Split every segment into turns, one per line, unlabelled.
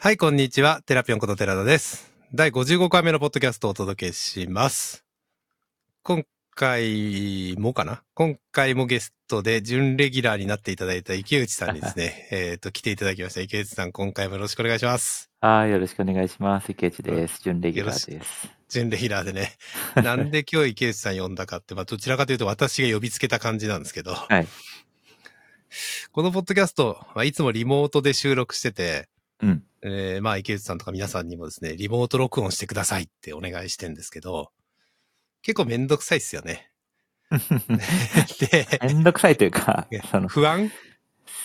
はい、こんにちは。テラピョンこと寺田です。第55回目のポッドキャストをお届けします。今回もかな今回もゲストで準レギュラーになっていただいた池内さんにですね、 えっと、来ていただきました。池内さん、今回もよろしくお願いします。
はい、よろしくお願いします。池内です。準レギュ
よ
ラ
ろし
ーです。
準レギュラーで ね。なんで今日池内さん呼んだかって、まあ、どちらかというと私が呼びつけた感じなんですけど。
はい
このポッドキャスト、まあ、いつもリモートで収録してて、
うん。
えーまあ、池内さんとか皆さんにもですね、リモート録音してくださいってお願いしてんですけど、結構めんどくさいっすよ ね。で、
めんどくさいというか
ね、
その、
不安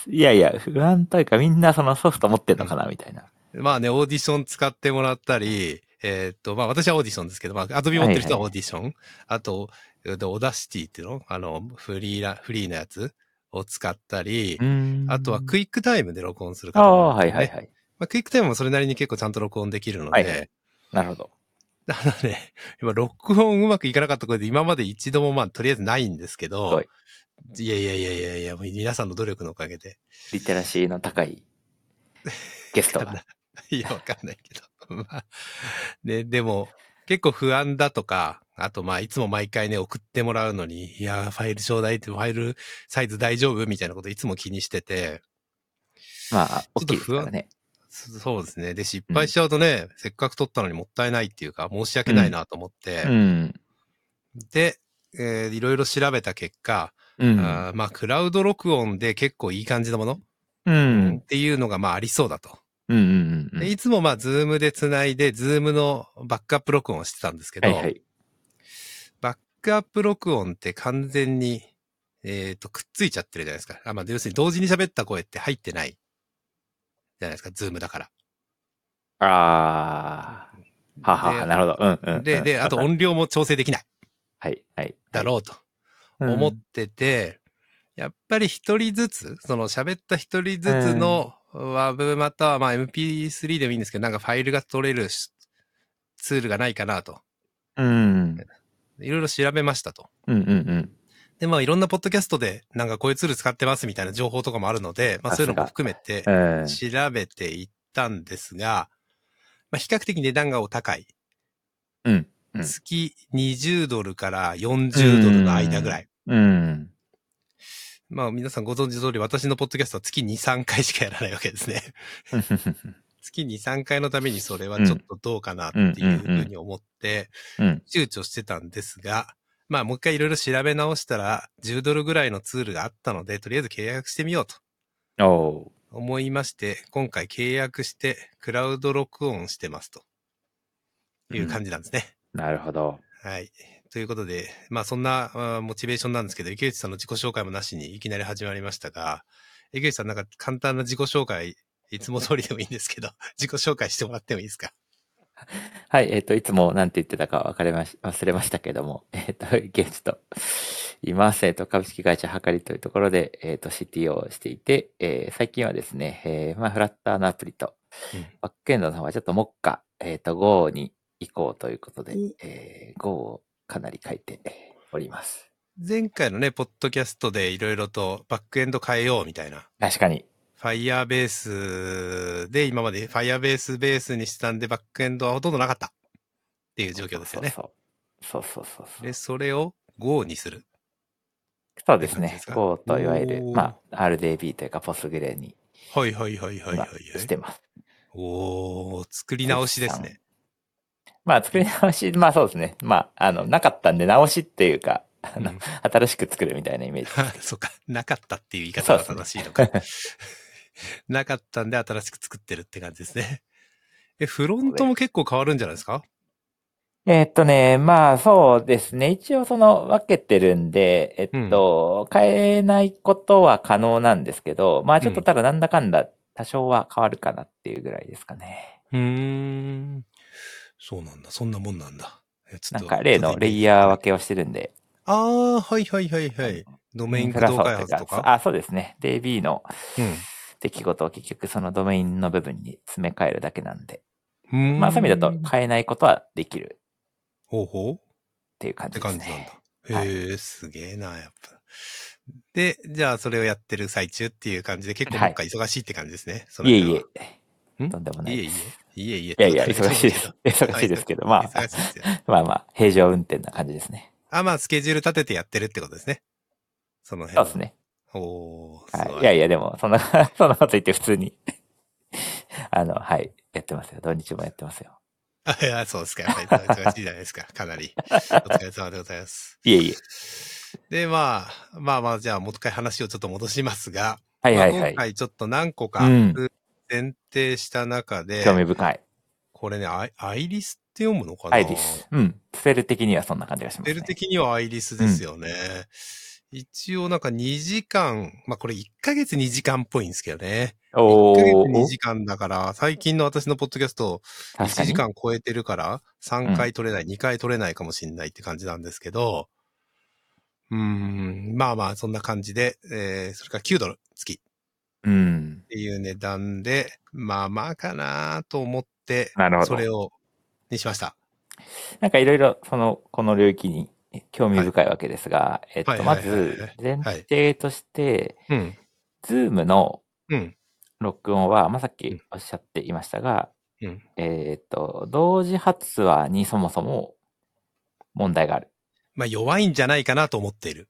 いやいや、不安というか、みんなそのソフト持ってんのかな、みたいな。
まあね、オーディション使ってもらったり、えーっと、まあ私はオーディションですけど、まあ、アドビ持ってる人はオーディション、あと、えーっとオダシティっていうのあの、フリーラ、フリーのやつを使ったり、あとは
イ
クイックタイムで録音する
あ
方
あ、
も
はい
るんですよね
はいはい。
まあ、クイックタイムもそれなりに結構ちゃんと録音できるので、
はいはいなるほど。
なので、 今、録音うまくいかなかったことで、今まで一度もまあ、とりあえずないんですけど、
はい
い、やいやいやいやいや、もう皆さんの努力のおかげで。
リテラシーの高いゲストが。
いや、わかんないけど。 まあ、ね、でも、結構不安だとか、あとまあ、いつも毎回ね、送ってもらうのに、いや、ファイルちょうだいって、ファイルサイズ大丈夫みたいなこといつも気にしてて、
まあ、
ょっ
大き
と
いです
不
か
安
らね。
そそうですね。で、失敗しちゃうとね、せっかく撮ったのにもったいないっていうか、申し訳ないなと思って、
うん。
で、えーいろいろ調べた結果、
うん。
あーまあ、クラウド録音で結構いい感じのもの、
うん。う
っ
ん。
ていうのが、まあ、ありそうだと。
うん。うんう
で
ん。
いつも、まあ、ズームで繋いで、ズームのバックアップ録音をしてたんですけ
は
ど、
いはい。
バックアップ録音って完全に、えっ、と、くっついちゃってるじゃないですか。あまあ、要するに同時に喋った声って入ってない。じゃないですか、ズームだから。
ああ。ははは、
で
なるほど。うんうんうん。
で、で、あと
はい
音量も調整できない。
はい。
だろうと思ってて、やっぱり一人ずつ、その喋った一人ずつの WAV またはまあ MP3 でもいいんですけど、なんかファイルが取れるしツールがないかなと。
うん。
いろいろ調べましたと。
うんうんうん。
で、まあいろんなポッドキャストでなんかこういうツール使ってますみたいな情報とかもあるので、まあそういうのも含めて
うん。
調べていったんですが、まあ比較的値段がお高い。
うんうん
月20ドルから40ドルの間ぐらい。
うん。
まあ皆さんご存知通り私のポッドキャストは月2、3回しかやらないわけですね。 月2、3回のためにそれはちょっとどうかなっていうふうに思って、
うん。
躊躇してたんですが、まあもう一回いろいろ調べ直したら、10ドルぐらいのツールがあったので、とりあえず契約してみようと
おお
思いまして、今回契約して、クラウド録音してますという感じなんですね。
ーなるほど。
はい。ということで、まあそんなあーモチベーションなんですけど、池内さんの自己紹介もなしにいきなり始まりましたが、池内さんなんか簡単な自己紹介、いつも通りでもいいんですけど、 自己紹介してもらってもいいですか
はい、えっ、と、いつもなんて言ってたか分かれまし、忘れましたけども、 えっ、と、ゲスト、います。えっ、と、株式会社はかりというところで、えっ、と、CTO をしていて、えー最近はですね、えーまあ、フラッターのアプリと、
うん
バックエンドの方はちょっと目下、えっ、と、Go に移行ということで
うん、
えー Go をかなり書いております。
前回のね、ポッドキャストでいろいろとバックエンド変えようみたいな。
確かに。
Firebase で今まで Firebase ベースにしてたんでバックエンドはほとんどなかったっていう状況ですよね。
そうそうそうそうそうそう
で、それを Go にする。
そうです
って感じで
ね
す。か
Go といわゆる
お、ー
まあ、RDB というか、Postgre に、
はいはいはいはい
ま
は
あ
い、
し
は
て
い。
ます。
おー、作り直しですね。
まあ、作り直し、まあそうですね。まあ、あの、なかったんで、直しっていうか、あの
うん、
新しく作るみたいなイメージです
あ そうか。なかったっていう言い方が
そうで
正しいのか。 なかったんで新しく作ってるって感じですね。え、フロントも結構変わるんじゃないですか
えーっとね、まあそうですね。一応その分けてるんで、えっと、変えないことは可能なんですけど、まあちょっ
う
と
ん
ただなんだかんだ多少は変わるかなっていうぐらいですかね。
うーん。そうなんだ。そんなもんなんだ。えちょ
な
っ
ん
と
か例のレイヤー分けをしてるんで、
ああ、はいはいはいはい。ドメイン
フ
駆
ラ
動
ソ
開
ー
発と
か、
か。
あ、そうですね。DB の出来事を結局そのドメインの部分に詰め替えるだけなんで、
うん。
まあそういう意味だ
うーん
と変えないことはできる
ほうほう。
っていう感
っ
じ
て
です
感
ね。
じなんだ。
はい
へえ、すげえな、やっぱ。で、じゃあそれをやってる最中っていう感じで結構
は
ないんか忙しいって感じですね。その
いえ
辺
い
は
え。
ん
とんでもない
いえ
で
い
す。
え。いえいえ。
いやいや、
そうだ
忙
ね
しいです。。忙しいですけど、まあ、
忙しいですよ。
まあまあ、平常運転な感じですね。
あ、まあ、スケジュール立ててやってるってことですね。その辺。
そうです。ね。
おー、す
は
ご
い、
い。
いやいや、でも、そんな、 そんなこと言って普通に。あの、はい、やってますよ。土日もやってますよ。
あ いや、そうですか。やっぱり忙しいじゃないですか。 かなり。お疲れ様でございます。
いえいえ。
で、まあ、まあまあ、じゃあ、もう一回話をちょっと戻しますが、
はいはい
まあ
はい
今。回ちょっと何個か
うん
選定した中で、
興味深い。
これねアイ、アイリスって読むのかな
アイリス。うん。スペル的にはそんな感じがします、
ベ
ね。
ル的にはアイリスですよね。一応なんか2時間、まあこれ1ヶ月2時間っぽいんですけどね。
お
1ヶ月2
ー
時間だから、最近の私のポッドキャスト
確
1
かに
時間超えてるから3回取れない、2回取れないかもしれないって感じなんですけど、うーん、まあまあそんな感じで、えー、それから9ドル月っ
うん。
ていう値段で、まあまあかなと思って、
なるほ
そ
ど
れ。を、にしました。
なんかいろいろ、その、この領域に興味深いわけですが、えっ
は
と、
い
ま
はい
ず
はい、
前提として、
うん。
ズームの
うん。
録音は、まあ、さっ
う
き
ん
おっしゃっていましたが、
うん
えっと、同時発話にそもそも問題がある。
まあ弱いんじゃないかなと思っている。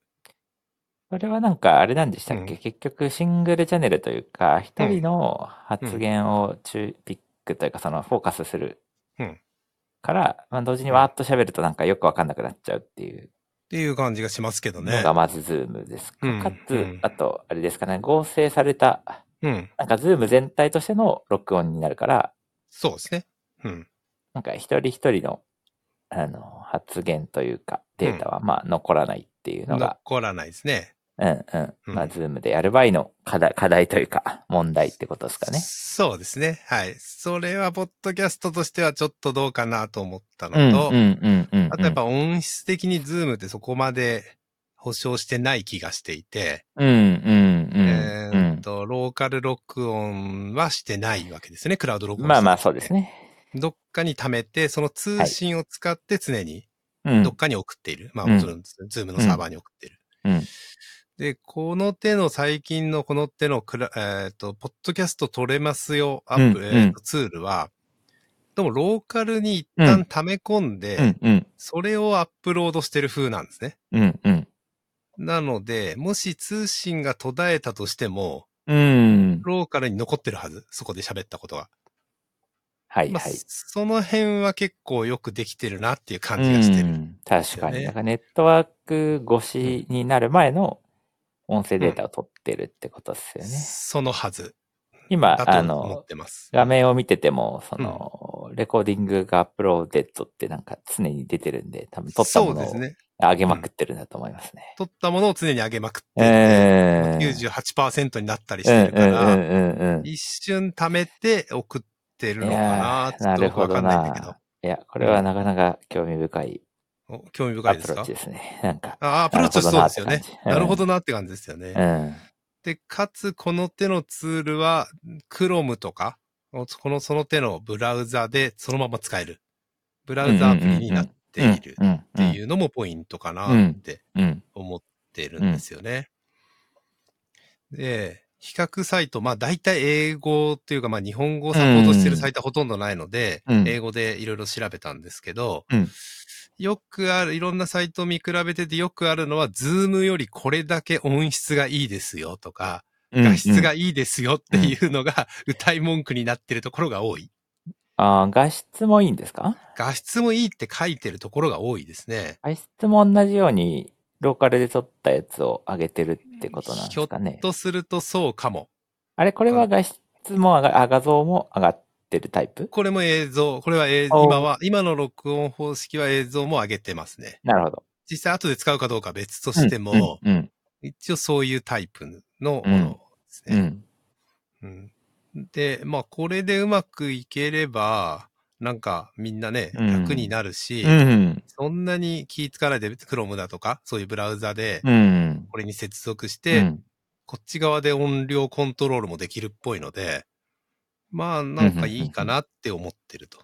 これはなんかあれなんでしたっけ、
うん
結局シングルチャンネルというか、一人の発言を中ピックというか、そのフォーカスする
うん
から、まあ、同時にわーっと喋るとなんかよくわかんなくなっちゃうっていう
っていう感じがしますけど
の
ね。
がまずズームですか。
うん
か
う
つ
ん、
あと、あれですかね、合成された、
うん。
なんかズーム全体としての録音になるから、
そうですね。うん。
なんか一人一人の、あの、発言というか、データはまあ残らないっていうのが、
残らないですね。
うんうん。
うん
まあ、ズームでやる場合の課題、課題というか、問題ってことですかね。
そうですね。はい。それは、ポッドキャストとしてはちょっとどうかなと思った
うんう
の
ん
と、
うんうんうん。
あとやっぱ音質的にズームってそこまで保証してない気がしていて、
うんうんうん
え
う
ーっ
ん。
と、ローカル録音はしてないわけですよね。クラウド録音。
まあまあ、そうです。ね。
どっかに貯めて、その通信を使って常に
うん。
どっかに送っている。まあ
うん
もちろん、ズームのサーバーに送っている。
うん
で、この手の最近のこの手のクラ、えっ、と、ポッドキャスト取れますよ、アップ、
うん
えーとツールは、でもローカルに一旦溜め込んで、
うんうん
それをアップロードしてる風なんですね。
うんうん。
なので、もし通信が途絶えたとしても、
うん。
ローカルに残ってるはず。そこで喋ったことが。
はい
まあ
はい。
その辺は結構よくできてるなっていう感じがしてる。
うん確か
ですよ
に。
ね
なんかネットワーク越しになる前の音声データを取ってるってことですよね。
そのはず
今、
だ
あ
と思
の
っ、てます。
画面を見てても、その、レコーディングがアップローデッドってなんか常に出てるんで、多分撮った
そ
も
う
の
で
を
すね。
上げまくってるんだと思いますね。
取ったものを常に上げまくっていて、
えー
98%になったりし
うん
てるから、
うんうんうんうん
一瞬貯めて送ってるの
い
かな
や
ち
ー
ょ
な
っと
る
よく
ほ
わか
ど
んないんだけ
な
ど。。
いや、これはなかなか興味深い
お興味深
ア
いで
プ
す
ロ
か
ーチですね。なんか。
あアプローチはそうですよね。な
な
る
る
ほ
ほ
ど
ど
なって感じですよね。
うん。
で、かつこの手のツールは、Chrome とか、このその手のブラウザでそのまま使える。ブラウザアプリになっている
うん。っ
っていうのもポイントかなって
うん。
思ってるんですよね。で、比較サイト、まあ大体英語っていうかまあ日本語をサポートしてるサイトはほとんどないので、
うん
英語でいろいろ調べたんですけど、
うん
よくある、いろんなサイトを見比べててよくあるのは、ズームよりこれだけ音質がいいですよとか、
うん
画質がいいですよっていうのが、歌い文句になってるところが多い。
あー画質もいいんですか
画質もいいって書いてるところが多いですね。
画質も同じようにローカルで撮ったやつを上げてるってことなんですかね。
とするとそうかも。
あれ、これは画質も上が、あ画像も上がってるタイプ
これも映像、これは映
おー
今は、今の録音方式は映像も上げてますね。
なるほど。
実際後で使うかどうかは別としても、
うん、うん
一応そういうタイプのものです
うん、う
ね。
ん
うんで、まあこれでうまくいければ、なんかみんなね、
うん
楽になるし、
うん。
そんなに気ぃつかないで、Chrome だとか、そういうブラウザで、
うん。
これに接続し
う
て、
ん
こっち側で音量コントロールもできるっぽいので、まあなんかいいかなって思ってると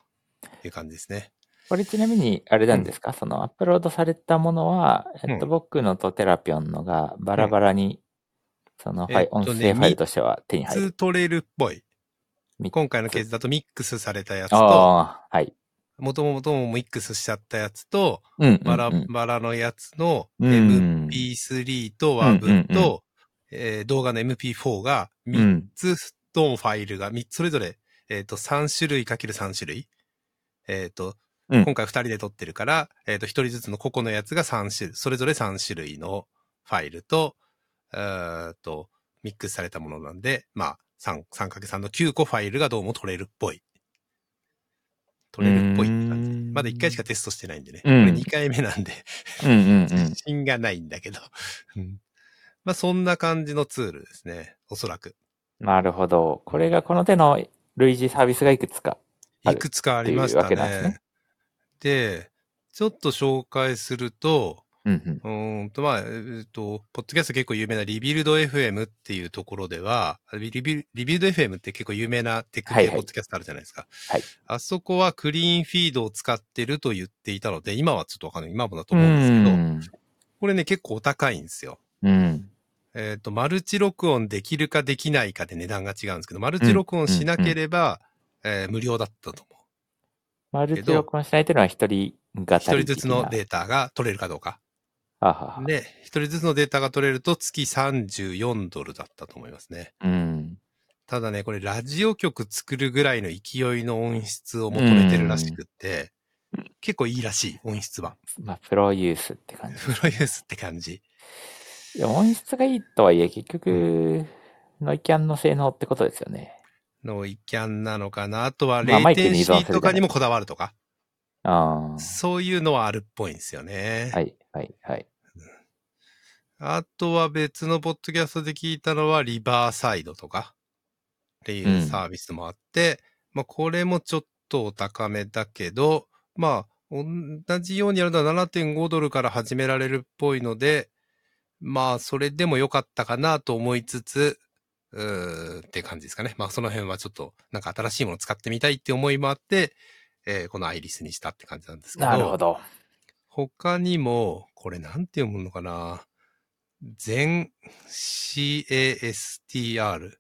いう感じですね。
これちなみに、あれなんですか、そのアップロードされたものは、えっと、
うん
僕のとテラピョンのがバラバラに、そのフ
え
ァイ、
っとね
音声ファイルとしては手に入
普通
る。
取れるっぽい。
ミックス
今回のケースだとミックスされたやつと、
ああ、はい。
もともともミックスしちゃったやつと、
うんうんうん。
バラバラのやつの
うん
MP3 とワーブ
うんうんう
と、えー動画の MP4 が
う
3
ん。
つとファイルが3つ、それぞれ、えっ、と、3種類かける3種類。えっ、と、
うん
今回2人で撮ってるから、えっ、と、1人ずつの個々のやつが3種類、それぞれ3種類のファイルと、えーっと、ミックスされたものなんで、まあ、3、3×3 の9個ファイルがどうも取れるっぽい。取れるっぽいって感じ
うーん
まだ1回しかテストしてないんでね。
うん
これ2回目なんで、
うんうんうん
自。信がないんだけど。うんまあ、そんな感じのツールですね。おそらく。
なるほど。これが、この手の類似サービスがいくつか。あ
い
る
くつかありました
っていうわけなんです
ね。で、ちょっと紹介すると、
うんうん。
うーんと、まあ、えーっと、ポッドキャスト結構有名なリビルド FM っていうところでは、リビルリビルド FM って結構有名なテック
はい
系
はい
ポッドキャストあるじゃないですか。
はい
あそこはクリーンフィードを使ってると言っていたので、今はちょっとわかんない。今もだと思うんですけど、
すけ
これね、結構お高いんですよ。
ど。うん。
えっ、と、マルチ録音できるかできないかで値段が違うんですけど、マルチ録音しなければ、えー無料だったと思う。
マルチ録音しないというのは一人が
一人ずつのデータが取れるかどうか。
あはは。
で、一人ずつのデータが取れると月34ドルだったと思いますね。
うん。
ただね、これラジオ局作るぐらいの勢いの音質を求めてるらしくって、結構いいらしい、音 質は。
まあ、プロユースって感
プロユースって感じ。
じ。 いや音質がいいとはいえ、結局、ノイキャンの性能ってことですよね。
のイキャンなのかな。あとは、レ
まあ
イ
マイク
テン
に依存
シ
する
ーとかにもこだわるとか、
あ
そういうのはあるっぽいんですよね
あ。。はい、はい、はい。
あとは別のポッドキャストで聞いたのはリバーサイドとかっていうサービスもあって、まあこれもちょっとお高めだけど、まあ同じようにやるのは7.5ドルから始められるっぽいので、まあそれでも良かったかなと思いつつ、うーんって感じですかね。まあその辺はちょっとなんか新しいものを使ってみたいって思いもあって、えーこのアイリスにしたって感じなんですけ
なるほど。
他にも、これなんて読むのかな全 CASTR。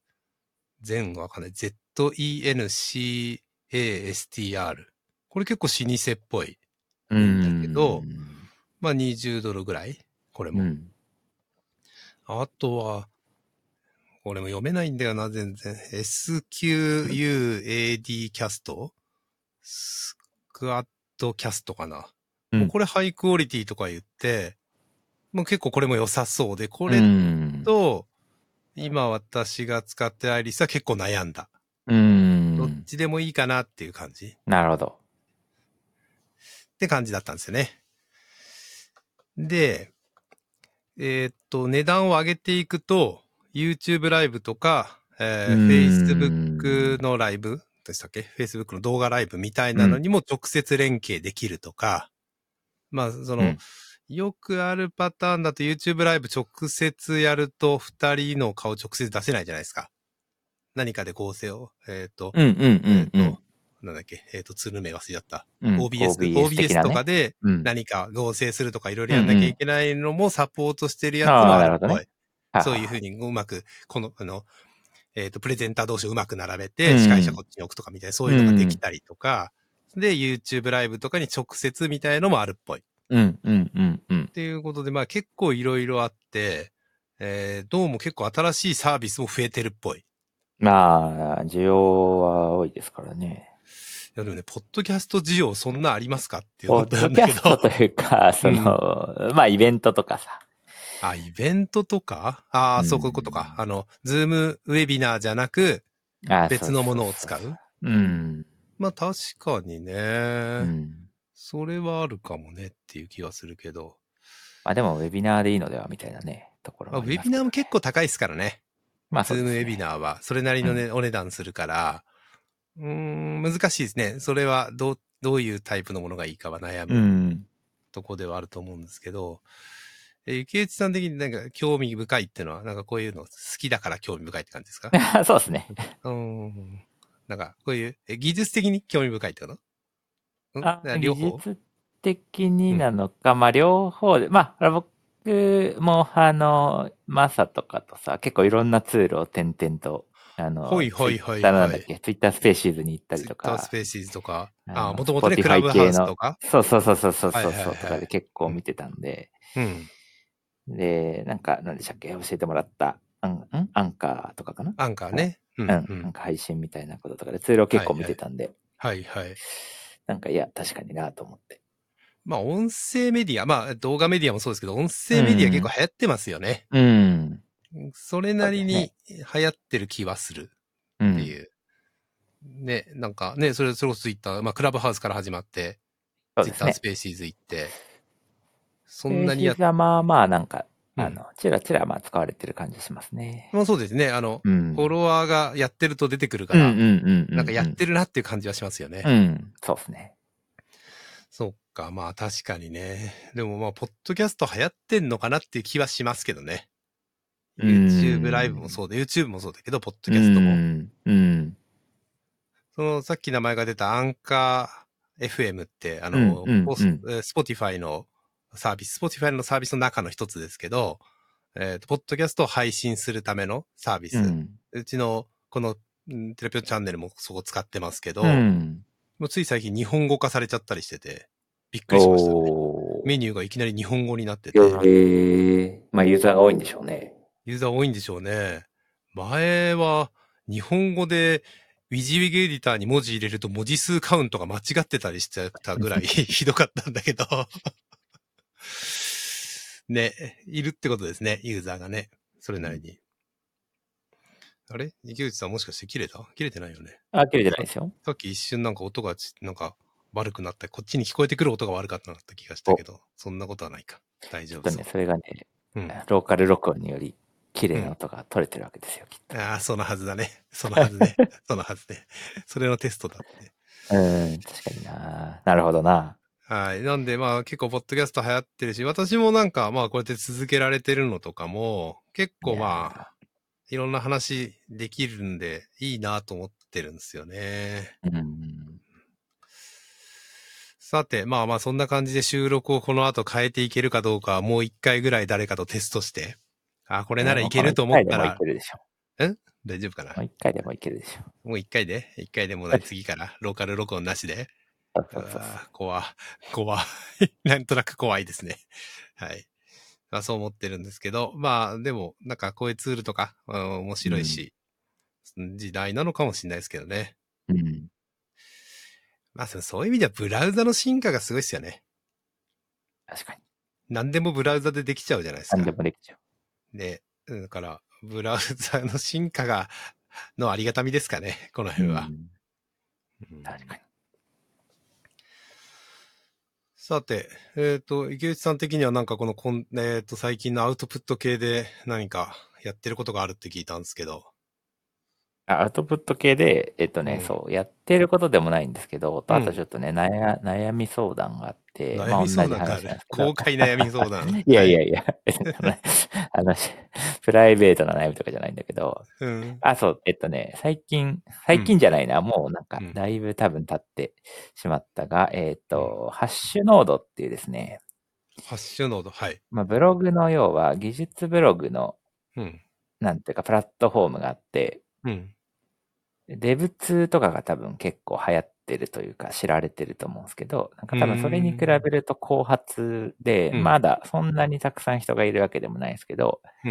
全わかんない。ZENCASTR。これ結構老舗っぽい。
うん。
だけどまあ20ドルぐらいこれ
う
も。
ん。
あとは、これも読めないんだよな、全然。SQUAD キャストスクワットキャストかな。
うん
もうこれハイクオリティとか言って、もう結構これも良さそうで、こ
こ
れ
れ、
と、今私が使ってるアイリスは結構悩んだ。
う
ど
ん
っ。ちでもいいかなっていう感じ。っ
なるほど。
て感じだったんですよね。で、えーっと、値段を上げていくと、YouTube ライブとか、えー
うん
Facebook のライブでしたっけ ?Facebook の動画ライブみたいなのにも直接連携できるとか、まあ、その、
うん
よくあるパターンだと YouTube ライブ直接やると二人の顔直接出せないじゃないですか。何かで合成を、えっ、と、
うんうんう
えっ、
んうん
と、なんだっけ、えっ、と、ツール名忘れちゃった。
うん。
OBS、
的
OBS
な
と
ね
かで
うん
何か合成するとかいろいろやんなきゃいけないのもサポートしてるやつ
あ
も
あ
あるっぽ
なるほど
い
ね。は
そういう
は
ふ
は
う
い
にうまく、この、あの、えっ、と、プレゼンター同士をうまく並べ
う
て、
ん
司会者こっちに置くとかみたいな、そういうのができたりとか、で、YouTube ライブとかに直接みたいのもあるっぽい。
うんうんうんうん
っ。ていうことで、まあ結構いろいろあって、えーどうも結構新しいサービスも増えてるっぽい。い
まあ、需要は多いですからね。
やでもね、ポッドキャスト需要そんなありますかっていう
ポ
こ
ッ
とな
ド
ん
キ
だ
ャ
け
スト
ど
と。いうか、その、まあ、イベントとかさ。
あ、イベントとかああ、
うん
そういうことか。あの、ズームウェビナーじゃなく
あ
別のものを使。
そうううん。
まあ確かにね、
うん。
それはあるかもねっていう気はするけど。
まあ、でも、ウェビナーでいいのではみたいなね、ところ
まあ、
も
ウ
りま
ェ
す
ビナ
け
ー
ど
も
ね
結構高いですからね。
まあ、
ズームウェビ
ー。
ナーは、それなりのね、お値段するから、うーん、難しいですね。それは、どう、どういうタイプのものがいいかは悩
う
む
ん。
とこではあると思うんですけど、えー、ゆきえちさん的になんか興味深いっていうのは、なんかこういうの好きだから興味深いって感じですか
そうで すね。
うーん。なんか、こういう、え、技術的に興味深いってことん
あ
なんか両
技
方
術的になのか、まあ、両方で、まあ、僕も、あの、マサとかとさ、結構いろんなツールを点々と、あの、
ほいほいほい
Twitter のなんだっけ、ツイッタースペーシーズに行ったり
ツイ
と
ッター
か
ス、ペーシーズとか、
あの
ああ、もともとね、
Spotify
クラブハウスとか。
そうそうそうそうそうそ
は
う、
いはいはい
とかで結構見てたんで、
うん。
で、なんか、なんでしたっけ、教えてもらった、アンんアンカーとかかな
アンカーね。う。
うんん、
う
なん
ん。
か配信みたいなこととかで、ツールを結構見てたんで、
はいはい。
なんか、いや、確かになと思って。
まあ、音声メディア、まあ、動画メディアもそうですけど、音声メディア結構流行ってますよね。
うん。
それなり
そう
に流行ってる気はする
う
って
ん。
いう。ね、なんかね、それ、それこそツイッター、まあ、クラブハウスから始まって、
そう
ツイ
で
ッ
す
ター
ね
ス。ペーシーズ行って、そ
そ
ん
ん
な
な
に
に
やっ、
まあまあ、なんか、
うん
あの、ちらちらまあ使われてる感じしますね。
まあそうですね、あの、
うん。
フォロワーがやってると出てくるか
うんう
ら、
んうんうん。
なんかやってるなっていう感じはしますよね。
うん。そうですね。
そうか、まあ確かにね。でもまあ、ポッドキャスト流行ってんのかなっていう気はしますけどね。
うん
YouTube ライブもそうで、YouTube もそうだけど、ポッドキャスト
う
も。
ん。うん。
その、さっき名前が出たアンカー FM って、あの、
うんうん
ポス
うん
えー Spotify のサービス、Spotify のサービスの中の一つですけど、えっ、と、ポッドキャストを配信するためのサービス。
う。
うんちの、この、んテレピョンチャンネルもそこ使ってますけど、
うん。
もうつい最近日本語化されちゃったりしてて、びっくりしました、ね。
おー。
メニューがいきなり日本語になってて。
えー、まあユーザーが多いんでしょうね。
ユーザー多いんでしょうね。前は日本語でウィジウィグエディターに文字入れると文字数カウントが間違ってたりしてたぐらい ひどかったんだけど。ね、いるってことですね、ユーザーがね。それなりに。あれ池内さんもしかして切れた切れてないよね。
あ、切れてないですよ。
さっき一瞬なんか音がち、なんか悪くなった。こっちに聞こえてくる音が悪かったなって気がしたけど、そんなことはないか。大
ち
丈
ょっ
夫
と
そう
ね、。それがね、
うん。
ローカル録音により、綺麗な音が取れてるわけですよ、きっ
ああ、そのはずだね。 そのはずね。そのはずね。 それのテストだって。
と。うん、確かにななるほどな
はい。なんで、まあ結構、ポッドキャスト流行ってるし、私もなんか、まあこうやって続けられてるのとかも、結構まあ、いろんな話できるんで、いいなと思ってるんですよね。
いやーうん。
さて、まあまあ、そんな感じで収録をこの後変えていけるかどうかは、もう一回ぐらい誰かとテストして、あ、これならいけると思った
もう一回でもい
ら
けるでしょ。
大丈夫かな
もう。一回でもいけるでしょ。
もう一回で一回でもない次から、ローカル録音なしで。
そう
あ
そうそうそう
ー怖、怖 い。なんとなく怖いですね。はい。まあそう思ってるんですけど、まあでも、なんかこういうツールとか、うん面白いし、時代なのかもしれないですけどね。
うん。
まあそそういう意味ではブラウザの進化がすごいですよね。
確かに。
何でもブラウザでできちゃうじゃないです
何で
か。
もできちゃう。
で、うんだから、ブラウザの進化が、のありがたみですかね、 この辺は
う。ん
うん
確かに。
さて、えっ、と、池内さん的にはなんかこのこん、えっ、と、最近のアウトプット系で何かやってることがあるって聞いたんですけど。
あアウトプット系で、えっとね、
うん
そう、やってることでもないんですけど、と
うん
あとちょっとね、悩悩み相談があって、ま
悩み相談
あ
か、
同
あ
じ話
れ
なんですけど。
公開悩み相談
いやい
は
や。いや、 あの、プライベートな悩みとかじゃないんだけど、
うん。
あ、そう、えっとね、最近、最近じゃないな、もうなんか
うん、
だいぶ多分経ってしまったが、えっと、ハッシュノードっていうですね、
ハッシュノード、はい。
まあ、ブログの要は、技術ブログの、
うん。
なんていうか、プラットフォームがあって、
うん。
デブ2とかが多分結構流行ってるというか知られてると思うんですけど、なんか多分それに比べると後発で、
うん
まだそんなにたくさん人がいるわけでもないですけど、
うん。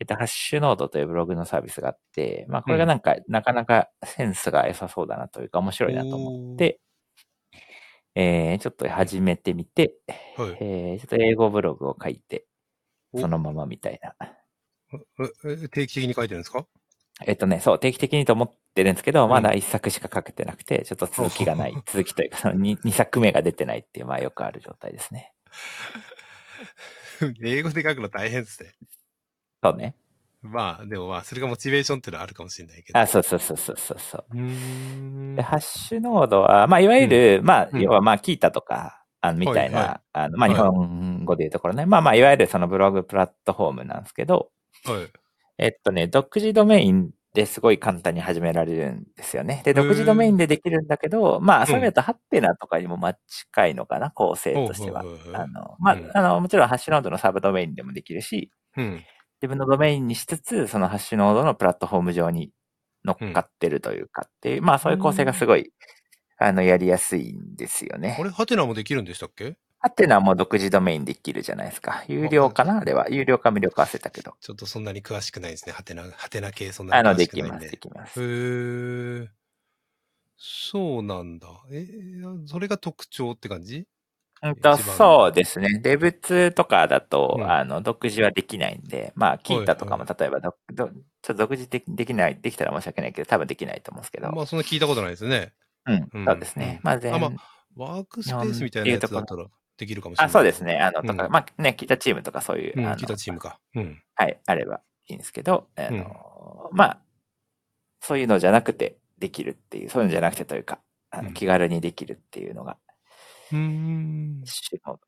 えっと、ハッシュノードというブログのサービスがあって、まあこれがなんか、なかなかセンスが良さそうだなというか面白いなと思って、えー、ちょっと始めてみて、
はい。
えー、ちょっと英語ブログを書いて、
お
そのままみたいな。
ええ定期的に書いてるんですか
えっとね、そう、定期的にと思ってるんですけど、
ん
まだ一作しか書けてなくて、ちょっと続きがない、続きというか、その 2, 作目が出てないっていう、まあよくある状態ですね。
英語で書くの大変ですね。
そうね。
まあ、でもまあ、それがモチベーションっていうのはあるかもしれないけど。
あ、そうそうそうそうそうそう。
うーん
で、。ハッシュノードは、まあいわゆる、ま
う
あ、
ん
要はまあ、キータとか、あのみたいな、
はいは
あのまあ
は
日
い
本語で言うところね、まあまあ、いわゆるそのブログプラットフォームなんですけど、
はい。
えっとね、独自ドメインですごい簡単に始められるんですよね。で、
ー
独自ドメインでできるんだけど、まあ、
ん
それだとハッテナとかにもまあ近いのかな、構成としては
ほ。うほうほ
あ
う
の、まあ、
うん
あの、もちろんハッシュノードのサブドメインでもできるし、
うん。
自分のドメインにしつつ、そのハッシュノードのプラットフォーム上に乗っかってるというかっていう、まあそういう構成がすごい、あの、やりやすいんですよね
あ。れ、ハテナもできるんでしたっけ
ハテナも独自ドメインできるじゃないですか。有料かなあれは。有料か無料か忘れたけど。
ちょっとそんなに詳しくないですね。ハテナ、ハテナ系そんな
あ
に
の、
詳
で
しく
き
ないん
ま
で。
す、できます。
へえ。そうなんだ。え、それが特徴って感じ
うんと、
一番
そうですね。デブツとかだと、
うん
あの、独自はできないんで、まあ、キータとかも、
は
例えばど、ど、ちょっと独自でできない、できたら申し訳ないけど、多分できないと思うんですけど、
まあ、そんな聞いたことないですよね。
うん、
うん
そうですね。まあ、全
あまワークスペースみたいなやつだったらできるかもしれない。
あ、そうです。ね。あの、とか、
うん
まあね、キータチームとかそういうう、
ん、
あの
聞いたチームか。うん。
はい、あればいいんですけど、あの、まあ、そういうのじゃなくてできるっていう、そういうのじゃなくてというか、あ
う
の
ん
気軽にできるっていうのが、
うーん。
主の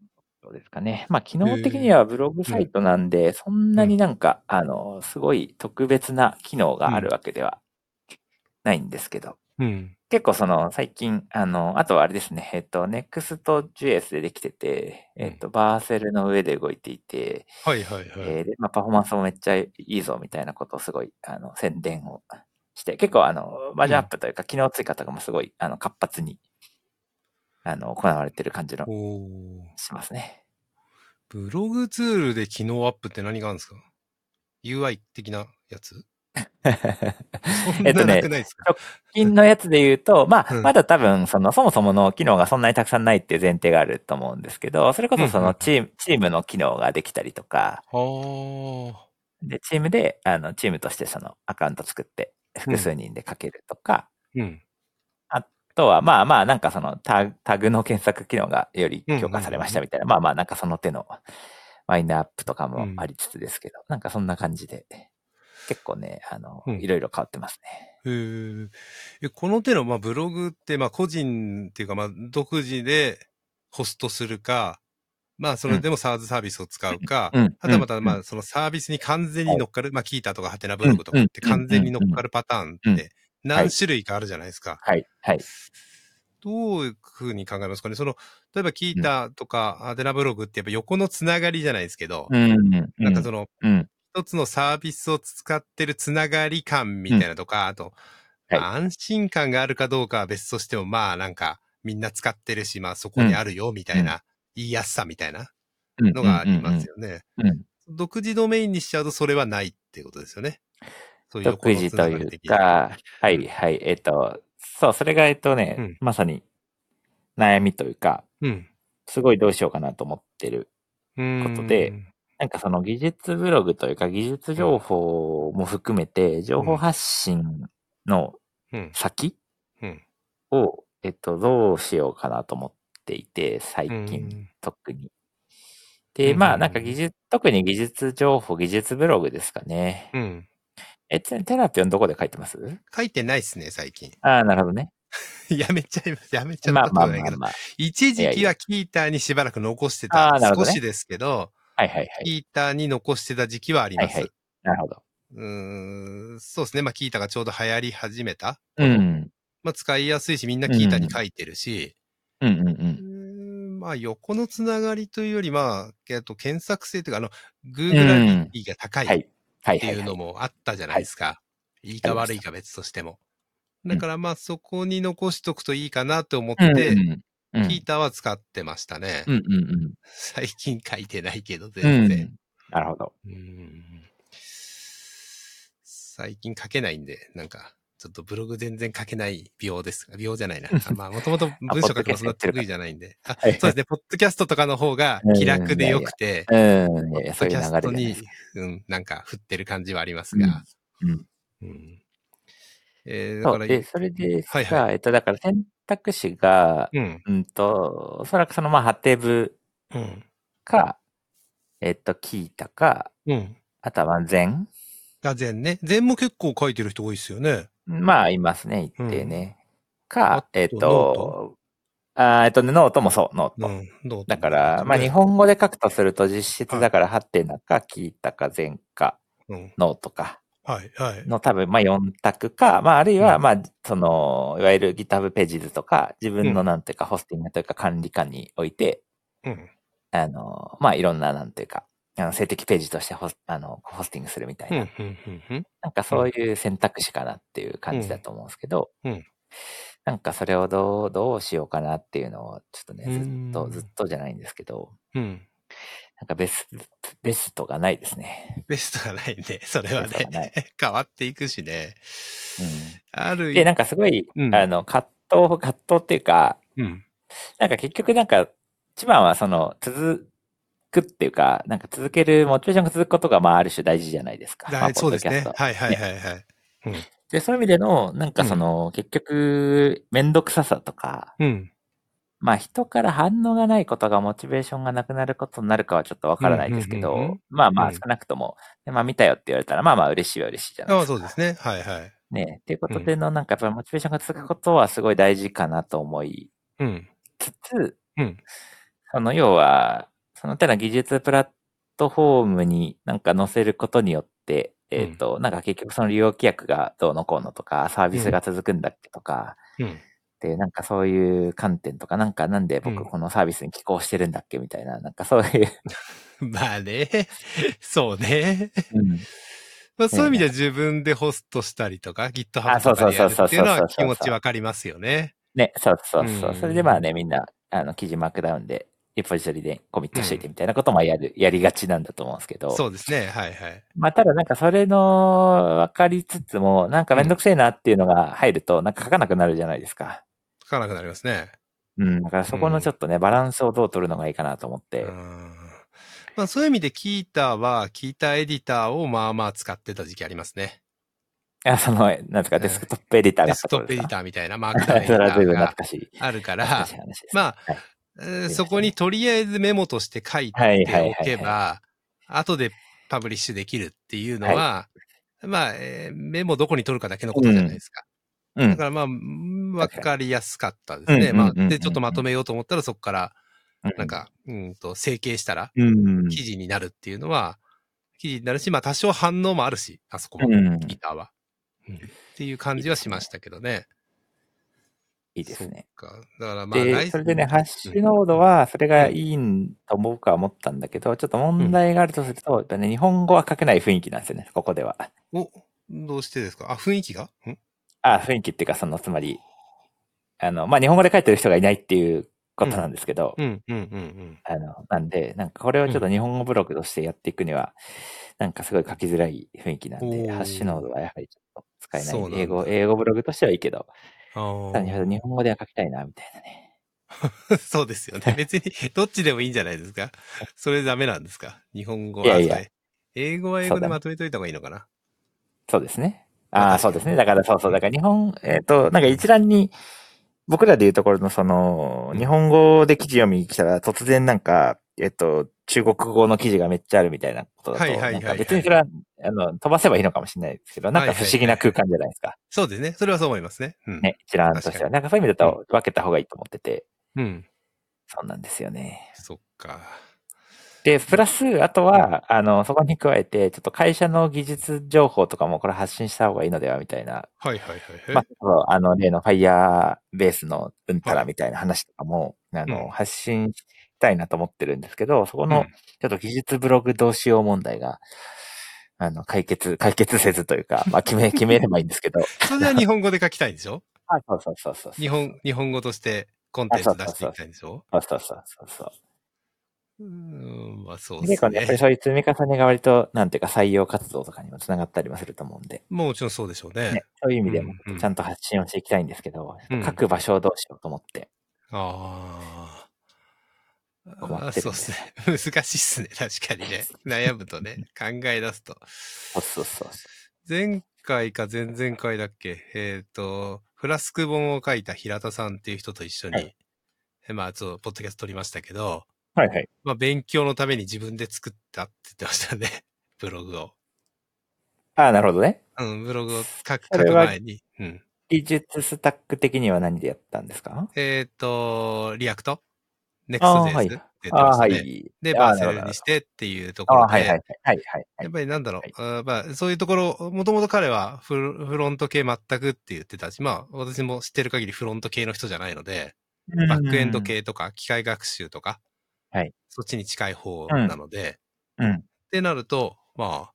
どうですかね。まあ、機能的にはブログサイトなんで、そんなになんか、あの、すごい特別な機能があるわけではないんですけど、
うん。
結構その、最近、あの、あとはあれですね、えっと、Next.js でできてて、えっと、バーセルの上で動いていて、
はいはいはい。
えーでまあ、パフォーマンスもめっちゃいいぞみたいなことをすごいあの宣伝をして、結構あのバージョンアップというか、機能追加とかもすごいあの活発にあの行われてる感じの
おー
しますね。
ブログツールで機能アップって何があるんですか ?UI 的なやつ そん
えっと
ななくな
ね、
いですか、
最近のやつで言うと、まあ、
うん
まだ多分その、そもそもの機能がそんなにたくさんないっていう前提があると思うんですけど、それこそそ
うんうん
のチームチームの機能ができたりとか、
あー
でチームであのチームとしてそのアカウント作って、複数人で書けるとか、
うん。
あとは、まあまあ、なんかそのタタグの検索機能がより強化されましたみたいな、まあまあ、なんかその手のマイナーアップとかもありつつですけど、なんかそんな感じで、結構ね、あの、
うん
いろいろ変わってます
へ
ね。
ーえこの手の、まあ、ブログって、まあ、個人っていうか、まあ、独自でホストするか、まあ、それでも SARS サービスを使うか、
うん。
はたまた、
うん
まあ、そのサービスに完全に乗っかる、まあ、キータとかハテナブログとかって
うんうん
完全に乗っかるパターン
う
っ
ん
て何種類かあるじゃないですか。
はい、はい。
どういうふうに考えますかねその、例えばキータとかハテナブログってやっぱ横のつながりじゃないですけど、
うん。うん
なんかその、
うん。
一つのサービスを使ってるつながり感みたいなとか、あと、
はい
まあ安心感があるかどうかは別としても、まあなんかみんな使ってるし、まあそこにあるよみたいな、言いやすさみたいな
うん
のがありますよね。
うんうんうん
独自ドメインにしちゃうとそれはないってことですよね。そういう
独自というか、は
うん
い、はい。えっと、そう、それが、えっとね、
うん
まさに悩みというか、
うん。
すごいどうしようかなと思ってる
うん
ことで、なんかその技術ブログというか技術情報も含めて、情報発信の
うん。
先
うん。
を、えっと、どうしようかなと思っていて、最
う
近
ん
特に。
うんうん
で、
うん
まあなんか技術、特に技術情報、技術ブログですかね。
うん。
え、ちなみにテラピオンどこで書いてます
書いてないっすね、最近。
ああ、なるほどね。
やめちゃいます。やめちゃっ
ま
た
あ
こと
まあ
ない
ま
け
あ
ど。
まあ。
一時
いや
期
い
は
や
キーターにしばらく残して
あ
た。
ーなるほ
少
ど
し
ね
ですけど、
はいはいはい。
キーターに残してた時期はあります。
はいはなるほど。
うーん、そうですね。まあ、キータがちょうど流行り始めた。
うん。
まあ、使いやすいし、みんなキータに書いてるし、
うんうんう。
うんーんまあ、横のつながりというより、まあ、えっと、検索性というか、あの、
う
Google ラン
ん。
キングが高い
は
っ
い。はい
て
はいいは
うの
い。
もあったじゃないですか。いいか悪いか別としても。
ました
だから、まあ、そこに残しとくといいかなと思っ
うん
て、
うんうん
キータは使ってましたね。
うんうんうん。
最近書いてないけど、
う
全然。
ん。なるほど。
うん最近書けないんで、なんか、ちょっとブログ全然書けない病です。病じゃないな。あまあ、もともと文章書くのそんな得意じゃないんで。あ、そうですね。ポッドキャストとかの方が気楽でよくて、
うん。いやいや
ポ
そ
ッド
うい
キ
う
ャスト
流れじゃないで
に
すか。、
うん、なんか振ってる感じはありますが。
うん
うんえーだ
そ
か
う。
ら、
で、それで
はい
さ、
は
えっと、だから選択肢が、
うん。
うんと、おそらくその、まあ、ハテブ
うん。
か、えっと、キータか、
うん。
あとは、まあ禅
が禅ね。禅も結構書いてる人多いですよね。
まあ、いますね、一定ね。
あ
か
と、
えっ
ノー
と、あーえっとね、ノートもそう、ノー
う
ト。
ん。どう
だから、まあ、日。本語で書くとすると、実質だから、ハテナか、キータか、禅か、
うん。
ノートか。
はいはい。
の多分、まあ、4択か、まあ、あるいは、
うん
まあ、その、いわゆる GitHub ページズとか、自分
う
の
ん
なんていうか、ホスティングというか管理下において、
うん。
あの、まあ、いろんななんていうか、あの、性的ページとしてホスあのホスティングするみたい
うん、う
な、
ん、うん、うん。
なんかそういう選択肢かなっていう感じだと思うんですけど、
うんうん
なんかそれをどう、どうしようかなっていうのを、ちょっとね、ずっ
う
と、
ん
ずっとじゃないんですけど、
うん。
なんかベスト、ベストがないですね。
ベストがない ね。それは
ベストがな
ね
い。
変わっていくしね。
うん
あ る
で、なんかすごい、
うん
あの、葛藤、葛藤っていうか、
うん。
なんか結局なんか、一番はその、続くっていうか、なんか続ける、モチベーションが続くことが、まあ、ある種大事じゃないですか。
だ
まあ、
そうです
ポッド
ね。
キャスト
はいはいはいはい。
で、そういう意味での、なんかその、結局、めんどくささとか、
うん。
まあ、人から反応がないことが、モチベーションがなくなることになるかはちょっとわからないですけ
うんうんうんう
ど
ん、
まあま
う
あ、
ん
少なくとも、でまあ、見たよって言われたら、まあまあ、嬉しいは嬉しいじゃない
あ
で
あ、
すか。
そうですね。はいはい。
ね。っていうことでの、なんかやっぱりモチベーションが続くことはすごい大事かなと思い
うん。
つつ、
うん
その要は、その手の技術プラットフォームになんか載せることによって、えっ、と、なんか結局その利用規約がどうのこうのとか、サービスが続くんだっけとか、
うん。
で、なんかそういう観点とか、なんかなんで
うん
僕このサービスに寄稿してるんだっけみたいな、なんかそういう、
まあね。 そうね。
うん
まあ、そういう意味では自分でホストしたりとか、GitHub と
あそう
か
そう
でや
そう
る
そう
っていうのは気
そうそうそう
持ちわかりますよね。
ね、そうそうそ
う
う。
ん
それでまあね、みんな、あの、記事マークダウンで、リポジトリでコミットしていてみたいなこともやる、やりがちなんだと思うんですけど。
そうですね。はいはい。
まあ、ただなんかそれの分かりつつも、なんかめんどくせえなっていうのが入ると、なんか書かなくなるじゃないですか。
書かなくなりますね。
うん。だからそこのちょっとね、バランスをどう取るのがいいかなと思っ
う
て。
ん。まあそういう意味でキーターは、キーターエディターをまあまあ使ってた時期ありますね。
あ、その、なんですか、
うん
デスクトップエディターが
デスクトップエディ
ー。
ターみたいなマークダウンエデ
そ
ィ
れは
タ
随
ー
分懐
が
かしい。
あるから、
懐かしい話です。
ま
はい
えーそこにとりあえずメモとして書いて
はいはいはい
おけば、後でパブリッシュできるっていうのは、まあ、えーメモどこに取るかだけのことじゃないですか。
う
だ
ん
か。らまあ、うんわ
確かに
かりやすかったですね。
うんうんうん
ま
うんうん
あ、で、ちょっとまとめようと思ったらそこから、
う
なん、か、うんと、整形したら
うん。
記事になるっていうのは、記事になるし、まあ多少反応もあるし、あそこも、
うん。
ギターは。うんっていう感じはしましたけどね。
いいですね。
そっか。だからまあ、
で、
来
それでね、
うん
ハッシュノードは、それがいいんと僕は思ったんだけど、ちょっと問題があるとすると、やっぱね、日本語は書けない雰囲気なんですよね、ここでは。
お、どうしてですかあ、雰囲気がん
あ、雰囲気っていうか、その、つまり、あの、まあ、日本語で書いてる人がいないっていうことなんですけど、
うんうんうんうん。
あの、なんで、なんかこれをちょっと日本語ブログとしてやっていくには、なんかすごい書きづらい雰囲気なん
お
で、
ー
ハッシュノードはやはりちょっと使えな
そうなん
い。
だ
英語、英語ブログとしてはいいけど、
あ
ただ日
ー
本語では書きたいな、みたいなね。
そうです よね。別に、どっちでもいいんじゃないですか。それダメなんですか日本語は。
いやいや
それ英語は英
そ
語
う
で
だね
まとめといた方がいいのかな
そうですね。
ま
あ
あ
あ、
確かに
そうですね。だからそうそう。だから日本、えっ、と、なんか一覧に、僕らで言うところのその、
うん
日本語で記事読みに来たら突然なんか、えっ、と、中国語の記事がめっちゃあるみたいなことだ
はいはいはい
と、
は
ないんか別にそれは、あの、飛ばせばいいのかもしれないですけど、なんか不思議な空間じゃないですか。
そうですね。それはそう思いますね。うん。
ね、一覧としては。なんかそういう意味だと分けた方がいいと思ってて、
うん。
そうなんですよね。
そっか。
で、プラス、あとは、あの、そこに加えて、ちょっと会社の技術情報とかもこれ発信した方がいいのではみたいな
はいはいはいはい。
まあ、そうあの、例の Fire ベースのうんたらみたいな話とかも、あ
う
の、
ん
発信したいなと思ってるんですけど、そこ
う
の
ん、
ちょっと技術ブログどうしよう問題が、あの、解決、解決せずというか、まあ、決 め、決めればいいんですけど、
それは日本語で書きたいんでしょ
あ、そうそうそうそうそう。
日本、日本語としてコンテンツ出していきたいんでしょ
そうそうそうそうそう
ーん、まあそう
う。
で
結
す
構ね、やっぱり
ね。
そういう積み重ねが割と、なんていうか採用活動とかにもつながったりもすると思うんで、
もちろんそうでしょうね。
ね、そういう意味でも
うんうん
ちゃんと発信をしていきたいんですけど、
うん
書く場所をどうしようと思って、
あーあ
困
ー。
って
そう
るね
ですね。 難しいっすね。確かに ね。悩むとね。考え出すと。
そうそうそう。
前回か前々回だっけえっ、と、フラスク本を書いた平田さんっていう人と一緒に、
はい
えまあ、そう、ポッドキャスト撮りましたけど、
はいはい。
まあ、勉強のために自分で作ったって言ってましたね。 ブログを。
ああ、なるほどね。
うん、ブログを書く、
そ
書
れ
く
は
前に。うん。
技術スタック的には何でやったんですか
えっ、と、リアクトネクス
あ
ト JS
ーは
っ
い
て言って
あ
まし
あ、
た
は
ね。
い。
で、
あ
バー
あな
セ
るほ
ル
ど
にしてっていうと
あ
ころ
あ、
で、
はいはいはい。はいは
やっ
い。
ぱりなんだろ、
はいう
やっぱそういうところ、もともと彼はフロフロント系全くって言ってたし、まあ私も知ってる限りフロント系の人じゃないので、バックエンド系とか機械学習とか、
はい
そっちに近い方なので、
うん。
ってなると、まあ、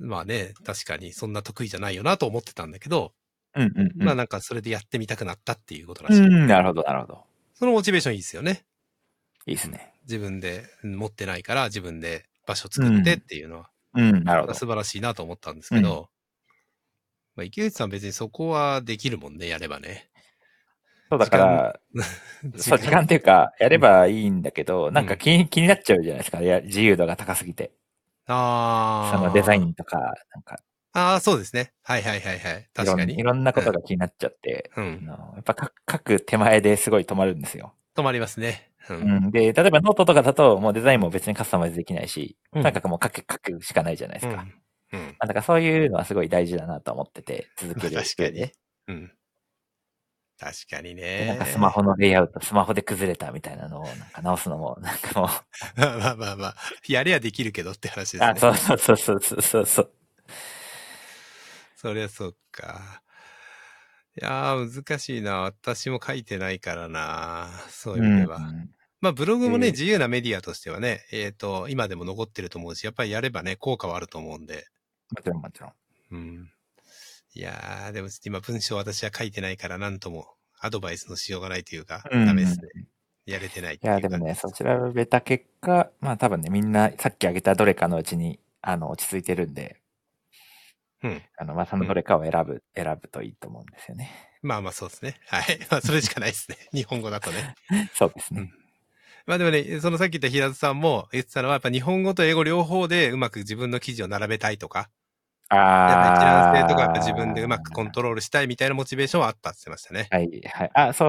まあね、確かにそんな得意じゃないよなと思ってたんだけど、
うんうん、うん。
まあなんかそれでやってみたくなったっていうことら
う
しい。
ん、なるほど、なるほど。
そのモチベーションいいですよね。
いいですね。
自分でうん持ってないから自分で場所作ってっていうのは、
うん、なるほど。
素晴らしいなと思ったんですけど、まあ池内さん別にそこはできるもんね、やればね。
そうだから、 そう、時間っていうか、やればいいんだけど、なんか気に気になっちゃうじゃないですか、や自由度が高すぎて。
ああ。
そのデザインとか、なんか
ああ、そうですね。はいはいはいはい。
いろ
確
ん
か
い
に。
ろんなことが気になっちゃって、
う
あ
ん。
のやっぱ書く書く手前ですごい止まるんですよ。
止まりますね。うん。
うん、で、例えばノートとかだと、もうデザインも別にカスタマイズできないし、
うん
なんかもう書く書くしかないじゃないですか。ま
うんうん
あだからそういうのはすごい大事だなと思ってて、続ける。
まあ確かに
で。
うん。確かに
で
ね。
なんかスマ。ホのレイアウト、スマホで崩れたみたいなのをなんか直すのも、なんかもう、
まあまあまあまあ。やりゃできるけどって話ですね。
あ、そうそうそうそうそうそうそう。
そりゃそうか。いやー、難しいな。私も書いてないからな。そういう意味では。
うん
まあ、ブログもね、
えー
自由なメディアとしてはね、えっ、と、今でも残ってると思うし、やっぱりやればね、効果はあると思うんで。
もちろんもちろん。
うん。いやー、でも今文章私は書いてないから、なんともアドバイスのしようがないというか、
うん
ダメですね。やれてないって
い
いう
や、
感
で
じ
もね、そちらをべた結果、まあ多分ね、みんなさっき挙げたどれかのうちに、あの、落ち着いてるんで、
うん。
あの、まあそのどれかを選ぶ、選ぶといいと思うんですよね。
まあまあそうですね。はい。 まあそれしかないですね。日本語だとね。
そうですね。
まあでもね、そのさっき言った平田さんも言ってたのは、やっぱ日本語と英語両方でうまく自分の記事を並べたいとか、やっ
あ
ぱ
あ。
り一覧性とかやっぱ自分でうまくコントロールしたいみたいなモチベーションはあったって言ってましたね。
はい、はい。あ、そ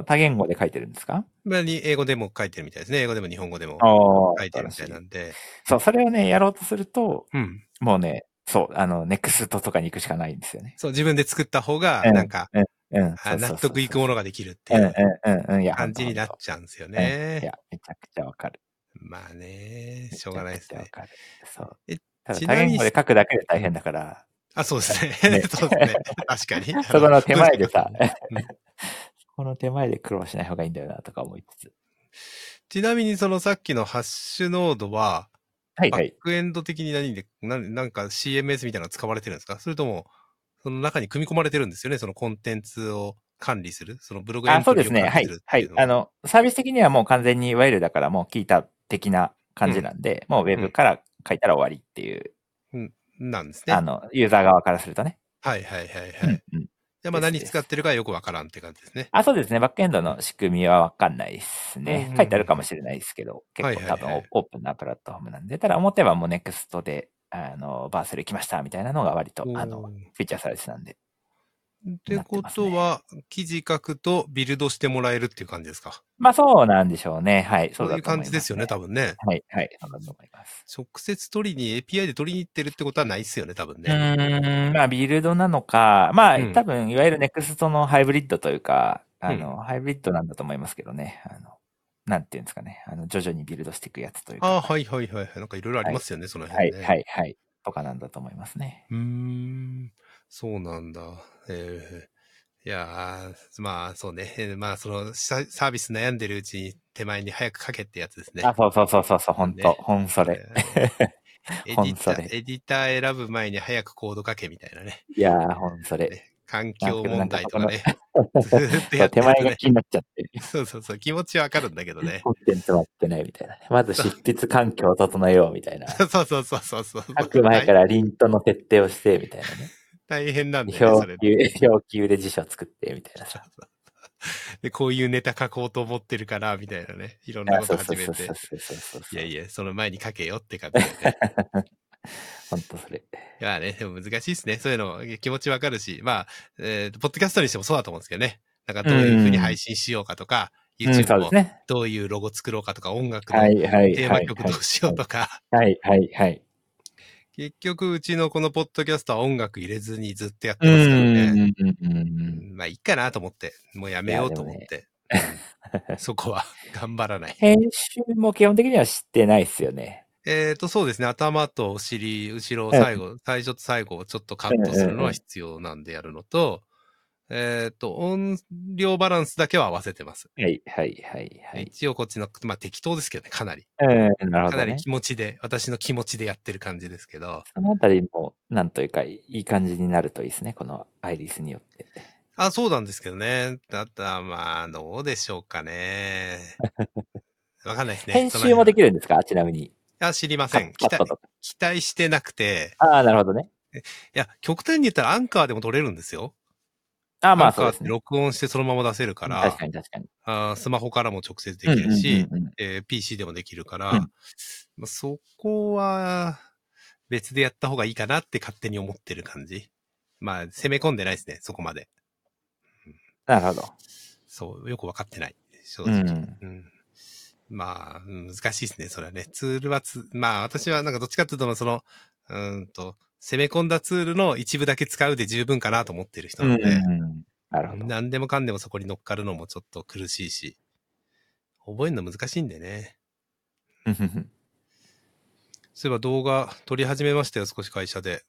う、多言語で書いてるんですか
まあに英語でも書いてるみたいですね。英語でも日本語でも
お
書いてるみたいなんで。
そう、それをね、やろうとすると、
うん。
もうね、そう、あの、ネクストとかに行くしかないんですよね。
そう、自分で作った方が、
うん
なんか、
うん。
あ納得いくも
のっ
のができるって
てい
いううん
うんうんうん。いや、
感じになっ
ほんと
ちゃうんですよ
ほんとうんい
ね。
や、めちゃくちゃわかる。
まあね、 しょうがないです
め
ね
ち。ゃくちゃわか
え
る。そう。ただ
ち
多
なみに
言語で書くだけで大変 だから、
あ、そうです ね。
ね
そうですね。確かに。
そこの手前で さ
うん、
この手前で苦労しない方がいいんだよなとか思いつつ。
ちなみにそのさっきのハッシュノードは、
はい
バ
は
ッ
い。
クエンド的に何で、なんなんか CMS みたいなの使われてるんですかそれとも、その中に組み込まれてるんですよねそのコンテンツを管理するそのブログエン
あ、そ
ト
うで
リーを
すね。は
管
い
理する。っ
は
てい。
いう
の
あの、サービス的にはもう完全にいわゆるだからもう聞いた的な感じなんで、もうウェブから書いたら終わりっていう、
なんですね。
あ
はい
の、ユーザー側からするとね。
はいはいはい。
うんうん
じゃあまあ
です
何使ってるかよくわからんって感じですね。
あ、そうですね。バックエンドの仕組みはわかんないで
う
す
ん
ね
う。ん
書いてあるかもしれないですけど、結構多
はいはいはい
分オオープンなプラットフォームなんで、ただ表はもう NEXT で、あの、バーセル来ましたみたいなのが割と、あ
お
の、
ー
フィーチャーされてたんで。
ってことは、記事書くとビルドしてもらえるっていう感じですか。
まあそうなんでしょうね。はい。そ
そううい
だ
う
と思
感
います、
じですよね、多分ね。
はい、はい。そうだと思います。
直接取りに API で取りに行ってるってことはないっすよね、多分
う
ね。
ーん、まあビルドなのか、まあ
うん
多分、いわゆる NEXT のハイブリッドというか、あの、ハイブリッドなんだと思いますけどね。あの、なんていうんですかね。あの、徐々にビルドしていくやつという
ああ、
か。
はいはいはいはい。なんかいろいろありますよね、その
は
辺
い、
ね。
はい、はい。とかなんだと思いますね。
うーん、そうなんだ。えーいやー、まあそうね。えーまあそのササービス悩んでるうちに手前に早く書けってやつですね。
あ、そうそうそうそうそう、ほんと、
ね
ほんそれ。
えーエデ
ほ
ィ
ん
タ
それ
ー、エディター選ぶ前に早くコード書けみたいなね。
いやー、ほんそれ。
ね環境問題とかね。 ず
そ
ーっとや
う
ってると
手前が
ね。
気になっちゃって、
そうそうそう。気持ちはわかるんだけどね。
コンテンツ待ってないみたいなね。まず執筆環境を整えようみたい な。
そうそうそうそうそう。。
書く前かららリントの設定をしてみたいなね。
大変なんだよね、そ
表
れ。
記表記で辞書作ってみたいなさ。
で、こういうネタ書こうと思ってるから、みたいなね。いろんなこと
そ
始め
うそうそ
て
うそう。そうそうそう
い
そう。
やいや、その前に書けよって感じで ね。
ほんとそれ。
いやね、でも難しいですね。そういうの気持ちわかるし、まあ、えーポッドキャストにしてもそうだと思うんですけどね。なんかどういうふうに配信しようかとか、
うん、そう
YouTube
で
も
すね。
どういうロゴ作ろうかとか、音楽の
はいはい
テー
は
マ
い。
曲どうしようとか、
はいはいはい。
結局うちのこのポッドキャストは音楽入れずにずっとやって
う
ます
ん
からね。
うんうんうん。
まあいいかなと思って、もうやめようと思って、うんそこは 頑張らない。
編集も基本的にはしてないっすよね。
えっ、と、そうですね。頭とお尻、後ろ、最後、最初と最後をちょっとカットするのは必要なんでやるのと、えっ、と、音量バランスだけは合わせてます。
はい、はい、はい、はい。
一応こっちの、まあ適当ですけどね、かなり。
うん、なる
かな
ほど
り
ね。
気持ちで、私の気持ちでやってる感じですけど。
そのあたりも、なんというか、いい感じになるといいですね。このアイリスによって。
あ、そうなんですけどね。だったら、まあ、どうでしょうかね。わかんないですね。
編集もで
き
きるんですかちなみに。
あ、知りません。
カ
期
ット
待
とか。
期待してなくて。
ああ、なるほどね。
いや、極端に言ったらアンカーでも取れるんですよ。
ああ、ま
ア
あ
ンカ
そう
ー
で
っ
す
て
ね。
録音してそのまま出せるか
確
ら、
かに確かに。
あースマホからも直接できるし、
うんうんうんうん
えー PC でもできるから、
うん
まあ、そこは別でやった方がいいかなって勝手に思ってる感じ。まあ、攻め込んでないですね、そこまで。
なるほど。
そう、よくわかってない。正
う
直。
ん。
うんまあ、うん難しいですね、それはね。ツールはつ、まあ私はなんかどっちかっていうと、その、うーんと、攻め込んだツールの一部だけ使うで十分かなと思ってる人
う。
なんので、
なるほど。
何でもかんでもそこに乗っかるのもちょっと苦しいし、覚えるの難しいんでね。
うんうんうん
そういえば動画撮り始めましたよ、少し会社で。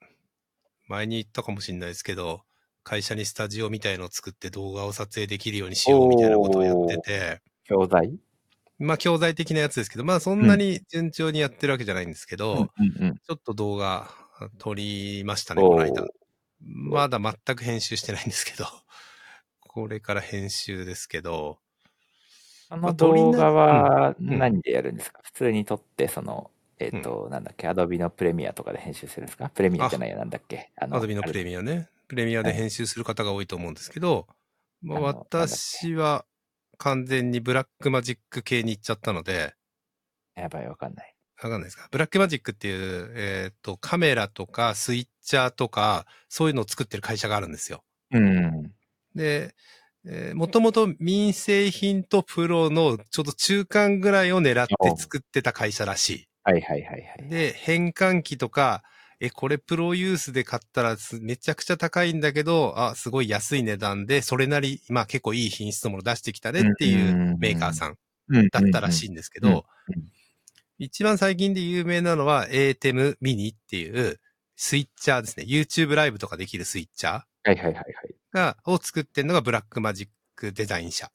前に言ったかもしれないですけど、会社にスタジオみたいのを作って動画を撮影できるようにしようみたいなことをやってて、
教材
まあ、教材的なやつですけど、まあ、そんなに順調にやってるわけじゃないんですけど、
うんうんうん
ちょっと動画撮りましたね、こ
お
の
ー
間。まだ全く編集してないんですけど、 これから編集ですけど、
あ
まあ
の動画は
んうん
何でやるんですか普通に撮って、その、えっ、と、なんだっけ、アドビのプレミアとかで編集するんですかプレミアじゃないや、なんだっけあ
アドビのプレ
ミ
ミアね、プレミアで編集する方が多いと思うんですけど、まあ、
あのなんだっけ
私は完全にブラックマジック系に行っちゃったので、
ア。やばい、わかんない。
わかんないですかブラックマジックっていう、えっ、と、カメラとかスイッチャーとか、そういうのを作ってる会社があるんですよ。
うん。
で、えー、もともと民生品とプロのちょっと中間ぐらいを狙って作ってた会社らし。
はいはいはいはいい。
で、変換器とか、え、これプロユースで買ったらすめちゃくちゃ高いんだけど、あ、すごい安い値段で、それなり、まあ結構いい品質のもの出してきたねってい
んうんう
うんメーカーさんだ
だ
ったらし
い。
いんですけ
うんうん
ど
うんうん、
一番最近で有名なのは ATEM mini っていうスイッチャーですね。YouTube ライブとかできるスイッチャー
はいはいはいはい。
が、を作ってるのがブラックマジックデザイン社。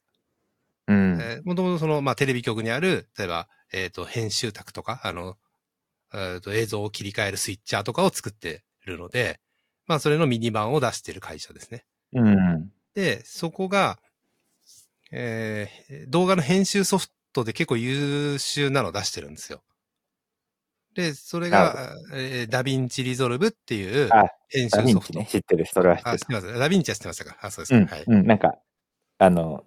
うん。
えーもともとその、まあ、テレビ局にある、例えば、えっ、と、編集卓とか、あの、えーと、映像を切り替えるスイッチャーとかを作ってるので、まあ、それのミニ版を出してる会社ですね。
うん。
で、そこが、えー動画の編集ソフトで結構優秀なの出してるんですよ。で、それが、えーダヴィンチリゾルブっていう
あ
編集
ダヴィ
ソ
ン
フ
チ
ト。
ね、知ってる、それは知
あ、
っ
知っててま
る。
す。ダヴィンチは知ってましたかあ、そうです
う
か。
ん
はい。。
うんなんか、あの、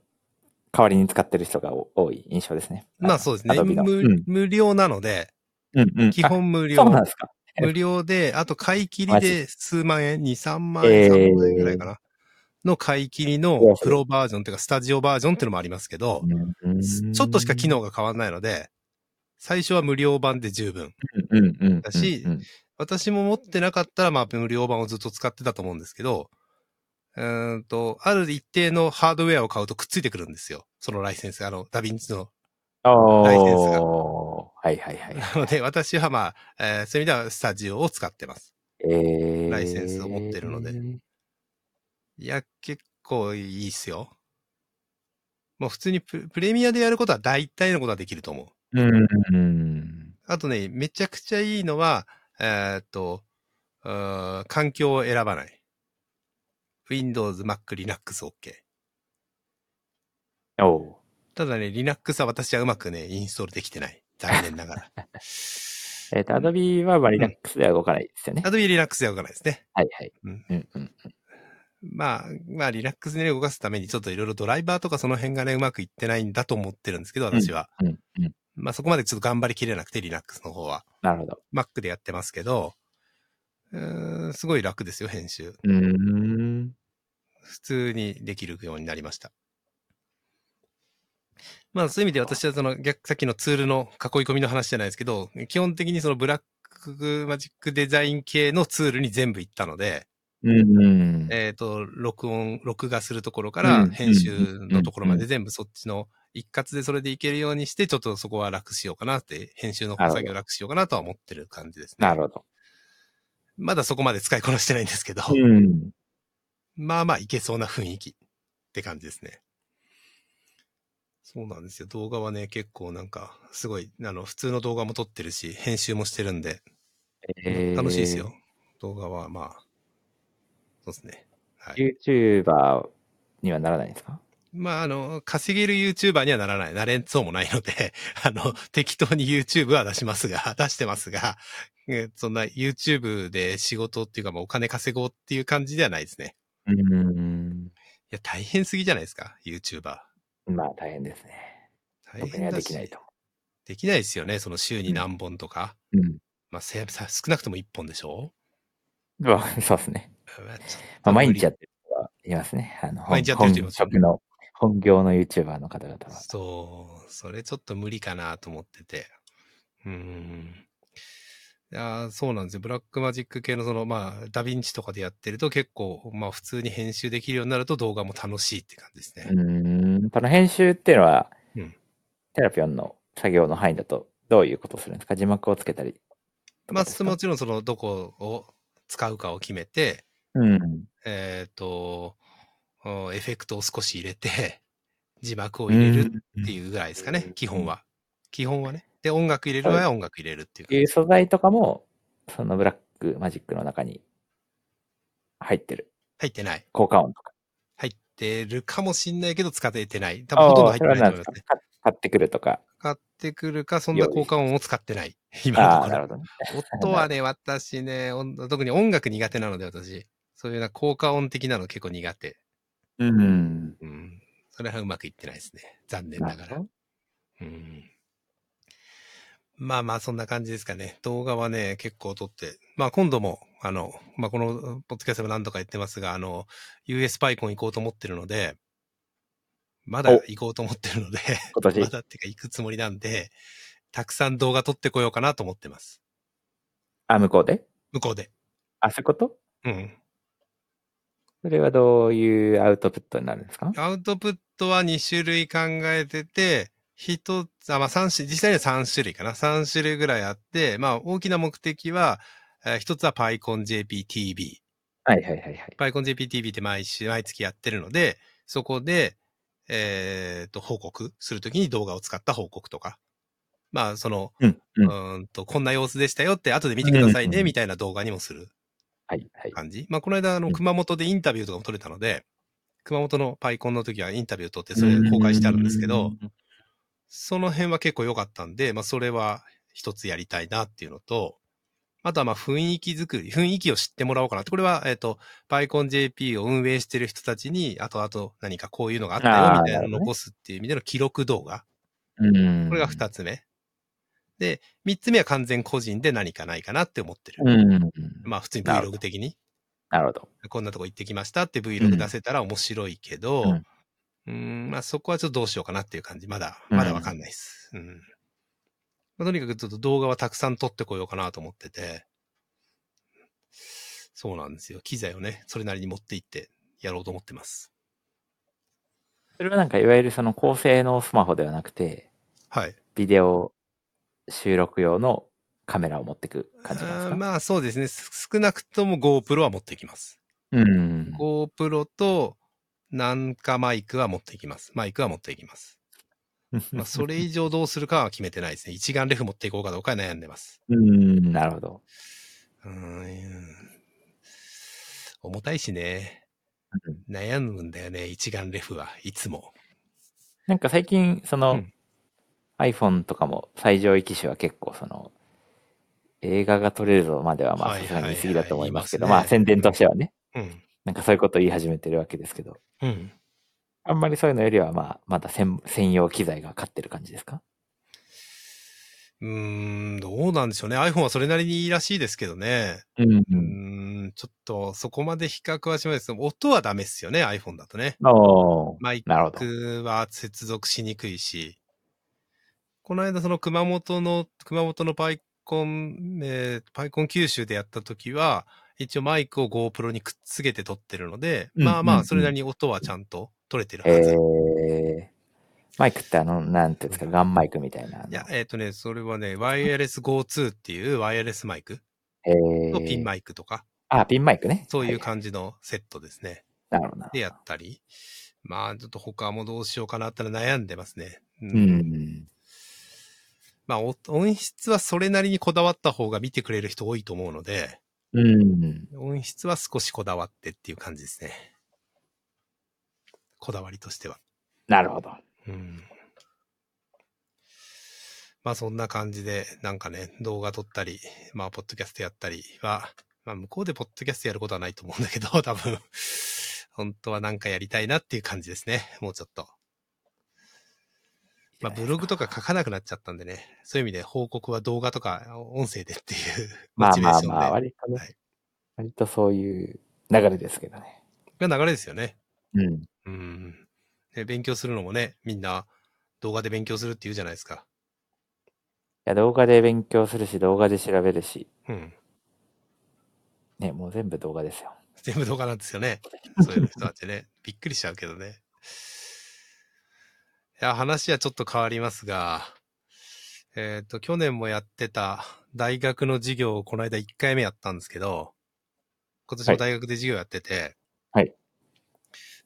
代わりに使ってる人がお多い印象ですね。
まあそうですね。
Adobe の
無
うん
無料なので、
うんうん。
基本無
あそう
料
なん。ですか。
無料で、あと買い切り
マジ
で数万円、2、3万
え
円、
ー
3万円ぐらいかな。の買い切りの
うわそ
プ
れ
ロバージョンというかスタジオバージョンっていうのもありますけど、ちょっとしか機能が変わらないので、最初は無料版で十分。
うんうんうんうん
だし私も持ってなかったら、まあ無料版をずっと使ってたと思うんですけど、うーんと、ある一定のハードウェアを買うとくっついてくるんですよ。そのライセンス、あの、ダヴィンチの
お
ライセンスが
ーはいはいはい。
なので、私はまあ、えーそういう意味ではスタジオを使ってます。
えー
ライセンスを持ってるのでいや、結構いいっすよ。もう普通にププレミアでやることは大体のことはできると思う。
うんうん。
あとね、めちゃくちゃいいのは、えーっと、うー環境を選ばない。Windows、Mac、Linux、OK。
おー
ただね、Linux は私はうまくね、インストールできてない。残念ながら。
えっと、Adobe はまあ Linux では動かないですよね。
Adobe Linux では動かないですね。
はいはい。
うん
うんうん。
まあ、まあ、リラックスで動かすために、ちょっといろいろドライバーとかその辺がね、うまくいってないんだと思ってるんですけど、私は。
うんうん。
まあ、そこまでちょっと頑張りきれなくて、リラックスの方は。
なるほど。
Mac でやってますけど、うーん、すごい楽ですよ、編集。
うーん。
普通にできるようになりました。まあ、そういう意味で私はその、逆、さっきのツールの囲い込みの話じゃないですけど、基本的にそのブラックマジックデザイン系のツールに全部行ったので、
うんうん。
えっ、と、録音、録画するところか
う
ら
ん
編集のところま
うんう
で全部そっちの一括でそれでいけるようにして、ちょっとそこは楽しようかなって、編集の
なるほど
作業楽しようかなとは思ってる感じですね。
なるほど。
まだそこまで使いこなしてないんですけど、
うん。
まあまあいけそうな雰囲気って感じですね。そうなんですよ。動画はね、結構なんか、すごい、あの、普通の動画も撮ってるし、編集もしてるんで、
えー
楽しいですよ。。動画は、まあ、そうですね。はい。
YouTuber にはならないんですか
まあ、あの、稼げる YouTuber にはならない。なれそうもないので、 あの、適当に YouTube は出しますが、 出してますが、えそんな YouTube で仕事っていうか、もうお金稼ごうっていう感じではないですね。
うん。
いや、大変すぎじゃないですか、YouTuber。
まあ大変ですね。
大
僕に
変
は
だ
で
し
きないと。
できないですよね、その週に何本とか。
うん。
まあ、せさ少なくとも1本でしょ
まあそうですね。
うわちょっ
まあ、
と無理
毎日やってる人はいますね。あの
毎日やってる人い
本
ますよね
職の本業の YouTuber の方々は。
そう、それちょっと無理かなと思ってて。うーん。いやーそうなんですよ。ブラックマジック系のその、まあ、ダヴィンチとかでやってると結構、まあ普通に編集できるようになると動画も楽しいって感じです
う
ね。
ーん。この編集っていうのは、
うん
テラピョンの作業の範囲だとどういうことをするんですか字幕をつけたりと
ま
か
あ
です
そ
か。
もちろんそのどこを使うかを決めて、
うん。
えっ、と、うんエフェクトを少し入れて、 字幕を入れるっていうぐらいですかね、
うん
基本は。基本はね。で、音楽入れる場合は音楽入れるっていう
い
感
う
じ。
素材とかも、そのブラックマジックの中に入ってる。
入ってない。
効果音とか。
入ってるかもしんないけど使えてない。多分ほとんど入ってないと
ああ
思い
そ
ますす
れは何で
ね。
かか買ってくるとか。
買ってくるか、そんな効果音を使ってない。今の
あ
と
あ、
こ
な
ろ
る。ほどね。
音は ね、私ね、音特に音楽苦手なので私、そういうな効果音的なの結構苦手。
うん。
うん。それはうまくいってないですね。残念
な
な
る
が
ほ
ら
ど。。
うんまあまあそんな感じですかね。動画はね、結構撮って。まあ今度も、あの、まあこのポッドキャストでも何度か言ってますが、あの、US パイコン行こうと思ってるので、まだ
お
行こうと思ってるので、
今年
まだってか行くつもりなんで、たくさん動画撮ってこようかなと思ってます。
あ、向こうで
向こうで。
あ、そういうこと
うん。
それはどういうアウトプットになるんですか
アウトプットは2種類考えてて、一つ、あ、まあ三種、実際には3種類かな。3種類ぐらいあって、まあ大きな目的は、えー一つは PyConJPTV。
はいはいはいはい。
PyConJPTV って毎週、毎月やってるので、そこで、えっと、報告するときに動画を使った報告とか。まあ、その、
うん。う。
うんーんと、こんな様子でしたよって、後で見てください
うんうんう
ね、
ん
みたいな動画にもする
はいはい。
感じ。まあ、この間、あ
う
の、
ん
熊本でインタビューとかも撮れたので、熊本のパイコンの時はインタビュー撮って、それ公開してあるんですけど、
うん。
その辺は結構良かったんで、まあ、それは一つやりたいなっていうのと、あとはまあ雰囲気作り、雰囲気を知ってもらおうかなって。これは、えっ、と、パイコン JP を運営してる人たちに、あとあと何かこういうのがあったよ
あー
みたいな
なるほ
の
ど
を
ね
残すっていう意味での記録動画。
うん
これが二つ目。で、三つ目は完全個人で何かないかなって思ってる。
うん。
まあ普通に
なるほ
Vlog
ど
的に、
なるほど。
こんなとこ行ってきましたって
う
Vlog
ん
出せたら面白いけど、う
うん
ーんまあそこはちょっとどうしようかなっていう感じ。まだ、
うん
まだわかんないです。うん。まあ、とにかくちょっと動画はたくさん撮ってこようかなと思ってて、そうなんですよ。機材をね、それなりに持って行ってやろうと思ってます。
それはなんかいわゆるその高性能スマホではなくて、
はい。
ビデオ収録用のカメラを持ってく感じなんです
あー
か、
まあそうですね。す少なくとも GoPro は持ってきます。
うん。
GoPro と、なんかマイクは持っていきます。マイクは持っていきます。まあ、それ以上どうするかは決めてないですね。一眼レフ持っていこうかどうかは悩んでます。
うん、なるほど。
うーん。重たいしね。
うん
悩むんだよね、一眼レフはいつも。
なんか最近、その、
うん
iPhone とかも最上位機種は結構その、映画が撮れるぞまではまあ
はい
さすがに言い過ぎだと思いますけど、
はいはい
まあ宣伝としてはね、
うん。
なんかそういうことを言い始めてるわけですけど、
うん。
あんまりそういうのよりはまあ、まだ専専用機材が買ってる感じですか
うーん、どうなんでしょうね。iPhone はそれなりにいいらしいですけどね。
うん
うーん、ちょっとそこまで比較はしないです。音はダメっすよね、iPhone だとね。
おー
マイ
なるほど。
クは接続しにくいし。この間その熊本の、熊本のパイコン、えーパイコン九州でやった時は、一応マイクを GoPro にくっつけて撮ってるので、
うん
まあま
うんう
あ、
ん
それなりに音はちゃんと撮れてるはず。
えー、マイクってあの、なんていうんですか、ガンマイクみたいな。
いや、えっ、とね、それはね、ワイヤレス GO2 っていうワイヤレスマイク
え
とピン
イク。
マイクとか、
あ、ピンマイクね。
そういう
は
感じのセットですね。
なるほどな。
でやったり、まあ、ちょっと他もどうしようかなって悩んでますね。う
うんうん。
まあ、お音質はそれなりにこだわった方が見てくれる人多いと思うので、
うん。
音質は少しこだわってっていう感じですね。こだわりとしては。
なるほど。
うん。まあそんな感じで、なんかね、動画撮ったり、まあ、ポッドキャストやったりは、まあ向こうでポッドキャストやることはないと思うんだけど、 多分、本当はなんかやりたいなっていう感じですね。もうちょっと。まあブログとか書かなくなっちゃったんでね、そういう意味で報告は動画とか音声でっていう
ま
モ
あ
チベー
まあ
ションで。
まあ、割とね、
はい
割とそういう流れですけどね。
が流れですよね。
うん。
うん。で勉強するのもね、みんな動画で勉強するって言うじゃないですか。
いや動画で勉強するし、動画で調べるし、
うん。
ね、もう全部動画ですよ。
全部動画なんですよね。そういう人たち ね。びっくりしちゃうけどね。いや、話はちょっと変わりますが、えっ、と、去年もやってた大学の授業をこの間1回目やったんですけど、今年も大学で授業やってて、
はい。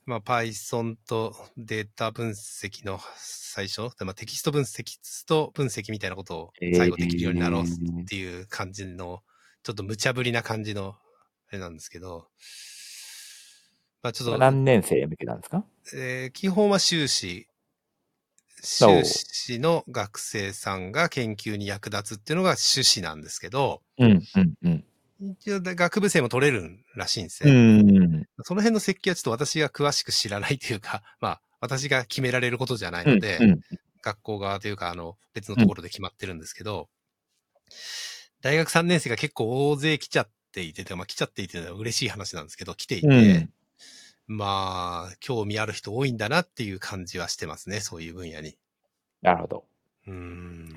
まあ、Python とデータ分析の最初、でまあ、テキスト分析、テキスト分析みたいなことを最後できるようになろうっていう感じの、ちょっと無茶ぶりな感じの、あれなんですけど、まあちょっと、
何年生向けなんですか
えー基本は修士、
お
修
う
士の学生さんが研究に役立つっていうのが趣旨なんですけど、
うん、うん、うん。
一応学部生も取れるらしいんです
う
ね。
ん。
その辺の設計はちょっと私が詳しく知らないというか、 まあ私が決められることじゃないので、
うん
学校側というか、あの、別のところで決まってるんですけど、大学3年生が結構大勢来ちゃっていて、てかまあ来ちゃっていて嬉しい話なんですけど、来ていて、
うん
まあ、興味ある人多いんだなっていう感じはしてますね、そういう分野に。
なるほど。
うーん。
今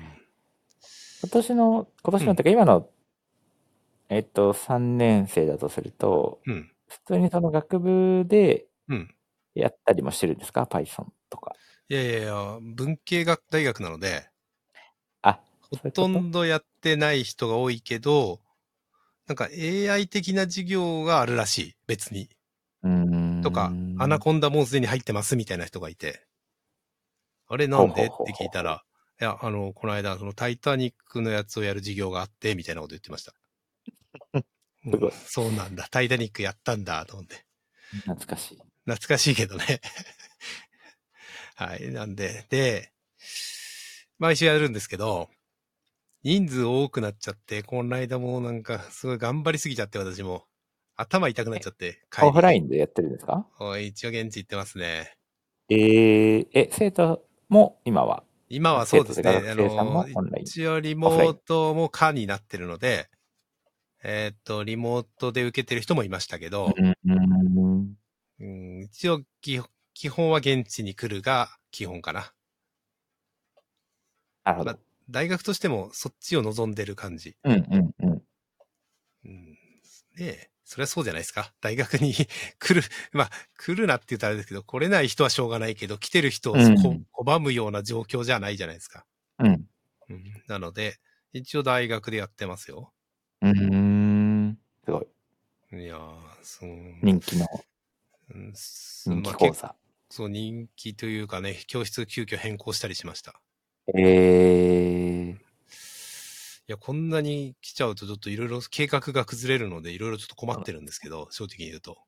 年の、今年のってか今の、えっと、3年生だとすると、
うん。
普通にその学部で
うん。
やったりもしてるんですか ?Python とか。
いやいやいや、文系学大学なので、
あ、そう
ほ
いうこと
とんどやってない人が多いけど、なんか AI 的な授業があるらしい、別に。
うん。
とか、アナコンダもうすでに入ってますみたいな人がいて、あれなんでっ
ほうほうほうほう
て聞いたら、いや、あの、この間、そのタイタニックのやつをやる授業があって、みたいなこと言ってま した。
すごい
うんそうなんだ、タイタニックやったんだ、と思って。
懐かしい。
懐かしいけどね。 はい、なんで、で、毎週やるんですけど、人数多くなっちゃって、この間もなんか、すごい頑張りすぎちゃって、私も。頭痛くなっちゃって、帰り
オフラインでやってるんですか
はい一応現地行ってますね。
えー、え、生徒も今は。
今はそうですね。
生徒
あ
というか学生さんも
の
オンライン、
一応リ
オフライ
モー
ン
トも可になってるので、えーっと、リモートで受けてる人もいましたけど、
うん。
うん、一応基、基本は現地に来るが基本かな。
なるほど。
大学としてもそっちを望んでる感じ。
うんうんうん。
うん、ねえそれはそうじゃないですか。大学に来る、 まあ、来るなって言ったらあれですけど、来れない人はしょうがないけど、来てる人をこ
うん
拒むような状況じゃないじゃないですか。
うん。
うん、なので、一応大学でやってますよ。
うん。すごい。
いやー、そう。
人気の、
うんす
人
ま
気
あ、
講
結
座。
構人気というかね、教室急遽変更したりしました。
えー、
いや、こんなに来ちゃうとちょっといろいろ計画が崩れるので、いろいろちょっと困ってるんですけど、正直に言うと。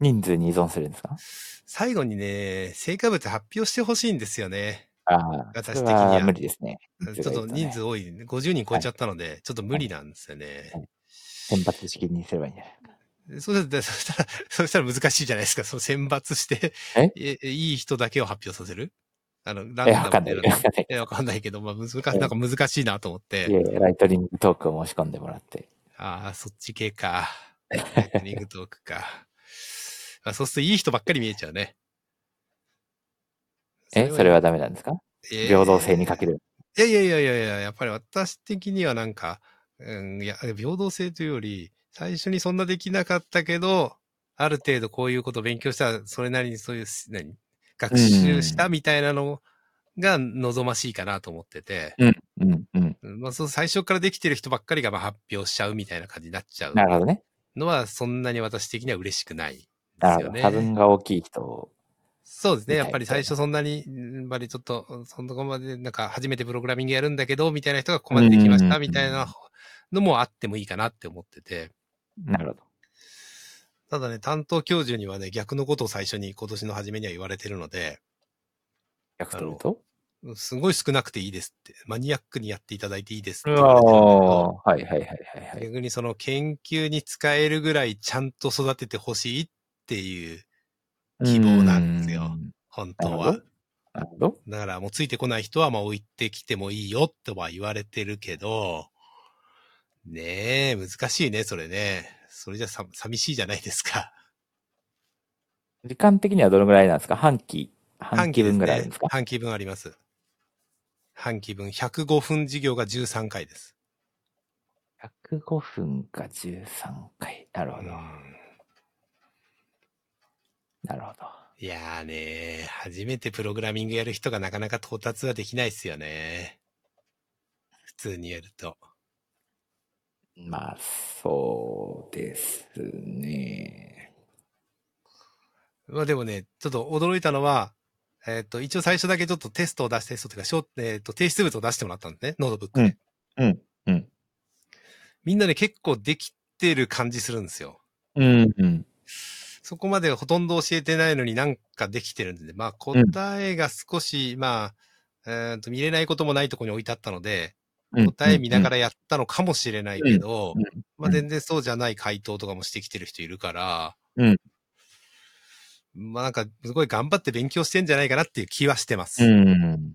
人数に依存するんですか
最後にね、成果物発表してほしいんですよね。
ああ、そ
私
れ
的には
は無理ですね。
ちょっと人数
を
多い、50人超えちゃったので、ちょっと無理なんですよね。
選抜式にすればいいんじゃない
そうしたら、そしたら、 そしたら難しいじゃないですか。その選抜して
え、
えいい人だけを発表させるあの、ラ
え、わかんな
で
い。
選
わ
んで
かんない。
いや、わかんないけど、まあ、難しい、なんか難しいなと思って。
いやいやライトリングトークを申し込んでもらって。
ああ、そっち系 か。ライトニングトークか。あそうするといい人ばっかり見えちゃうね。
え、それはダメなんですか平等性に欠け
る。
る。
いやいやいやいやいや、やっぱり私的にはなんか、うん、いや、平等性というより、最初にそんなできなかったけど、ある程度こういうことを勉強したら、それなりにそういう、何学習したみたいなのが望ましいかなと思ってて、
うん、うん。
まあ、そう最初からできてる人ばっかりがまあ発表しちゃうみたいな感じになっちゃう
なるほどね。
のは、そんなに私的には嬉しくないで
な
す
る
よ
ほど。
ね。
差分が大きい人を。
そうですね。
みた
や
い
っぱり最初そんなに、うんやっぱりちょっと、そのとこまで、なんか初めてプログラミングやるんだけど、みたいな人がここまでできま
う
し
んうん
た、
うん
みたいなのもあってもいいかなって思ってて。
なるほど。
ただね、担当教授にはね、逆のことを最初に今年の初めには言われてるので、
逆と言うと
すごい少なくていいですって、マニアックにやっていただいていいですって
う
言わ
わ
れてるんだけど、
ーはいはいはいはいはい。
逆にその研究に使えるぐらいちゃんと育ててほしいっていう、希望なんですよ
うー
本当
なる
は
ほ。なるほど。
だからもうついてこない人はまあ置いてきてもいいよとは言われてるけど、ねえ、難しいね、それね。それじゃさ寂しいじゃないですか。
時間的にはどのぐらいなんですか半期。半期
です
分
ね
ぐらいあるんですか
半期分あります。半期分、105分授業が13回です。
?105 分か13回。なるほど。なるほど。
いやーね初めてプログラミングやる人がなかなか到達はできないっすよね。普通にやると。
まあ、そうですね。
まあでもね、ちょっと驚いたのは、えっ、と、一応最初だけちょっとテストを出して、テストというか、小えっ、と、提出物を出してもらったんですね、ノートブックで。
うん。うん。
みんなね、結構できてる感じするんですよ。
うん。うん。
そこまでほとんど教えてないのになんかできてるんで、まあ答えが少し、まあ、えーと、見れないこともないところに置いてあったので、答え見なが
ら。
らやったのかもしれないけど、
うんうん
まあ全然そうじゃない回答とかもしてきてる人いるから、
うん
まあなんかすごい頑張って勉強してんじゃないかなっていう気はしてます。
うん。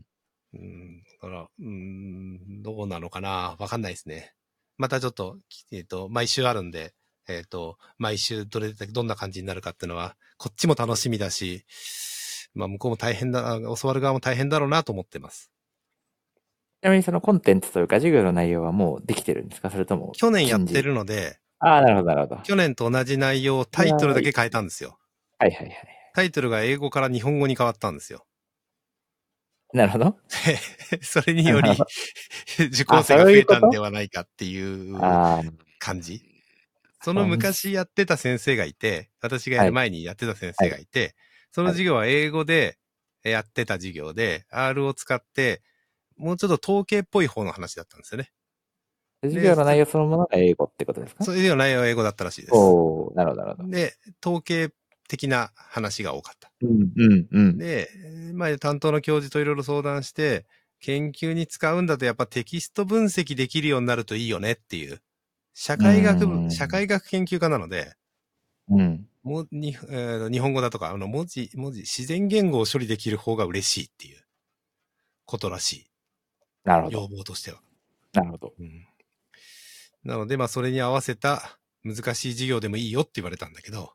うん、だから、うん、どうなのかなわかんないですね。またちょっと、きえっ、と、毎週あるんで、えっ、と、毎週どれだけ、どんな感じになるかっていうのは、こっちも楽しみだし、まあ、向こうも大変だ、あ教わる側も大変だろうなと思ってます。
ちなみにそのコンテンツというか授業の内容はもうできてるんですかそれとも。
去年やってるので、
ああ、なるほど、なるほど。はい
去年と同じ内容をタイトルだけ変えたんですよ。
はいはい。
タイトルが英語から日本語に変わったんですよ。
なるほど。
それにより、
あ
受講生が増えたんではないかっていう
ああ、
感じ。その昔やってた先生がいて、私がやる前にやってた先生がいて、その授業は英語でえやってた授業で、R を使って、もうちょっと統計っぽい方の話だったんですよね。
授業の内容そのものが英語ってことですか
そういうような内容は英語だったらしいです。
おおなるほど、なるほど。
で、統計的な話が多かった。
うん、うん、うん。
で、まあ、担当の教授といろいろ相談して、研究に使うんだとやっぱテキスト分析できるようになるといいよねっていう。社会学
う
部、
ん
社会学研究家なので、
うん。
もに、えー日本語だとか、あの、文字、文字、自然言語を処理できる方が嬉しいっていうことらし
なるほ
い。
ど。
要望としては。
なるほど。
うんなので、まあ、それに合わせた難しい授業でもいいよって言われたんだけど、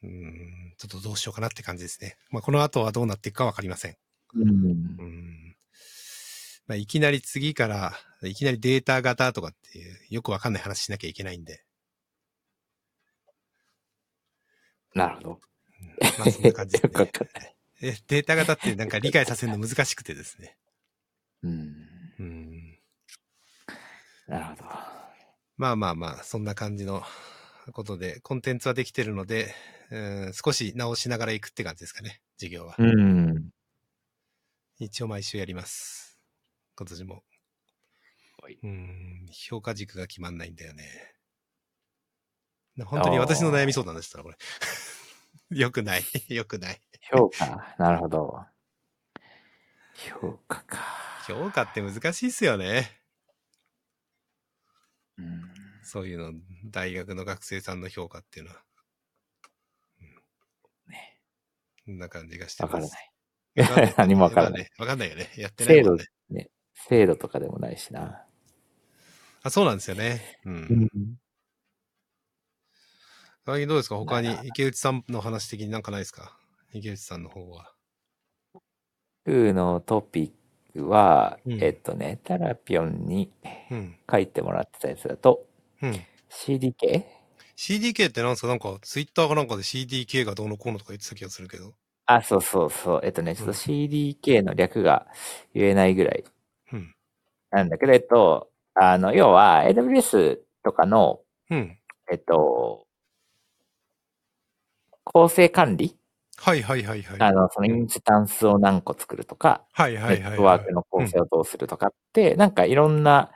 うん、ちょっとどうしようかなって感じですね。まあ、この後はどうなっていくかわかりません。
うん
う。ん。まあ、いきなり次から、いきなりデータ型とかっていう、よくわかんない話しなきゃいけないんで、
なるほど。
うんまあ、そんな感じで
よくわかん
すね。えデータ型ってなんか理解させるの難しくてですね。
うん。
うん
なるほど。
まあまあまあ、そんな感じのことで、コンテンツはできてるので、うん少し直しながら行くって感じですかね、授業は。
うん。
一応毎週やります。今年も
はい。
うん、評価軸が決まんないんだよね。本当に私の悩み相談でしたなこれ。 よくない、 よくない。
評価。なるほど。評価か。
評価って難しいっすよね。
うん。
そういうの、大学の学生さんの評価っていうのは。
ね。
こんな感じがして
わか
ま
ら
す
な。
わ
い。
かんない
何もわから
ま
ない
あね。わかんないよね。やってない
制
もん
度
ね。
ね。制度とかでもないしな。
あ、そうなんですよね。うん。
ん。
最近どうですか他に
まあ
池内さんの話的になんかないですか池内さんの方は。
僕のトピックは、
うん
えっとね、タラピオンに
うん。
書いてもらってたやつだと、
うん。
CDK?
CDK ってなんですかなんか、ツイッターかなんかで CDK がどうのこうのとか言ってた気がするけど。
あ、そうそうそう。えっとね、ちょっと CDK の略が言えないぐらい
うん。
なんだけど、えっと、あの、要は AWS とかの、
うん。
えっと、構成管理、
はいはいはいはい。
あの、そのインスタンスを何個作るとか、
はいはい
ネ
は
ッ
い
ト
は
ワー
い
ク。の構成をどうするとかって、なんかいろんな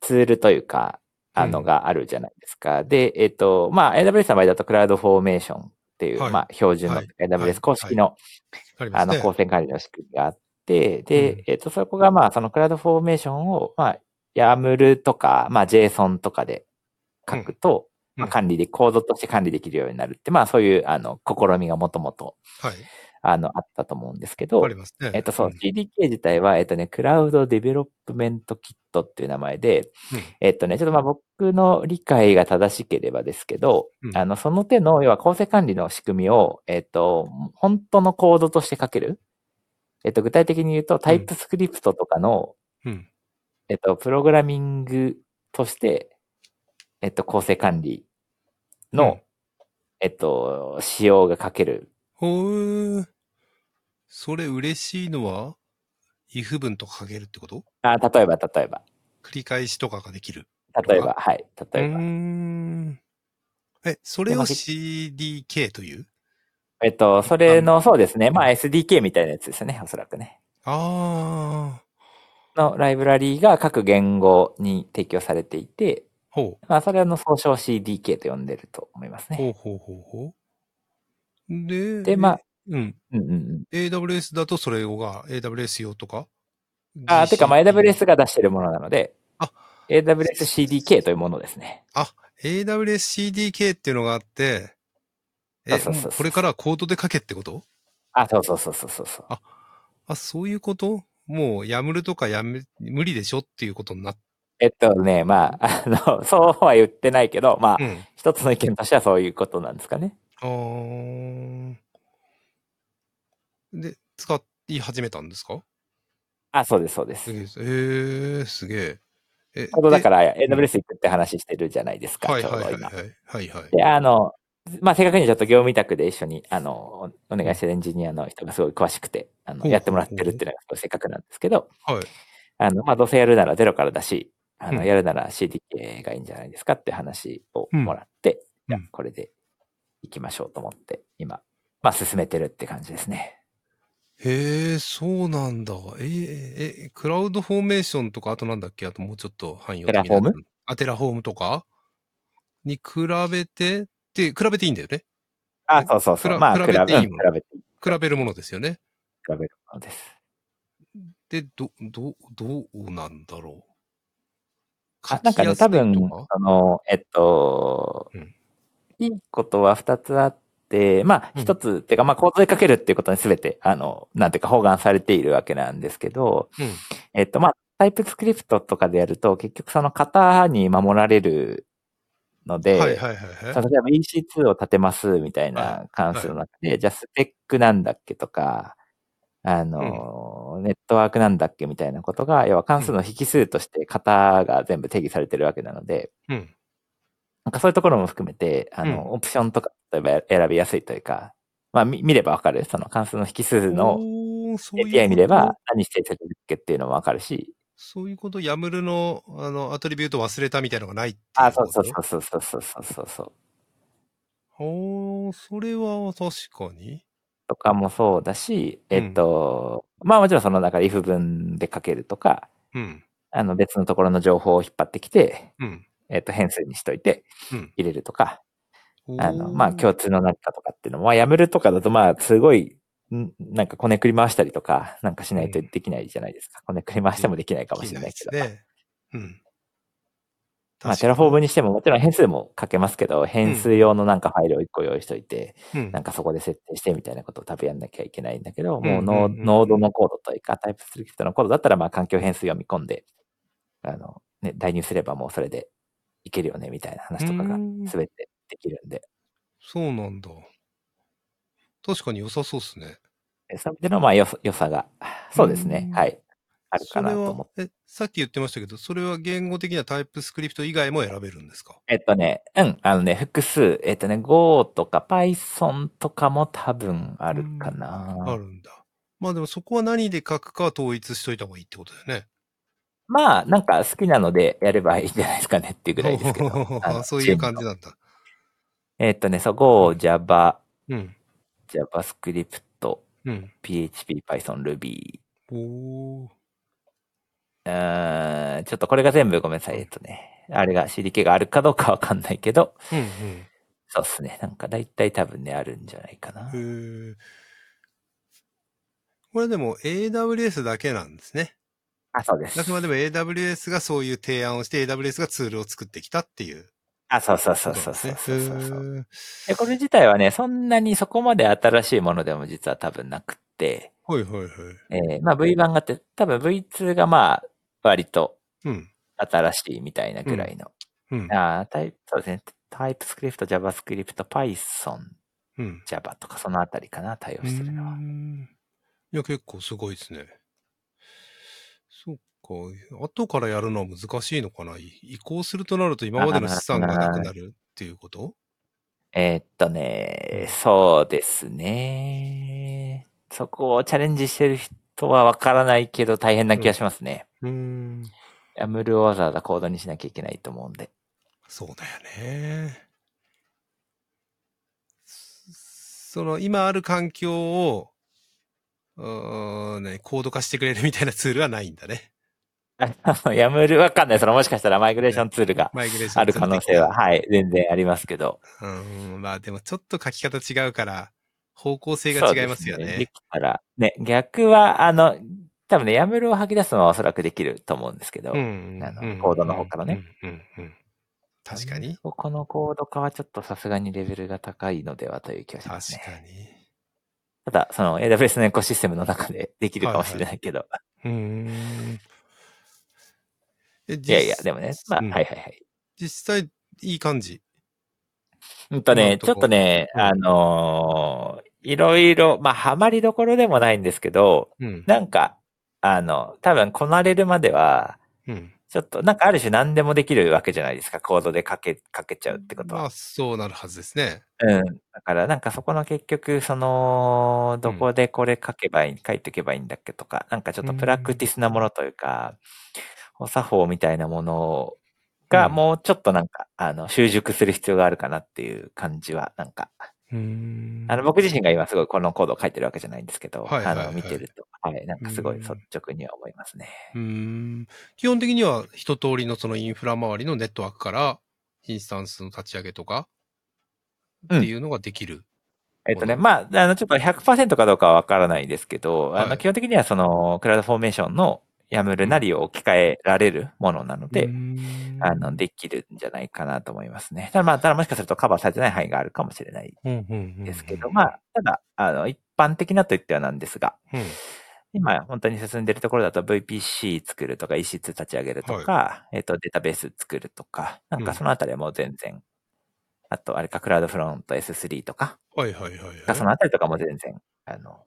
ツールというか、あ
う
の
ん
があるじゃないですか。で、えっ、と、まあ、AWS の場合だとクラウドフォーメーションっていう、
はい
まあ、標準の
はいはい
AWS 公式の、
ありま
あ
す
の、
ね。
構成管理の仕組みがあって、で、
うん
えっ、と、そこがまあ、そのクラウドフォーメーションを、まあ、YAML とか、まあ、JSON とかで書くと、
うん
まあ、
うん
管理で、構造として管理できるようになるって、まあ、そういう、あの、試みがもともと、
はい。
あの、あったと思うんですけど
あり、ますね。
えっと、そう、
ん
CDK 自体は、えっとね、クラウドデベロップメントキットっていう名前で、
うん
えっとね、ちょっとまあ僕の理解が正しければですけど、
うん
あの、その手の、要は構成管理の仕組みを、えっと、本当のコードとして書ける。えっと、具体的に言うと、タイプスクリプトとかの、
うん。
えっと、プログラミングとして、えっと、構成管理の、
うん
えっと、仕様が書ける
ほう。それ嬉しいのは、if 文とか書けるってこと
あ、例えば、例えば、
繰り返しとかができる。
例えば、はい、
う
例え
ー
ば。
ん。え、それ
で
を
も
CDK という
えっと、それの、そうですね。まあ SDK みたいなやつですね、おそらくね。
ああ。
のライブラリーが各言語に提供されていて、
ほ
まあそれの総称 CDK と呼んでると思います
う。ほ
ね。
うほうほうほう。で、
で、まあ
え、うん。
うんうんうん。
AWS だとそれが AWS 用とか
あ、てかまあ
GCP
AWS が出してるものなので
あ、
AWSCDK というものですね。
AWSCDK っていうのがあって、え、
そうそうそうそう
もうこれからはコードで書けってこと
あ、そうそうそうそうそうそう。
あ、そういうこともう、やむるとかやめ、無理でしょっていうことになっ
えっとね、まあ、あの、 そうは言ってないけど、まあ、
て。うん。
一つの意見としてはそういうことなんですかね。
あーで、使い始めたんですか
あ、そうです、そうですす。
げえ、えー、すげえ。え、、
ちょうどだからら AWS 行くって話してるじゃないですか、
はい
ちょう
はい
ど
はい
今
は。い。はいはい。
で、あの、まあ、正確にはちょっと業務委託で一緒に、あの、おお願いしてるエンジニアの人がすごい詳しくて、あ
ほうほうほ
の、
う
やってもらってるっていうのがすごいせっかくなんですけど、
はい。
あの、まあ、どうせやるならゼロからだし、あ
う
の、
ん
やるなら CDK がいいんじゃないですかって話をもらって、
うん
じゃあこれで行きましょうと思って、今、まあ、進めてるって感じですね。
へえ、そうなんだ。えー、え、クラウドフォーメーションとか、あとなんだっけあともうちょっと汎用的な
テラフォーム
あ、テラフォームとかに比べて、って、比べていいんだよね。
あ、 そうそうそ
比
う。まあ、
比
比べ、
べ
うん
ていい
比
もん
べて、比
比べるものですよね。
べるものです。
で、ど、ど、どうなんだろう。
あなんかね、多分
とか、
あの、えっと、
うん
いいことは二つあって、まあ、
うん
一つ、ってか、まあ、構造にかけるっていうことにすべて、あの、なんていうか、包含されているわけなんですけど、
うん。
えっと、まあ、タイプスクリプトとかでやると、結局その型に守られるので、
はいはいはい
そ
は
の例えば EC2 を立てますみた
は
いな関数の中で、じゃあスペックなんだっけとか、あの、ネットワークなんだっけみたいなことが、要は関数の引数として型が全部定義されてるわけなので、
い。うん。
なんかそういうところも含めて、あの、オプションとか、例えば選びやすいというか、まあ見見ればわかる、その関数の引数の
おーそういうこと
API 見れば、何してるっけっていうのもわかるし、
そういうこと、ヤムルの、あの、アトリビュート忘れたみたいなのがないっていう
あ、そう
こと
そうそうそうそうそうそうそう。
おーそれは確かに。
とかもそうだし、
うん
えっと、まあもちろんその、だから if 文で書けるとか、
うん。
あの別のところの情報を引っ張ってきて、
うん。
えっと変数にしといて
うん
入れるとか、
おー
あの、まあ共通の何かとかっていうのも、まあ YAML とかだとまあすごい、んなんかこねくり回したりとか、なんかしないと
うん
できないじゃないですか。こねくり回してもできないかもしれないけど。
できですね。うん。
まあテラフォーム
に、
にしてももちろん変数も書けますけど、変数用のなんかファイルを1個用意しといて、
うん
なんかそこで設定してみたいなことを多分やんなきゃいけないんだけど、
うんうん
もうノ
うんうん
ーノードのコードというか、タイプスクリプトのコードだったら、まあ環境変数読み込んで、あの、ね、代入すればもうそれでいけるよね、みたいな話とか
う
が
ん
全てできるんで、
そうなんだ。確かに良さそうですね。
えそういう意味でのまあよ良さが、そうですね
う、ん
はい、あるかなと思って。
それはえ、さっき言ってましたけど、それは言語的なタイプスクリプト以外も選べるんですか
えっとね、うん、あのね、複数、えっとね、Go とか Python とかも多分あるかな。
あるんだ。まあでもそこは何で書くかは統一しといた方がいいってことだよね。
まあ、なんか好きなのでやればいいんじゃないですかねっていうぐらいですけど。あの
そういう感じなんだ。
えっとね、そこを Java、
うん。
JavaScript、
うん。
PHP、Python、Ruby。
おー。
うーん、ちょっとこれが全部ごめんなさい。えっとね、あれが CDK があるかどうかわかんないけど、
うん
そうっすね。なんか大体多分ね、あるんじゃないかな。
うん。へーこれでも AWS だけなんですね。
あ、そうです
あ。くまでも AWS がそういう提案をして AWS がツールを作ってきたっていう
あ、そうそうそ
こ
う
と
そ
なんで
う
す
そう
ね。
そうそうそう。
へー
で、これ自体はね、そんなにそこまで新しいものでも実は多分なくって、
はいはいはい。
えーまあ V 版があって、多分 V2 がまあ、割と
うん。
新しいみたいなぐらいの。
うん。
あータイプ、そうですね。タイプスクリプト、JavaScript、Python、
うん。
Java とかそのあたりかな、対応してるの
うー
は。
んいや、結構すごいですね。そっか。後からやるのは難しいのかない移行するとなると今までの資産がなくなるっていうこと
えーっとね、そうですね。そこをチャレンジしてる人はわからないけど大変な気がしますね。
うーん。
アムルをわざわざコードにしなきゃいけないと思うんで。
そうだよね。その今ある環境を、うーん、ね、高度化してくれるみたいなツールはないんだね。
あやむるわかんない。そのもしかしたらマイグレーションツールが
マイグレーション
ある可能性は、はい、全然ありますけど。
うーん、まあでもちょっと書き方違うから、方向性が違いますよ
そうですで
ね
き。たら、ね、逆は、あの、多分ね、やむるを吐き出すのはおそらくできると思うんですけど、
うん
あの
うん
コードの方からね。
うんうんうんうん確かに。
ここのコード化はちょっとさすがにレベルが高いのではという気がしま
確
すね。
かに。
ただ、その AWS のエコシステムの中でできるかもしれないけど。
う
い
ーん。え
やいや、でもね、まあ、はいはいはい。
実際、いい感じ。
うんと
今の
ね、
と
ちょ
こ
っとね、
うん
あのーいろいろ、まあ、ハマりどころでもないんですけど、
うん。
なんか、あの、多分こなれるまでは、
うん。
ちょっと、なんかある種何でもできるわけじゃないですか、コードで書け、書けちゃうってこと
ま
は。
あ、そうなるはずですね。
うん。だから、なんかそこの結局、その、どこでこれ書けばいい、書いておけばいいんだっけとか、なんかちょっとプラクティスなものというか、お作法みたいなものが、
うん
もうちょっとなんか、あの、習熟する必要があるかなっていう感じは、なんか、
うーん
あの、僕自身が今すごいこのコードを書いてるわけじゃないんですけど、
はいはいはい
あの、見てると、はい、なんかすごい
うん
率直には思いますね。
うーん基本的には一通りのそのインフラ周りのネットワークからインスタンスの立ち上げとかっていうのができる。
えっとね、
も
まあ、あの、ちょっと100%かどうかはわからないですけど、あ
は
の、
い
基本的にはその、クラウドフォーメーションのやむるなりを置き換えられるものなので、
うーん
あの、、できるんじゃないかなと思いますね。ただまあ、ただもしかするとカバーされてない範囲があるかもしれない
うんうんうんうん
ですけど、まあ、ただ、あの、一般的なと言ってはなんですが、
うん
今、本当に進んでるところだと VPC 作るとか EC2 立ち上げるとか、えっと、データベース作るとか、なん
う
か
ん
そのあたりはもう全然、あと、あれか、クラウドフロント S3 とか、
はいはいはい、
が
はい。
そのあたりとかも全然、あの、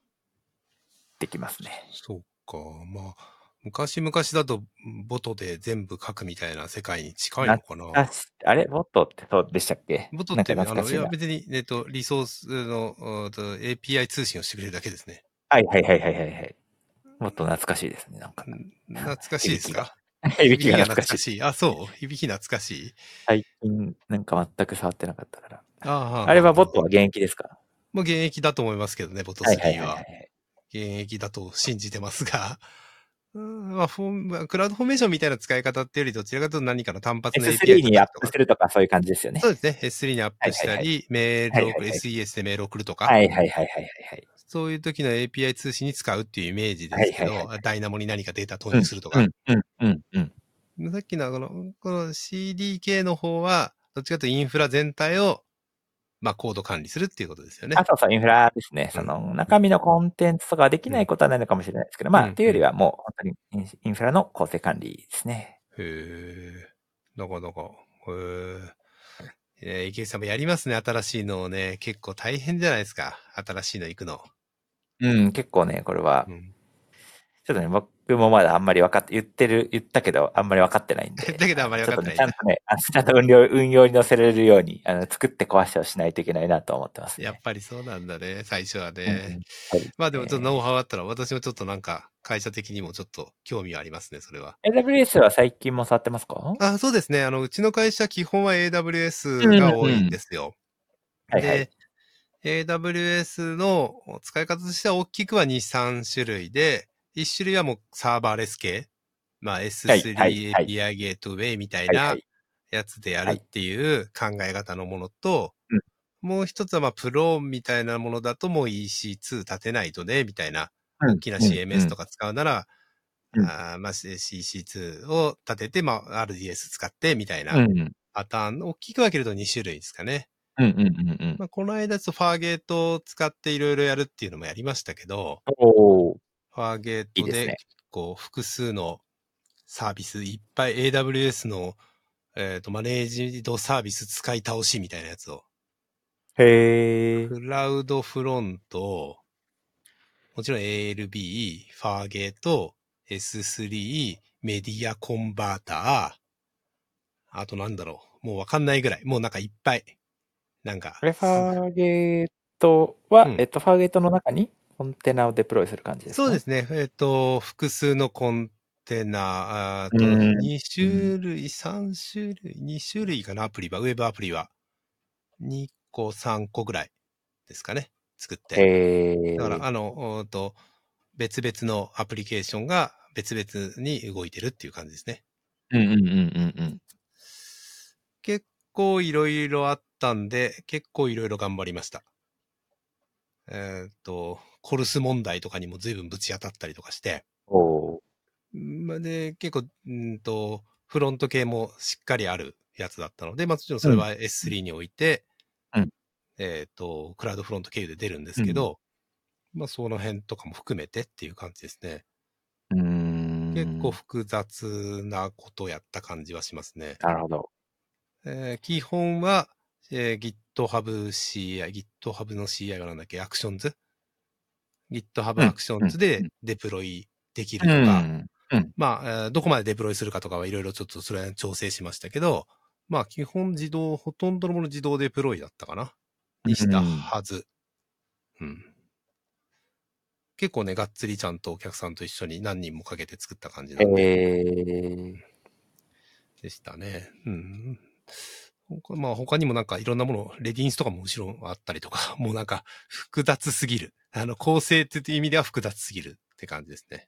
できますね。
そうか。まあ、昔々だとボトで全部書くみたいな世界に近いのかな
あ。しあれボットってそうでしたっけ
ボト
な
っ
んか
てね、あ
懐
の、
か
い
しい
や
な。
別に、えっと、リソースのうんと API 通信をしてくれるだけですね。
はいはいはいはいはいはい。もっと懐かしいですね、なんか
う。ん懐かしいですか
いびきが懐かしい。
い。あ、そう響き懐かしい。
最近、なんか全く触ってなかったから。
あー
あれはボットは現役ですか
もう現役だと思いますけどね、ボト
はい
3
はいはい
は。
はい。
現役だと信じてますが。うんまあ、フォーまあクラウドフォーメーションみたいな使い方っていうより、どちらかというと何かの単発の API
S3 にアッ
とか
プす。るとかそういう感じですよね
そ。うですね。S3 にアップしたり、
はいはい
メールを送る、
はいはい
SES でメールを送るとか、
はいはいはいはいはいはい。
そういう時の API 通信に使うっていうイメージですけど、
はいはいは
ダイナモに何かデータ投
う
入
ん
するとか。
うんうんうん
さっきのこのこの CDK の方は、どっちかというとインフラ全体を、まあ、コード管理するっていうことですよ
う
ね
ん。あ、。そうそう、インフラですね。その中身のコンテンツとかはできないことはないのかもしれないですけど、ま
う
あ、
ん
というよりはもう本当にインインフラの構成管理ですね。
へえ、なかなか。へえ。えー池内さんもやりますね、新しいのをね。結構大変じゃないですか。新しいの行くの。
うん、結構ね、これは
う、ん、
ちょっとね、僕もまだあんまり分かって、言ってる、言ったけど、あんまり分かってな いんで。
だけどあんまり分かってない
ちょっとね、ちゃんとね、あちゃんと運用運用に乗せれるように、あの、作って壊しをしないといけないなと思ってます、ね。
やっぱりそうなんだね、最初はね。
うん
まあでもちょっと
えー
ノウハウあったら、私もちょっとなんか、会社的にもちょっと興味はありますね、それは。
AWS は最近も触ってますか
あそうですね。あの、うちの会社、基本は AWS が多いんですよ。
はいはい
で、AWS の使い方としては大きくは2、3種類で、1種類はもうサーバーレス系、まあ
はいはい
S3
はい
API ゲートウェイみたい
はい
な
はい。
やつでやるっていう考え方のものと
うん、
もう一つはまあプロみたいなものだともう EC2 立てないとね、みたいな
大
大きな CMS と
か。
か使うなら、
うん
あーまあ、CC2 を立てて、まあ、RDS 使ってみたい
うんう
なん
うん
パターン、大きく分けると2種類ですかね。
うんうんうん。
まあ、この間、ファーゲートを使っていろいろやるっていうのもやりましたけど、
おお。
ファーゲー
いい
ト
ですね
で結構複数のサービスいっぱい AWS の、えー、とマネージドサービス使い倒しみたいなやつを。
へえ。
クラウドフロント、もちろん ALB、ファーゲート、S3、メディアコンバーター、あとなんだろう。もうわかんないぐらい。もうなんかいっぱい。なんか。
これ、ファーゲートは、
うん
えっと、ファーゲートの中にコンテナをデプロイする感じですか
そうですね。えっ、と、複数のコンテナ、あー
う
と
ん
2種類、3種類、2種類かな、アプリは。ウェブアプリは。2個、3個ぐらいですかね。作って。
へえ。
だから、あの、うんと、別々のアプリケーションが別々に動いてるっていう感じですね。
うんうんうんうんうん。
結構いろいろあったんで、結構いろいろ頑張りました。えーっと、コルス問題とかにも随分ぶち当たったりとかして、
おお。
まあで、結構、うんと、フロント系もしっかりあるやつだったので、まあ、もちろんそれは S3 に置いて、
うん
えーっと、クラウドフロント経由で出るんですけど、まあ、その辺とかも含めてっていう感じですね。
うーん。
結構。複雑なことやった感じはしますね。
なるほど。
えー基本は、えー GitHub CI、GitHub の CI はなんだっけ、Actions?GitHub
ん
Actions
う
で
ん
デプロイできると
う
か、
ん。
まあ、えーどこまでデプロイするかとかはいろいろちょっとそれは調整しましたけど、まあ基本自動、ほとんどのもの自動デプロイだったかなにしたはず。うん。結構ね、がっつりちゃんとお客さんと一緒に何人もかけて作った感じなんで。
へえ。
でしたね。うん。他まあ他にもなんかいろんなもの、レディーンスとかも後ろあったりとか、 もうなんか複雑すぎる。あの、構成っていう意味では複雑すぎるって感じですね。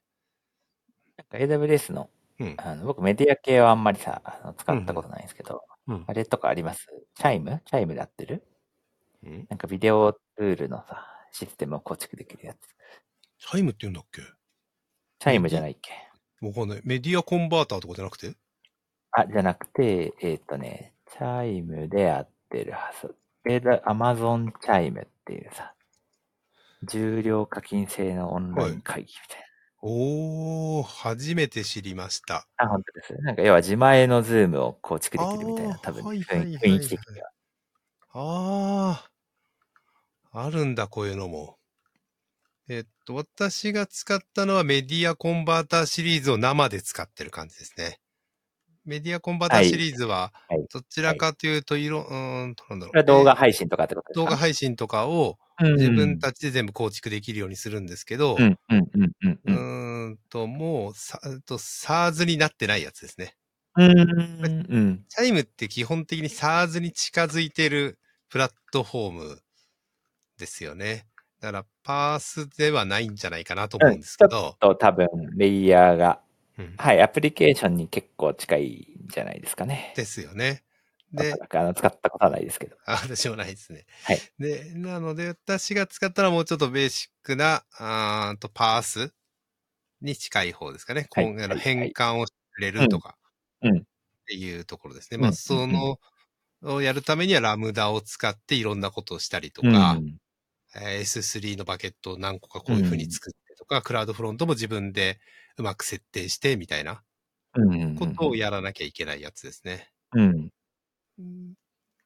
なんか AWS の
うん
あの僕メディア系はあんまりさ、あの使ったことないんですけど、
うん
あ。れとかありますチャイムチャイムでやってる
うん、
なんかビデオツールのさ、システムを構築できるやつ。
チャイムって言うんだっけ
チャイムじゃないっけ
わかんない。メディアコンバーターとかじゃなくて
あ、じゃなくて、えーっ、とね、チャイムでやってるはず。えだ、アマゾンチャイムっていうさ、重量課金制のオンライン会議みたい
おー、初めて知りました。
な。あ、本当です。なんか要は自前のズームを構築できるみたいな、
あー
多分、
はいはいはいはい
雰囲気的には。
あー、あるんだ、こういうのも。えっと、私が使ったのはメディアコンバーターシリーズを生で使ってる感じですね。メディアコンバーターシリーズは
はいはい、
どちらかというと、いろ、うーん、なんだろ
こ
う。
れは動画
え
配信とかってこと
ー
です
動
か
画配信とかを
信
自分たちで全部構築できるようにするんですけど、
うん、うん、うん、うん
う
うん。
ーんと、もう、さ、えっと、SARS になってないやつですね。
う ん、うん。
チャイムって基本的に SARS に近づいてるプラットフォームですよね。だから、パースではないんじゃないかなと思うんですけど、
と多分、レイヤーが、
うん
はい、アプリケーションに結構近いんじゃないですかね。
ですよね。
で
で、、
あの使ったことはないですけど。
あ私もないですね。
はい
で、なので、私が使ったのはもうちょっとベーシックな、あーと、パースに近い方ですかね。
はい
こうあ
はいは
の
い
変換をしてくれるとか、
うんうん
っていうところですね。
うん
ま
う
あ、
ん
その、をやるためにはラムダを使っていろんなことをしたりと
う
か、
ん、
えー S3 のバケットを何個かこういうふうに作ってとか、クラウドフロントも自分でうまく設定してみたいな
うん
ことをやらなきゃいけないやつですね。
うん。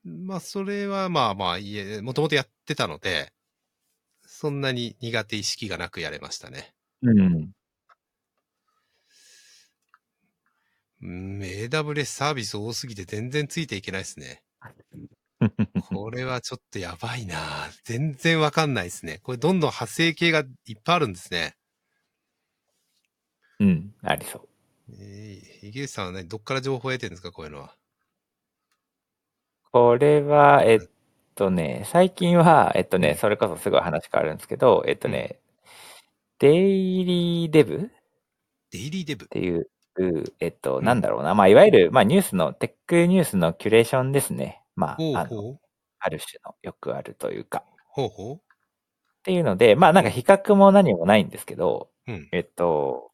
まあ、それはまあまあ、いえ、もともとやってたので、そんなに苦手意識がなくやれましたね。
うん。
うん、AWS サービス多すぎて全然ついていけないですね。これはちょっとやばいな全然わかんないですね。これどんどん派生系がいっぱいあるんですね。
うん。ありそう。
えー、池内さんはね、どっから情報を得てるんですか、こういうのは。
これは、えっとね、最近は、えっとね、それこそすごい話変わるんですけど、えっとね、デイリーデブっ
デイリーデブ。
ていう、えっと、
うん
なんだろうな、まあ、いわゆる、まあ、ニュースの、テックニュースのキュレーションですね。まあ、
ほう
あの
ほう。
ある種のよくあるというか。
ほうほ
っていうので、まあなんか比較も何もないんですけど、
う。うん。
えっと、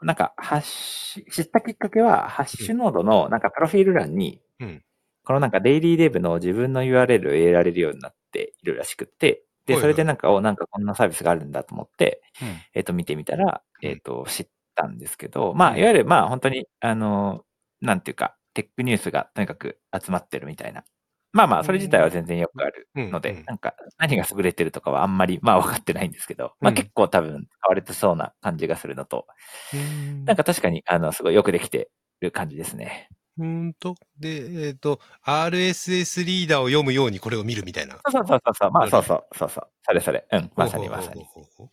なんか、ハッシュ、知ったきっかけは、ハッシュノードの、なんか、プロフィール欄に、
うん
このなんか、デイリーデブの自分の URL を入れられるようになっているらしくって、で、
はいはい
それでなんか、お、なんかこんなサービスがあるんだと思って、
うん
えっと、見てみたら、えっと、知ったんですけど、
う
まあ、
ん
いわゆる、まあ、本当に、あの、なんていうか、テックニュースがとにかく集まってるみたいな。まあまあ、それ自体は全然よくある
うん
の
うん
で、なんか何が優れてるとかはあんまり、まあ分かってないんですけど、ま
う
あ
ん
結構多分買われてそうな感じがするのと、 なんか確かに、あの、すごいよくできてる感じですね。
うーんと。で、えっ、と、RSS リーダーを読むようにこれを見るみたいな。
そうそうそうそう、まあ
そ
そううそう、そうそう、それそれ、うん、まさにまさに。
ほうほうほうほ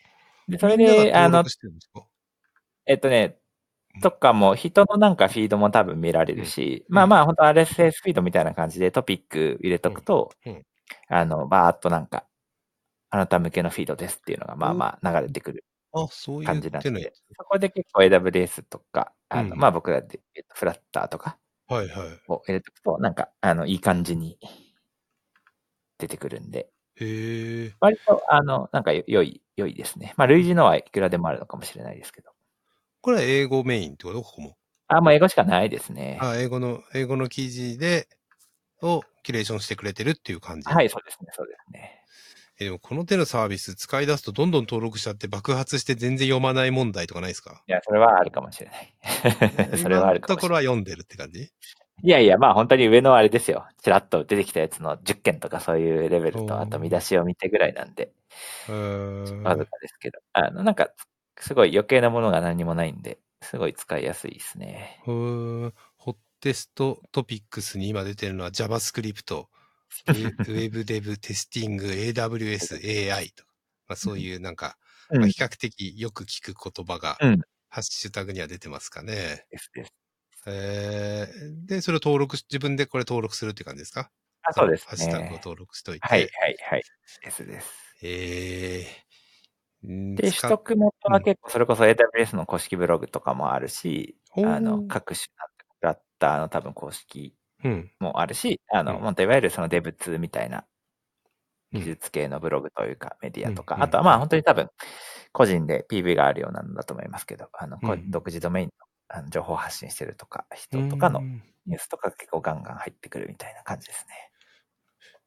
で、
う。
それ
みんな
で、
が
あ
登
の
録、してるんですか
えっとね
うん、
とかも、人のなんかフィードも多分見られるし、
うん
まあまあ、本当 RSS フィードみたいな感じでトピック入れとくと、
うんうん
あの、バーっとなんか、あなた向けのフィードですっていうのが、まあまあ流れてくる
あ、そういう
感じなん
手のや
で、そこで結構 AWS とか、あの、
うん
まあ僕らで、えっと、フラッターとか
つ。はいはい。
を入れとくと、なんか、あの、いい感じに出てくるんで、
へえ。
割と、あの、なんかよ良い、良いですね。まあ、類似のはいくらでもあるのかもしれないですけど。
これは英語メインってことここも。
あ、もう英語しかないですね。
あ、英語の、英語の記事で、をキュレーションしてくれてるっていう感じ。
はい、そうですね、そうですね。
えでもこの手のサービス使い出すとどんどん登録しちゃって爆発して全然読まない問題とかないですか
いや、それはあるかもしれない。 それはある
今
か
のと
もし
こ
れ
ろ
ない。
は読んでるって感じ
いやいや、まあ本当に上のあれですよ。ちらっと出てきたやつの10件とかそういうレベル
お
と、
ー
あと見出しを見てぐらいなんで、
うーん
わずかですけど。あの、なんか、すごい余計なものが何もないんで、すごい使いやすいですね。
うーんホッテストトピックスに今出てるのは JavaScript、ウェブデブ、テスティング、AWS、AI とか、まあ、そういうなんか、
うん
まあ比較的よく聞く言葉が
うん、
ハッシュタグには出てますかね。
ですです。
えーで、それを登録し、自分でこれ登録するって感じですか
あ、そうです
ハッシュタグを
ね。
登録しといて。
はい、はい、はい。ですです。
えーん
で、
使
取
っ
得元
う
は
ん
結構、それこそ AWS の公式ブログとかもあるし、
おー
あの、各種、フラッターの多分公式
うん。
もあるし、あの、
うん
もっといわゆるそのデブ2みたいな
うん
技術系のブログというかメディアとか、
うん
あとはまあ本当に多分個人で PV があるようなんだと思いますけど、あの、こう
うん
独自ドメインのあの情報発信してるとか、人とかの
うん
ニュースとか結構ガンガン入ってくるみたいな感じですね。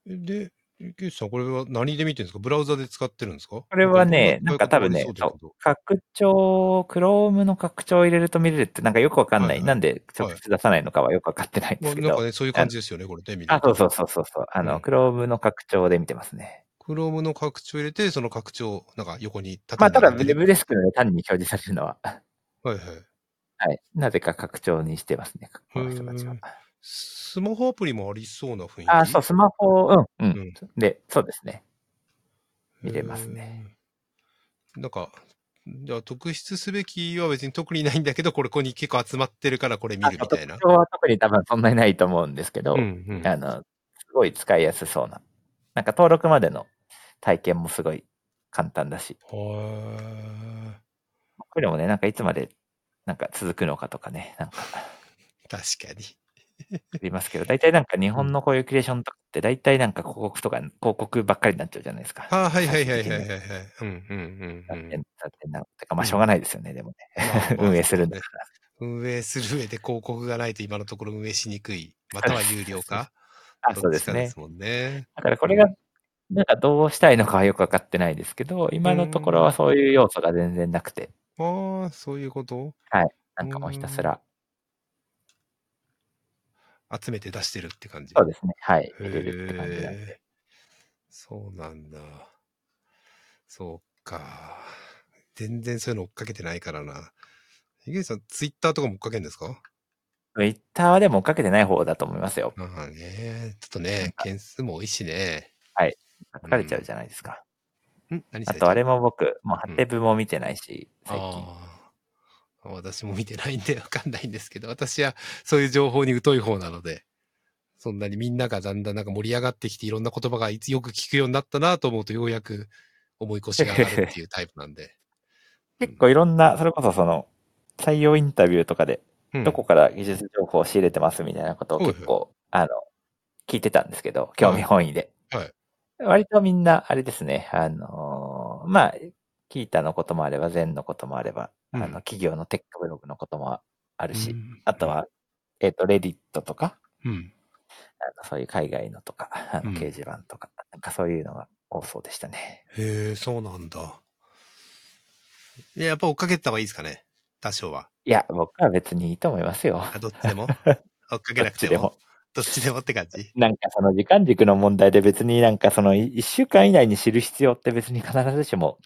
で、ケイスさん、これは何で見てるんですかブラウザで使ってるんですか
これはね、
僕
なんか多分ね
使い方悪そうだけど、
拡張、Chrome の拡張を入れると見れるってなんかよくわかん
は
ないい。
はい
なんで直接出さないのかはよくわかってないんで
まあ
すけ
なんか
ど。
ね、そういう感じですよね、これね、見る。
あ、そうそううそうそうそう。あ
うん
の、Chrome の拡張で見てますね。
Chrome の拡張入れて、その拡張、なんか横に
まあ、ただ、
ブ
デブデスクのね単に表示されるのは、
はいはい。
はい。なぜか拡張にしてますね、この人たち
う
は
ん。スマホアプリもありそうな雰囲気。
あ、そう、スマホ、うん、うん。
うん
で、そうですね。
へー
見れますね。
なんか、じゃあ特筆すべきは別に特にないんだけど、これここに結構集まってるからこれ見るみたいな
あ。特徴は特に多分そんなにないと思うんですけど、
うんうん
あの、すごい使いやすそうな。なんか登録までの体験もすごい簡単だし、
は
これもね、なんかいつまで、なんか続くのかとかね、なんか
ー確かに。
ありますけ ど、大体なんか日本のこういうクリエーションとかって、大体なんか広告とか、広告ばっかりになっちゃうじゃないですか。
あーはいはいはい
最終
はい
的
は
に
いはい。うんうんうん、うん
だってなてかまあしょうがないですよね、でもね。
まあまあ
運営するんだから。
運営する上で広告がないと今のところ運営しにくい。または有料化
あ、そうです
どっちかで
ね
す。もんね。
だからこれが、なんかどうしたいのかはよくわかってないですけど、今のところはそういう要素が全然なくて、
ああ、そういうこと
なんかもうひたすら、
集めて出してるって感じ。
そうですね、はい、
へ
入れるって感じなんで。
えそうなんだ。そうか。全然そういうの追っかけてないからな。ひげさん、ツイッターとかも追っかけんですか
Twitter はでも追っかけてない方だと思いますよ。
ああね。ちょっとね、件数も多いしね。
疲れちゃうじゃないですか。
ん何
あとあ
れ
れも僕、もうハテブも見てないし、最近。
ああ。私も見てないんでわかんないんですけど、私はそういう情報に疎い方なので、そんなにみんながだんだんなんか盛り上がってきて、いろんな言葉がいつよく聞くようになったなと思うと、ようやく思い越しが上がるっていうタイプなん で。
結構いろんな、それこそその、採用インタビューとかで、
うん
どこから技術情報を仕入れてますみたいなことを結構、あの、聞いてたんですけど、興味本位で。
はい
割とみんな、あれですね、あのーまあ、キータのこともあれば、ゼンのこともあれば、
うん
あの、企業のテックブログのこともあるし、
うん
あと、は、えっ、と、レディットとか、
うん。
あのそういう海外のとか、あの
うん
掲示板とか、なんかそういうのが多そうでしたね。
へえ、そうなんだ。いや、やっぱ追っかけた方がいいですかね。多少は。
いや、僕は別にいいと思いますよ。
あ、どっちで も追っかけ
ど
な
っ
く
ち
て
で
も
も。。
どっちでもって感じ。
なん かその時間軸の問題で別になんかその1週間以内に知る必要って別に必ずしも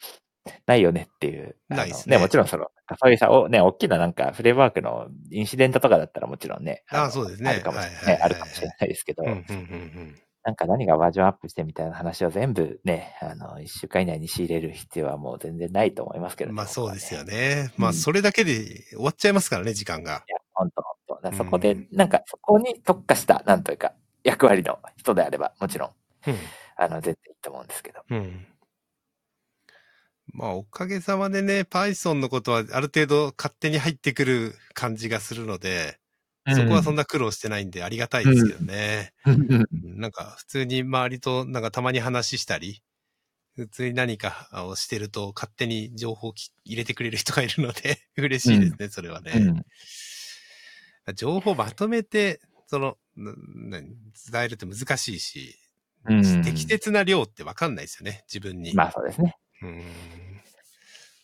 ないよねっていう。あの
ないっすね
もちろんその、そういうさ、おね、大きななんかフレームワークのインシデントとかだったらもちろんね。
あ
の
そうですね
あるかもしれ
はいはい
ない。
はい
あるかもしれないですけど、
うん、うん、うん、うん。
なんか何がバージョンアップしてみたいな話を全部ね、あの、1週間以内に仕入れる必要はもう全然ないと思いますけど、
まあそうですよ
ね。
ね。まあそれだけで終わっちゃいますからね、時間が。
本当本当。だからそこ
う
で
ん、
なんかそこに特化した、なんというか、役割の人であれば、もちろん、あの、全然いいと思うんですけど。
うん。まあ、おかげさまでね、Python のことはある程度勝手に入ってくる感じがするので、そこはそんな苦労してないんでありがたいですけどね。
うん
なんか、普通に周りとなんかたまに話したり、普通に何かをしてると勝手に情報をき入れてくれる人がいるので、 嬉しいですね、それはね。
うん
情報まとめて、その、な何伝えるって難しいし、
うん
適切な量って分かんないですよね、自分に。
まあそうですね。
うん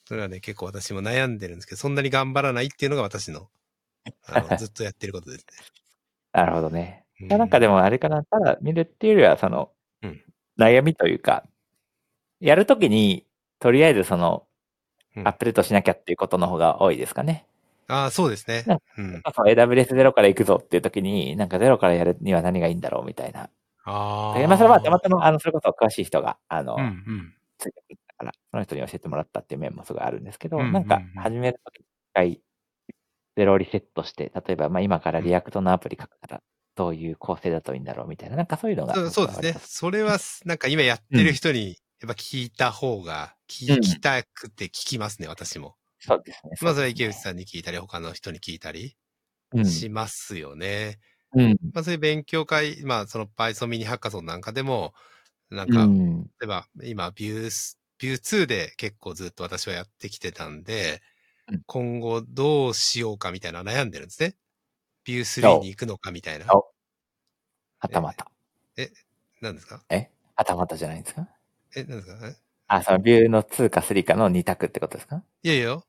それはね、結構私も悩んでるんですけど、そんなに頑張らないっていうのが私 の、あのずっとやってることです
なるほどね。
ね。
なんかで
も、
もあれかな、ただ見るっていうよりは、その
うん、
悩みというか、やるときに、とりあえずその、
うん
アップデートしなきゃっていうことの方が多いですかね。
ああ、そうですね
なん。
うん。
そう AWS0 から行くぞっていうときに、なんか0からやるには何がいいんだろうみたいな。
ああ。
まあそれはたまたま、あの、それこそ詳しい人が、あの、
うんうん。
ついてくれたから、その人に教えてもらったっていう面もすごいあるんですけど、
うんうんうん
なんか始めるとき一回ゼロリセットして、例えばまあ今からリアクトのアプリ書くから、どういう構成だといいんだろうみたいな、なんかそういうのが。
そうそうですね。それは、なんか今やってる人に、やっぱ聞いた方が、
う
聞
ん
きたくて聞きますね、私も。
そうですね。
まあそれは
そう
池
で
内
すね
さんに聞いたり、他の人に聞いたり
うん
しますよね。
うん。
まあそういう勉強会、まあその Python ミニハッカソンなんかでも、なん
う
か、
ん。
例えば今ビュース、ビュー2で結構ずっと私はやってきてたんで、
うん
今後どうしようかみたいな悩んでるんですね。ビュー3に行くのかみたいな。
おはたまた。
何ですか
えはたまたじゃないんですか
え、何ですかえ
あ、そのビューの2か3かの2択ってことですか
いやいや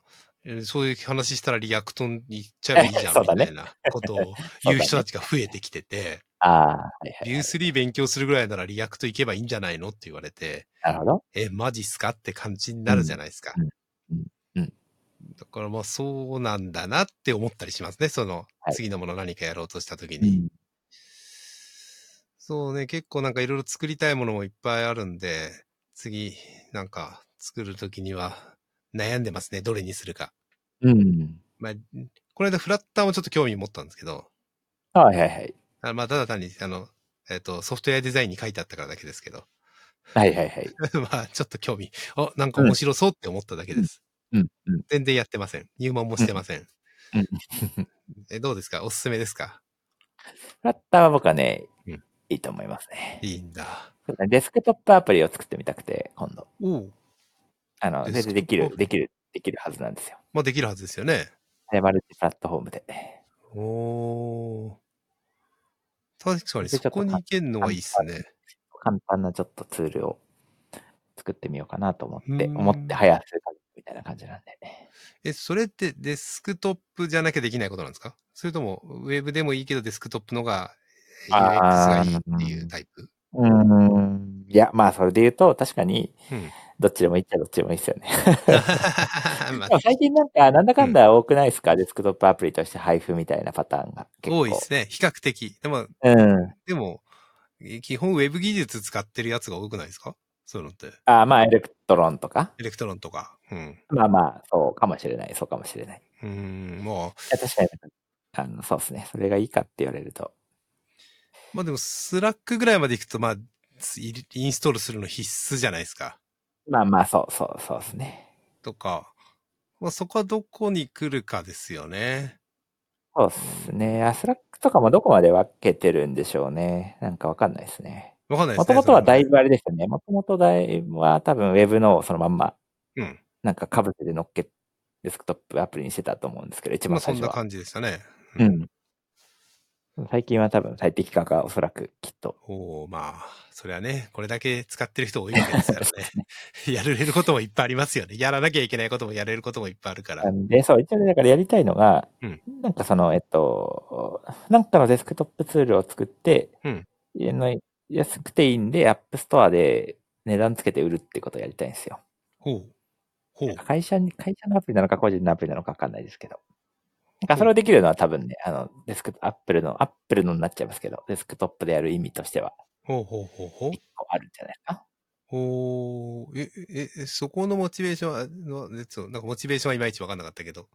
えー、そういう話したらリアクトに行っちゃえばいいじゃん
そう
み
だね
たいなことを言う人たちが増えてきて て、
ああ、はいはい。
ビュー3勉強するぐらいならリアクト行けばいいんじゃないのって言われて、
なるほど。
え、マジっすかって感じになるじゃないですか。
うんうんうん
だからまあそうなんだなって思ったりしますね。その
はい
次のもの何かやろうとした時
う
に。
ん。
そうね、結構なんかいろいろ作りたいものもいっぱいあるんで、次なんか作る時には悩んでますね。どれにするか。
うん。
まあ、この間フラッターもちょっと興味持ったんですけど、
はいはいはい。
あまあただ単にあの、えっ、と、ソフトウェアデザインに書いてあったからだけですけど、
はいはいはい。
まあちょっと興味、あ、なんか面白そうって思っただけです。
うん。うん。
全然やってません。入門もしてません。
うん
えどうですかおすすめですか
フラッターは僕はね、
うん
いいと思いますね。
いいんだ。
デスクトップアプリを作ってみたくて、今度。
おう
あの、
デ
全
スクトップ
然でき
アプ
る、
リ
できる、できるはずなんですよ。
まあできるはずですよね。
でマルチプラットフォームで。
おー。確かに
で
そこに行けるのはいいっすね。
簡単なちょっとツールを作ってみようかなと思って、
うん
思って早数ヶ月みたいな感じなんで。
え、それってデスクトップじゃなきゃできないことなんですかそれともウェブでもいいけどデスクトップのが UX が
あ
いい
ー
っていうタイプ
うーん。いや、まあ、それで言うと、確かに
うん、
どっちでもいいっちゃどっちでもいいですよね。
まあ
でも最近なんか、なんだかんだ多くないですか、デスクトップアプリとして配布みたいなパターンが結構。
多いですね。比較的。でも、
うん。
でも、え基本ウェブ技術使ってるやつが多くないですかそういうのって。
あまあ、エレクトロンとか。
エレクトロンとか。うん。
まあまあ、そうかもしれない、そうかもしれない。
うーん、もう、
いや確かに。あの、そうですね。それがいいかって言われると。
まあでも、スラックぐらいまで行くと、まあ、インインストールするの必須じゃないですか。
まあまあ、そうそう、そうですね。
とか、まあそこはどこに来るかですよね。
そうですね。あスラックとかもどこまで分けてるんでしょうね。なんかわかんないですね。
わかんないで
も
すね。
ともとはだい
そ
ぶあれでしたね。もともとだいぶは多分 Web のそのまんま、
れはね。
なんか被せて乗っけ、デスクトップアプリにしてたと思うんですけど、
う
一
ん。ま
番
あそ
最
ん
初
な
は。
感じでしたね。
うん。最近は多分最適化がおそらくきっと。
おおまあ、それはね、これだけ使ってる人多いわけですから ね。 やれることもいっぱいありますよね。やらなきゃいけないこともやれることもいっぱいあるから。
で、そう、一応ねだからやりたいのが、
うん
なんかその、えっと、なんかのデスクトップツールを作って、
うん
家の安くていいんで、App Store で値段つけて売るってことをやりたいんですよ。
ほう。ほう。
会社に、会社のアプリなのか個人のアプリなのかわかんないですけど。なんかそれをできるのは多分ね、あの、デスク、アップルの、アップルのになっちゃいますけど、デスクトップでやる意味としては、
ほうほうほうほう
一。個あるんじゃないかな。
ほう。え、え、えそこのモチベーションはあの、えそうなんかモチベーションはいまいちわかんなかったけど。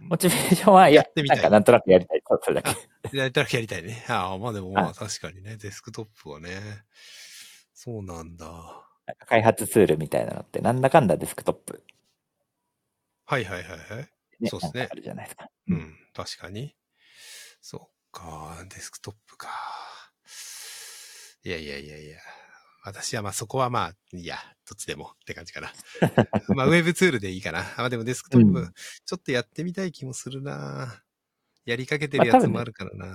モチベーションは、いや
やって、みた
ないんかなんとなくやりたい。そうそれだけ。
やりたらやりたいね。ああ、まあでもま
は
あ確かにね、デスクトップはね。そうなんだ。は
なんか開発ツールみたいなのって、なんだかんだデスクトップ、
いはいはいはい。
ね、
そうっすね
なんかあるじゃないですか。
う。ん、確かに。そっか、デスクトップか。いやいやいやいや。私はまあそこはまあ、いや、どっちでもって感じか な。まあウェブツールでいいかな。まあでもデスクトッ
う
プ
ん、
ちょっとやってみたい気もするな。やりかけて
ま
る
あ
や
多
つ
分
も
ね
あるからな。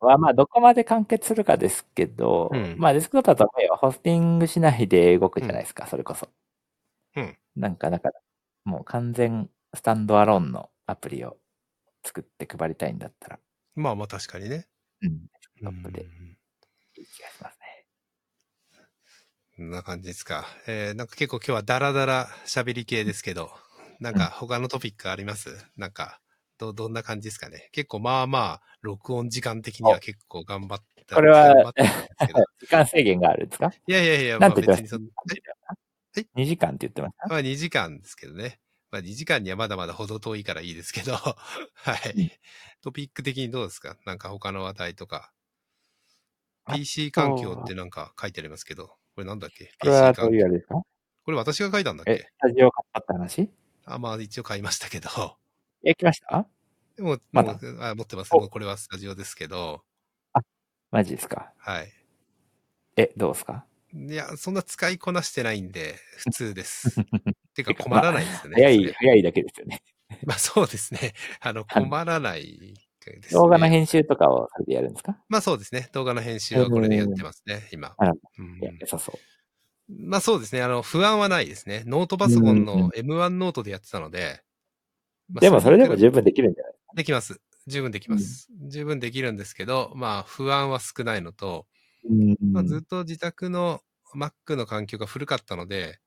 まあまあ、どこまで完結するかですけど、
うん
まあデスクトップだと要はホスティングしないで動くじゃないですか、それこそ。
うん
なんか、だから、もう完全スタンドアローンのアプリを作って配りたいんだったら、
まあまあ確かにね。
うん、トップで
うん
いい気がしますね。
こんな感じですか。えーなんか結構今日はダラダラ喋り系ですけど、なんか他のトピックありますなんか、ど、どんな感じですかね。結構まあまあ、録音時間的には結構頑張った。
これは
頑張ったんです けど
時間制限があるんですか
いやいやいや、ま
な
あ
んて言っ
別
て
に
ま
そ
し
の、
た
え
?2 時間って言ってました
まあ2時間ですけどね。まあ2時間にはまだまだ程遠いからいいですけど、 はい。トピック的にどうですかなんか他の話題とか。
あ
PC 環境ってなんか書いてありますけど、これなんだっけ
これ
?PC
は
環
どう
境
いうあれですか
これ私が書いたんだっ
え、
け
スタジオ買ったって話
あ、まあ一応買いましたけど。
え、来ました
でも、
ま
も
だ
うあ持ってます。
お
もうこれはスタジオですけど、
マジですか
はい。
え、どうですか
いや、そんな使いこなしてないんで、普通 です。てか困らないですね。
早
そ
い、
れ
早いだけですよね。
まあそうですね。あの、
はい
困らないです、ね。
動画の編集とかをそれでやるんですか
まあそうですね。動画の編集はこれでやってますね、今。
あら
うん
いや、良さそう。
まあそうですね。あの、不安はないですね。ノートパソコン
うんうん
の M1 ノートでやってたので。まあ
でもそれでも
十
十分できるんじゃない
分できます。十分できます。十分できるんですけど、まあ不安は少ないのと、まあ、ずっと自宅の Mac の環境が古かったので、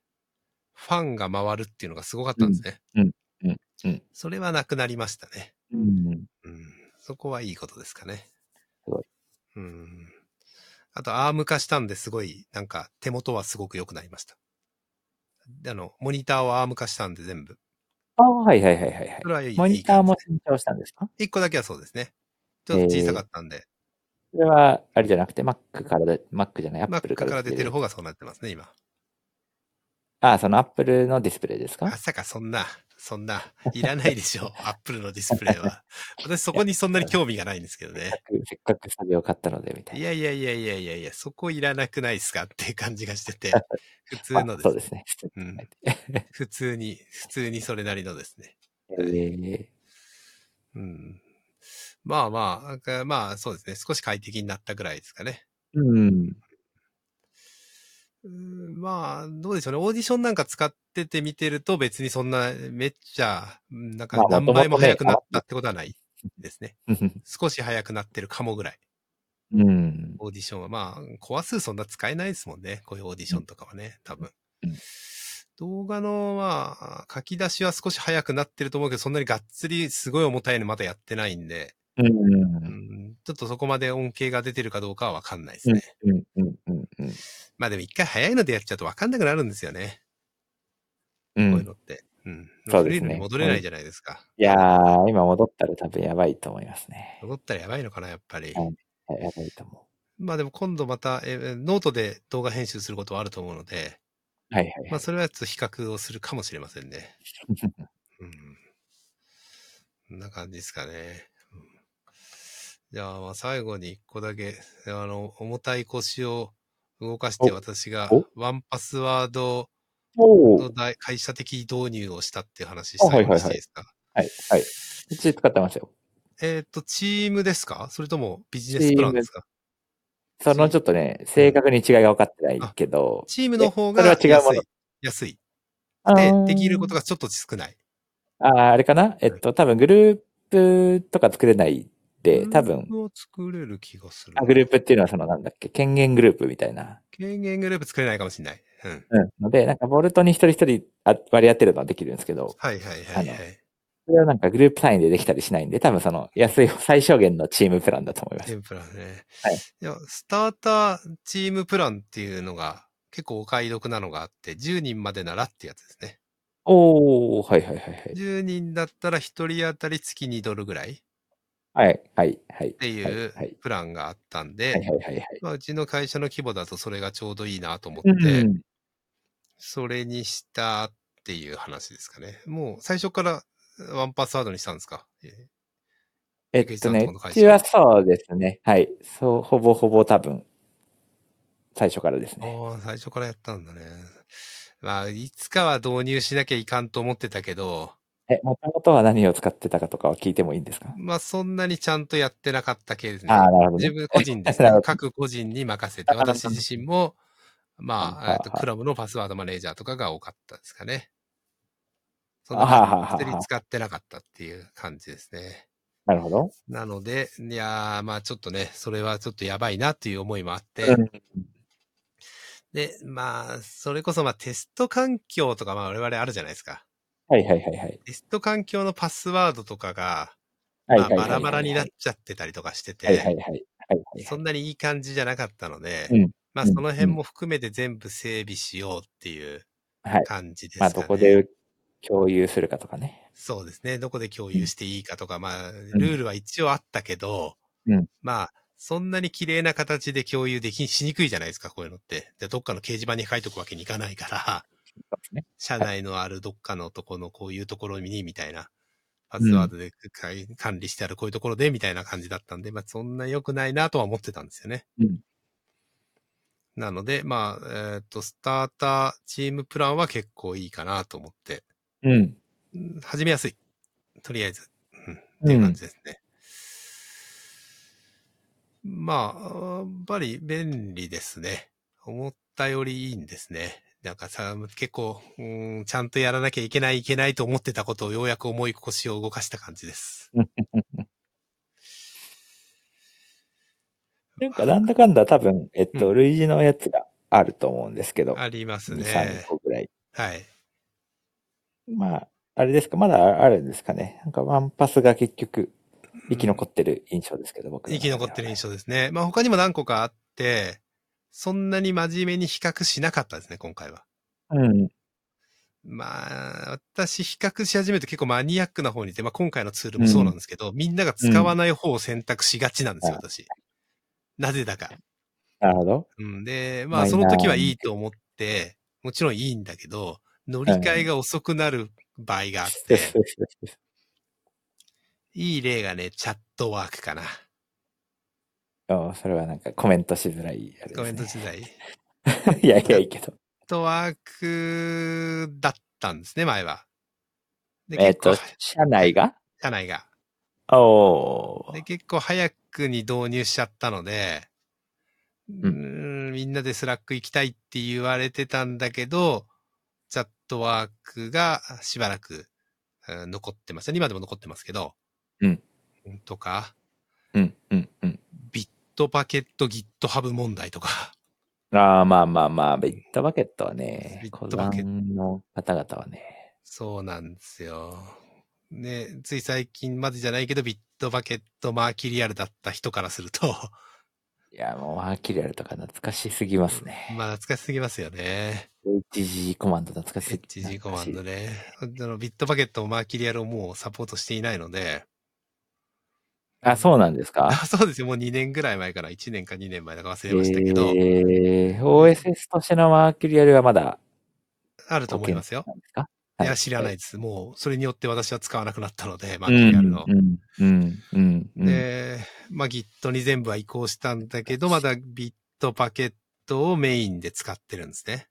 ファンが回るっていうのがすごかったんですね。
うんうんうん
それはなくなりましたね。
うん。
うん、そこはいいことですかね。
すごい。
うん。あと、アーム化したんですごい、なんか手元はすごく良くなりました。であの、モニターをアーム化したんで全部。
ああ、はいはいはいはい、
そ
は
れはいい
い。モニター
い
も
い感じ
新調したんですか
一個だけはそうですね。ちょっと小さかったんで、
それは、あれじゃなくて、Mac からで、Mac じゃない、Apple
Mac
か
からら出てる
方。
方がそうなってますね、今。
ああ、その Apple のディスプレイです
ま
か
さかそんな、そ んな、いらないでしょう。アップルのディスプレイは。私そこにそんなに興味がないんですけどね。
せっかくスタジオ買ったので、みたい
い
な。
やいやいやいやいやいや、そこいらなくないですかっていう感じがして て、普通の
あ
で
そ
す
うで
ね。
すね。
うん、 普通に、普通にそれなりのですね。
え
うん、まあまあなんか、まあそうですね。少し快適になったぐらいですかね。
ー、うん。
うんまあ、どうでしょうね。オーディションなんか使ってて見てると別にそんなめっちゃ、なんか
まあ
何
元々
倍
ね
も速くなったってことはないですね。少し速くなってるかもぐらい。
うん。
オーディションは、まあ、コア数そんな使えないですもんね。こういうオーディションとかはね、多分
うん。
動画の、まあ、書き出しは少し早くなってると思うけど、そんなにがっつりすごい重たいのまだやってないんで、
うん。う。
うんん、ちょっとそこまで恩恵が出てるかどうかはわかんないですね。
うん。うん。うん。
まあでも一回早いのでやっちゃうとわかんなくなるんですよね。
うん
こ
う。
ういうんのって。うん。
そう
古
ですね
いのに戻れないじゃないですか。
いやー、今戻ったら多分やばいと思いますね。
戻ったらやばいのかな、やっぱり。
はいやばいと思
まあでも今度また、えーノートで動画編集することはあると思うので、
はいはい
まあそれはちょっと比較をするかもしれませんね。うん。こんな感じですかね。うんじゃあまあ最後に一個だけ、あの、重たい腰を動かして
お
私が
お
ワンパスワード
お
の
ー
大会社的導入をしたっていう話した
あはいはいはい
していいですか
はい、はい。うち使ってますよ。
えっと、チームですかそれともビジネスプランですか
そのちょっとね、正確に違いが分かってないけど、
チームの方が安い。
それは違うもの
安い。
あ
で
ー、
できることがちょっと少ない。
あー、あれかなえっと、多分グループとか作れないで、多
グルー
分、
プを作れる気がするな。
あグループっていうのはそのなんだっけ、権限グループみたいな。
権限グループ作れないかもしれない。うん。
うん。ので、なんかボルトに一人一人あ割り当てるのはできるんですけど、
はいはいはいは
あの
い。
それはなんかグループ単位でできたりしないんで、多分その安い最小限のチームプランだと思います。
天ぷらね。
はい
や、スターターチームプランっていうのが結構お買い得なのがあって、10人までならってやつですね。
おー、はいはいはいはい。
10人だったら1人当たり月2ドルぐらいっ
はいはいはい。って
いう
はい
プランがあったん
はい
で、
はいはいはいはい。
まあ、うちの会社の規模だとそれがちょうどいいなと思
う
って、
ん。
それにしたっていう話ですかね。もう最初からワンパスワードにしたんですかえー
えっ
池
と
井さん
ね
とこの、
う
会社
ちはそうですね。はい。そう、ほぼほぼ多分、最初からですね。
ああ、最初からやったんだね。まあ、いつかは導入しなきゃいかんと思ってたけど、
え、もともとは何を使ってたかとかは聞いてもいいんですか
まあ、そんなにちゃんとやってなかったけどね。
ああ、なるほど
自
ね。
分個人です、ね
な るほ。ど
各個人に任せて、
あなるほ
私
ど
自身も、ま
は
あ、
い
えっと
はい
クラブのパスワードマネージャーとかが多かったですかね。そんな
あはは
感
は
じで一人
は。
使ってなかったっていう感じですね。
なるほど。
なので、いやーまあちょっとね、それはちょっとやばいなっていう思いもあって、
うん。
で、まあ、それこそまあテスト環境とかまあ我々あるじゃないですか。
はいはいはいはい。
テスト環境のパスワードとかが、
はい
ま
は
あ、
いはい
バ
は
ラ
い。
バラになっちゃってたりとかして
はいはいは
て、
いはいはい。
そんなにいい感じじゃなかったので、
うん。
まあ、
うん
その辺も含めて全部整備しようっていう
はい。
感じですか
まあ、
ね。
どこで共有するかとかね。
そうですね。どこで共有していいかとか、まあ、ルールは一応あったけど、
うん
まあ、そんなに綺麗な形で共有でき、しにくいじゃないですか、こういうのって。で、どっかの掲示板に書いとくわけにいかないから、
そうですね。
社内のあるどっかのとこのこういうところに、みたいな。パスワードで管管理してあるこういうところで、みたいな感じだったんで、まあ、そんな良くないなとは思ってたんですよね。
うん。
なので、まあ、えーっ、と、スターターチームプランは結構いいかなと思って、
うん。
うん始めやすい。とりあえず、うん、っ
う
ていうん感じですね。まあ、やっぱり便利ですね。思ったよりいいんですね。なんかさ、結構、うん、ちゃんとやらなきゃいけないいけないと思ってたことをようやく思い腰を動かした感じです。
なんか、なんだかんだ多分、えっ
う
と、類似のやつがあると思うんですけど、
あります
2、3
ね。
個ぐらい。
はい。
まあ、あれですか、まだあるんですかね。なんか、ワンパスが結局、生き残ってる印象ですけど、僕の
生
中
き
では。
残ってる印象ですね。まあ他にも何個かあって、そんなに真面目に比較しなかったですね、今回は。
うん。
まあ、私比較し始めると結構マニアックな方にいて、まあ今回のツールもそうなんですけど、みんなが使わない方を選択しがちなんですよ、
うん
私。なぜだか。
なるほど。
うん、で、まあ
マイナ
そ
ー
の時はいいと思って、もちろんいいんだけど、乗り換えが遅くなる場合があって、 いい例がね、チャットワークかな。
うんそれはなんか、コメントしづらいやつです、ね。
コメント時代。チャッ
いやいや、いいけど。
トワークだったんですね、前は。で
えっと
結構、
社内が
社内が。
お
で、
ー。
結構早くに導入しちゃったので、うーん、みんなでスラック行きたいって言われてたんだけど、チャットワークがしばらく、うん残ってますね。今でも残ってますけど。
うん。
とか、
うん、うん、うん。
ビットパケット GitHub 問題とか。
ああ、まあまあまあ、ビットバケットはね、
ビ
コ
ットバ
ザ
ケット
ンの方々はね、
そうなんですよ。ね、つい最近までじゃないけど、ビットバケットマーキリアルだった人からすると、
いや、もう、マーキュリアルとか懐かしすぎますね。
まあ懐かしすぎますよね。
HG コマンド懐かしい。
HG コマンド
懐かしい
ね。あのビットバケットもマーキュリアルをもうサポートしていないので、
あ、そうなんですか
あ そうですよ。もう2年ぐらい前から、1年か2年前だか忘れましたけど、
えー、OSS としてのマーキュリアルはまだ
あると思いますよ。
なんですか
いや、知らない
い。
です。もう、それによって私は使わなくなったので、マ
う
ーキュリアル
ん
の。
うん、うん、うん。うん、
で、まあ、Git に全部は移行したんだけど、まだビットパケットをメインで使ってるんですね。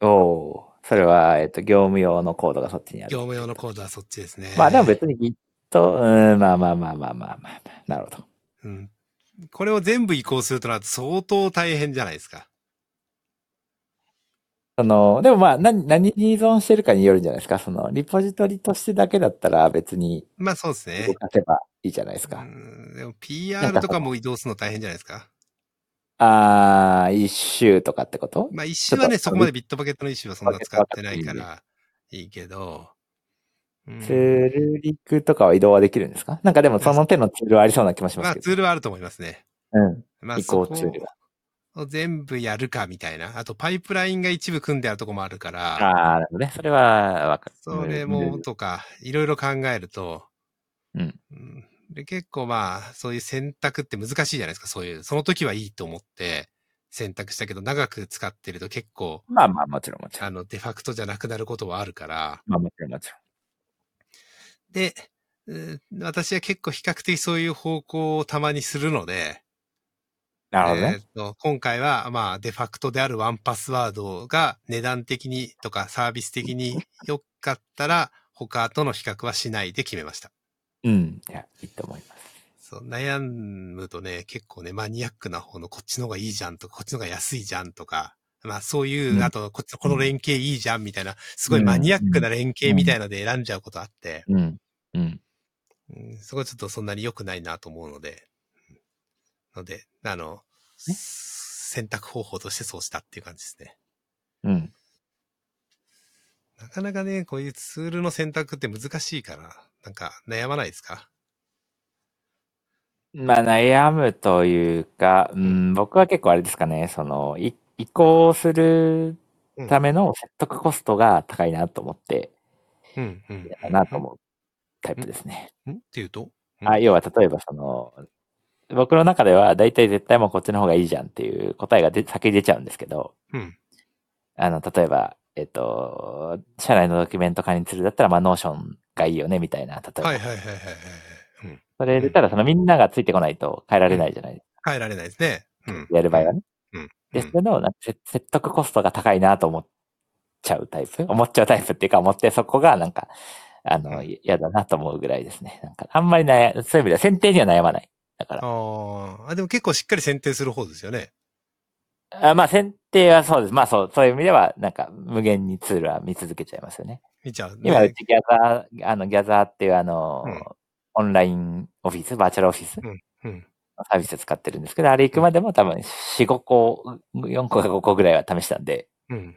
おおーそれは、えっと、業務用のコードがそっちにある。
業務用のコードはそっちですね。
まあでも別に Git、うん、まあまあまあまあまあまあ、まあ、なるほど。
うん。これを全部移行するとなると相当大変じゃないですか。
その、でもまあ、何、何に依存してるかによるんじゃないですか。その、リポジトリとしてだけだったら別に
まあそうですね
動。かせばいいじゃないです
う
か。
んでも
なん
PR
か
とかも移動するの大変じゃないですか。
あー、一周とかってこと
まあ一周は
ちょ
ね、
っと
そこまでビットパケットの一周はそんな使ってないからいいけど。うん
ツールリクとかは移動はできるんですかなんかでもその手のツールはありそうな気もしま
ますあ
け
ツ
ど。
ールはあると思いますね。
うん。
まあ
移
そ
行
こ
ツール
を全部やるかみたいな。あとパイプラインが一部組んであるとこもあるから、
ああ、なるほどね。それはわかる。
それ
無
も
理
とか、いろいろ考えると、
うん
うんで結構まあ、そういう選択って難しいじゃないですか、そういう。その時はいいと思って選択したけど、長く使ってると結構、
まあまあ、もちろんもちろん。
あの、デファクトじゃなくなることはあるから。
まあもちろんもちろん。
で、うん私は結構比較的そういう方向をたまにするので、
なるほどね。
えーと今回は、まあ、デファクトであるワンパスワードが値段的にとかサービス的に良かったら、他との比較はしないで決めました。
うん。いや、いいと思います。
そう、悩むとね、結構ね、マニアックな方のこっちの方がいいじゃんとか、こっちの方が安いじゃんとか、まあそういう、
うん
あと、こっちのこの連携いいじゃんみたいな、すごい
うん
マニアックな連携みたいので選んじゃうことあって、
うん。うん。
うん、そこはちょっとそんなに良くないなと思うので、ので、あの、
ね
選択方法としてそうしたっていう感じですね。
うん。
なかなかね、こういうツールの選択って難しいから、なんか悩まないですか
まあ悩むというか、うん、僕は結構あれですかね、その、い移行するための説得コストが高いなと思って、
うん、うん。
嫌だなと思うタイプですね。
んっていうとうん
あ要は例えばその、僕の中では大体絶対もうこっちの方がいいじゃんっていう答えがで先に出ちゃうんですけど、
うん。
あの、例えば、えっと、社内のドキュメント管理ツールだったら、まあ、ノーションがいいよね、みたいな、例えば。
はいはいはいはいはいはい。うん。
それでたら、そのみんながついてこないと変えられないじゃないです
変えられないですね。うん
か。。やる場合はね。
うん。
で、それの、なんかせ説得コストが高いなと思っちゃうタイプ思っちゃうタイプっていうか、思ってそこがなんか、あ
う
の、
ん
嫌だなと思うぐらいですね。なんか、あんまり悩、そういう意味では選定には悩まない。だから、
あーあ、でも結構しっかり選定する方ですよね。
あまあ、選定はそうです。まあ、そう、そういう意味では、なんか、無限にツールは見続けちゃいますよね。
見ちゃう、ね。
今、うちギャザー、あの、ギャザーっていう、あの、
うん
オンラインオフィス、バーチャルオフィスの
うん。
サービス使ってるんですけど、あれ行くまでも多分、4、5個、4個か5個ぐらいは試したんで、
うん。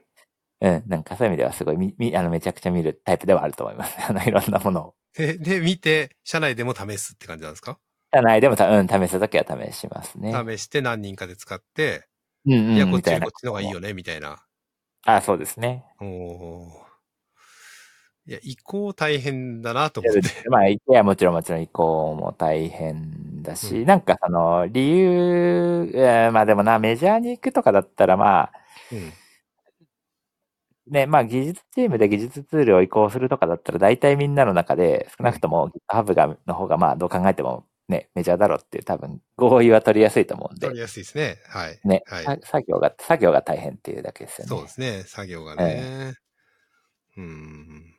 うん、なんかそういう意味ではすごい、み、み、あの、めちゃくちゃ見るタイプではあると思います。 あの、いろんなものを。
で、で、見て、社内でも試すって感じなんですか、
社内でもた、うん、試すときは試しますね。
試して何人かで使って、
うん、うん、
いや、こっ
み
ち
た
よ
い
り
な
こっ。ちの方がいいよね、みたいな。
あ、そうですね。
おおー。いや、移行大変だなと思
や
っ
るん
て
です。まあ、いや、もちろんもちろん移行も大変だし、
う
なんかその、理由、えーまあでもな、メジャーに行くとかだったら、まあ、
うん。
ね、まあ技術チームで技術ツールを移行するとかだったら、大体みんなの中で、少なくとも GitHub が、の方が、まあ、どう考えてもね、メジャーだろうっていう、多分、合意は取りやすいと思うんで
取り、やすいですね。はい。
ね、
はい
さ作業が、作業が大変っていうだけですよね。
そうですね、作業がね。うん。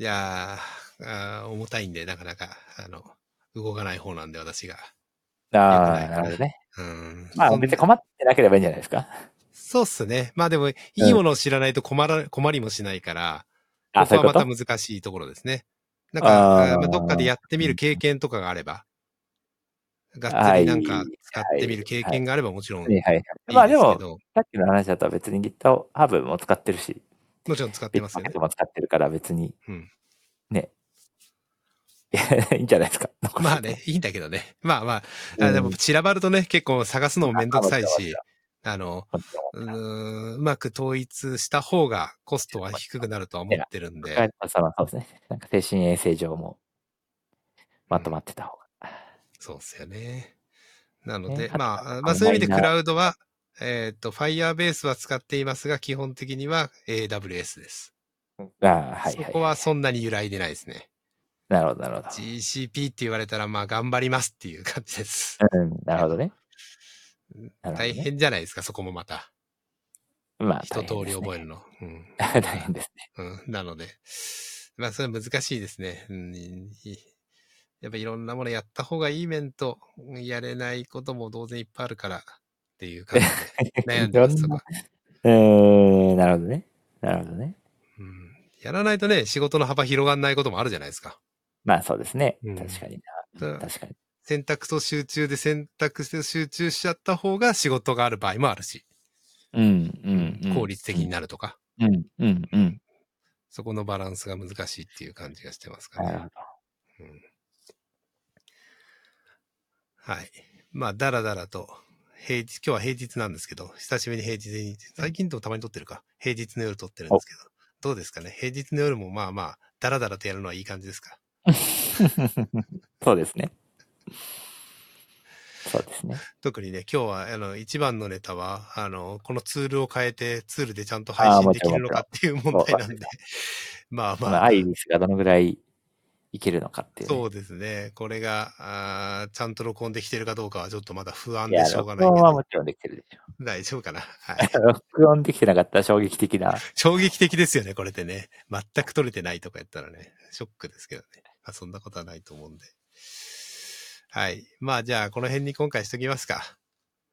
いやーあー重たいんで、なかなか、あの、動かない方なんで、私が。
あ
良くない
あ、なるほどね。
うん。
ま
そ
あ、
ん
別に困ってなければいいんじゃないですか。
そうっすね。まあでも、いいものを知らないと困ら、困りもしないから、
あ、
こ
そういう
こ
こ
は
と
また難しいところですね。なん
あ
か、
ー
あーまあどっかでやってみる経験とかがあれば、がっつ
は
り
い
なんか使ってみる経験があればもちろんいい
は
で
い
す
はいはい。
けど、
まあでも、さっきの話だと別に GitHub も使ってるし、
もちろん使ってますよね
Bitbucket。も使ってるから別に、
うん
ね。 いやいいんじゃないですか。
まあね、いいんだけどね。まあまあ、
う
あ
ん
でも散らばるとね、結構探すのもめんどくさいし、あの、
こっち
う
の方が
ーんうまく統一した方がコストは低くなるとは思ってるん
は
で
い、そのそうですね。なんか精神衛生上もまとまってた方が。
そうっすよね。なので
ね、
まあ、
あ
まあそういう意味で
マイナー
クラウドは、えっと、Firebase は使っていますが、基本的には AWS です。
ああ、はいはい。
そこはそんなに揺らいでないですね。
なるほど、なるほど。
GCP って言われたら、まあ、頑張りますっていう感じです。
うん、なるほどね。なるほどね
大変じゃないですか、そこもまた。
まあ、
一通り覚え
る。
るの。うん。
大変ですね。
うん、なので、まあ、それは難しいですね。うん、いいやっぱいろんなものやった方がいい面と、うんやれないことも当然いっぱいあるからっていう感じで悩んでます
いろ
と
んな
か、
うーん、なるほどね。なるほどね。
うん。やらないとね、仕事の幅広がんないこともあるじゃないですか。
まあ、そうですね。
うん
確かに
だ
な。確かに。
選択と集中で選択して集中しちゃった方が仕事がある場合もあるし、
うん、うんうん。
効率的になるとか、
うん、うん、うん。
そこのバランスが難しいっていう感じがしてますか
なる
ね
ほ。ど。
はい。まあ、だらだらと、平日、今日は平日なんですけど、久しぶりに平日に、最近でもたまに撮ってるか、平日の夜撮ってるんですけど、どうですかね平日の夜もまあまあ、だらだらとやるのはいい感じですか
そうですね。そうですね。
特にね、今日は、あの、一番のネタは、あの、このツールを変えて、ツールでちゃんと配
あー
信
も
で
ちろ
き
ん
るのかっていう 問
もち
題
ろん
なんで、まあ
こ
ま
の
あ、
アイリスがどのぐらいいけるのかっていうね、
そうですね。これが、あーちゃんと録音できてるかどうかはちょっとまだ不安
い
で
や、
しょうが
録
ないけ
音は
ど
も、ちろんできてるでしょ。
大丈夫かな。はい。
録音できてなかったら衝撃的な。
衝撃的ですよね、これでね。全く取れてないとかやったらね、ショックですけどね。まあ、そんなことはないと思うんで。はい。まあ、じゃあ、この辺に今回しときますか。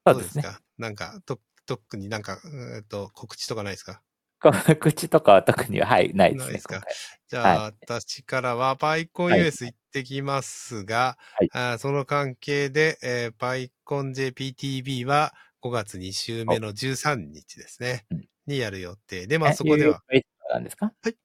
そうですね。
どかなんか、と、特になんか、えっと、告知とかないですか
この口とかは特には、はい、ないです
ない
ね。
ですか
今回
じゃあ、
は
私からは PyCon
はい
US 行ってきますが、
はい
あーその関係で、えー PyCon JPTB は5月2週目の13日ですね
うん。
にやる予定で、まあ
え
そこでは、
US はいつからなんですか
はい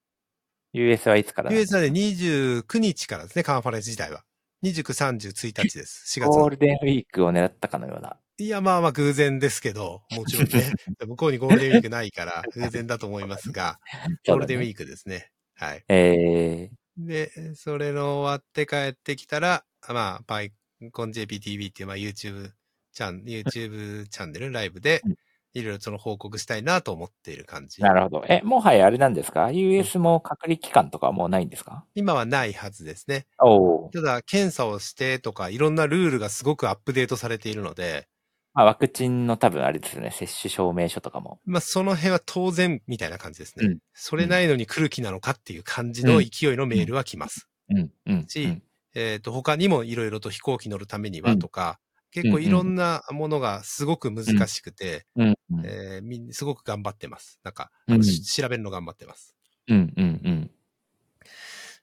?US はいつからなんで
US
す
はね、29日からですね、カンファレンス自体は。29、30、1日です。4
か
月
ゴー
の。
ルデンウィークを狙ったかのような。
いや、まあまあ偶然ですけど、もちろん ね、向こうにゴールデンウィークないから、偶然だと思いますが、ゴールデンウィ
ーク。
ークですね。はい。
え
で、それの終わって帰ってきたら、まあ、PyConJPTV っていう、まあ YouTube チャン、YouTube チャンネルライブで
うん、
いろいろその報告したいなと思っている感じ
ー、。なるほど。え、もはやあれなんですか ?US も隔離期間とかはもうないんですか
今はないはずですね。
おお。
ただ、検査をしてとか、いろんなルールがすごくアップデートされているので、
まあ、ワクチンの多分あれですよね。接種証明書とかも。
まあ、その辺は当然みたいな感じですね。
うん
それないのに来る気なのかっていう感じの勢いのメールは来ます。
うん、うん。
し
うん
えっ、と、他にもいろいろと飛行機乗るためにはとか、
ん
結構いろんなものがすごく難しくて、
うん、うん
えーみんすごく頑張ってます。なんか、
うん
し調べるの頑張ってます。
うん、うん、うん。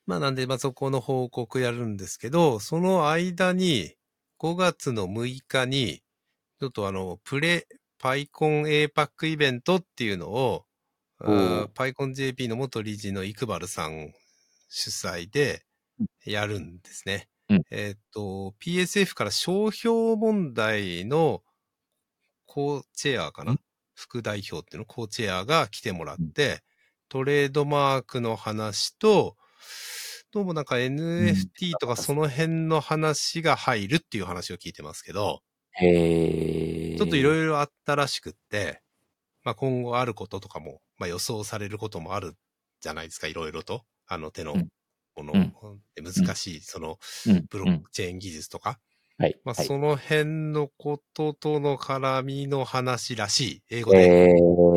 まあ、なんで、まあ、そこの報告やるんですけど、その間に、5月の6日に、ちょっとあの、プレ、パイコン A パックイベントっていうのを、
おー
あーパイコン JP の元理事のイクバルさん主催でやるんですね。
うん
えーっと、PSF から商標問題のコーチェアか
う
なん副代表っていうのコーチェアが来てもらって、トレードマークの話と、どうもなんか NFT とかその辺の話が入るっていう話を聞いてますけど、
えー、
ちょっといろいろあったらしくって、まあ今後あることとかも、まあ予想されることもあるじゃないですか、いろいろと。あの手の
うん、
この
うん、
難しい、その
うん
ブロ
う
ッ
ん
クチェーン技術とか。
はい。
まあ
はい
その辺のこととの絡みの話らしい、英語で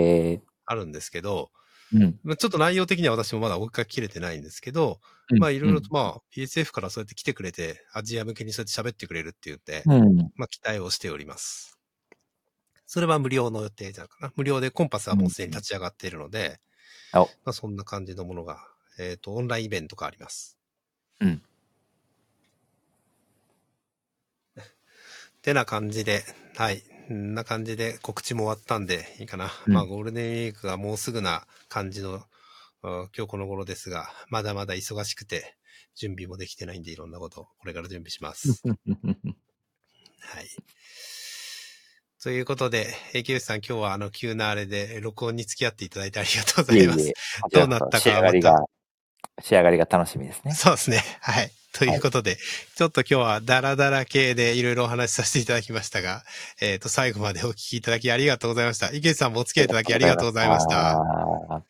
えー、
あるんですけど、
うん。
まあちょっと内容的には私もまだ追いかけきれてないんですけど、
うん
まあいろいろと、まあ PSF からそうやって来てくれて、アジア向けにそうやって喋ってくれるって言って、
うん。うん
まあ、期待をしております。それは無料の予定じゃないかな。無料でコンパスはもうすでに立ち上がっているので、
うんお
まあ、そんな感じのものが、えっ、と、オンラインイベントがあります。
うん。
てな感じで、はい。んな感じで告知も終わったんでいいかな。
うん
まあ、ゴールデンウィークがもうすぐな感じの、あ今日この頃ですが、まだまだ忙しくて、準備もできてないんで、いろんなこと、これから準備します。はい。ということで、池内さん、今日はあの急なあれで録音に付き合っていただいてありがとうございます。 どうなったか
仕上がり
ま
が、仕上がりが楽しみですね。
そうですね。はい。ということで、ちょっと今日はダラダラ系でいろいろお話しさせていただきましたが、えっ、と、最後までお聞きいただきありがとうございました。池内さんもお付き合いいただきありがとうございました。
あー。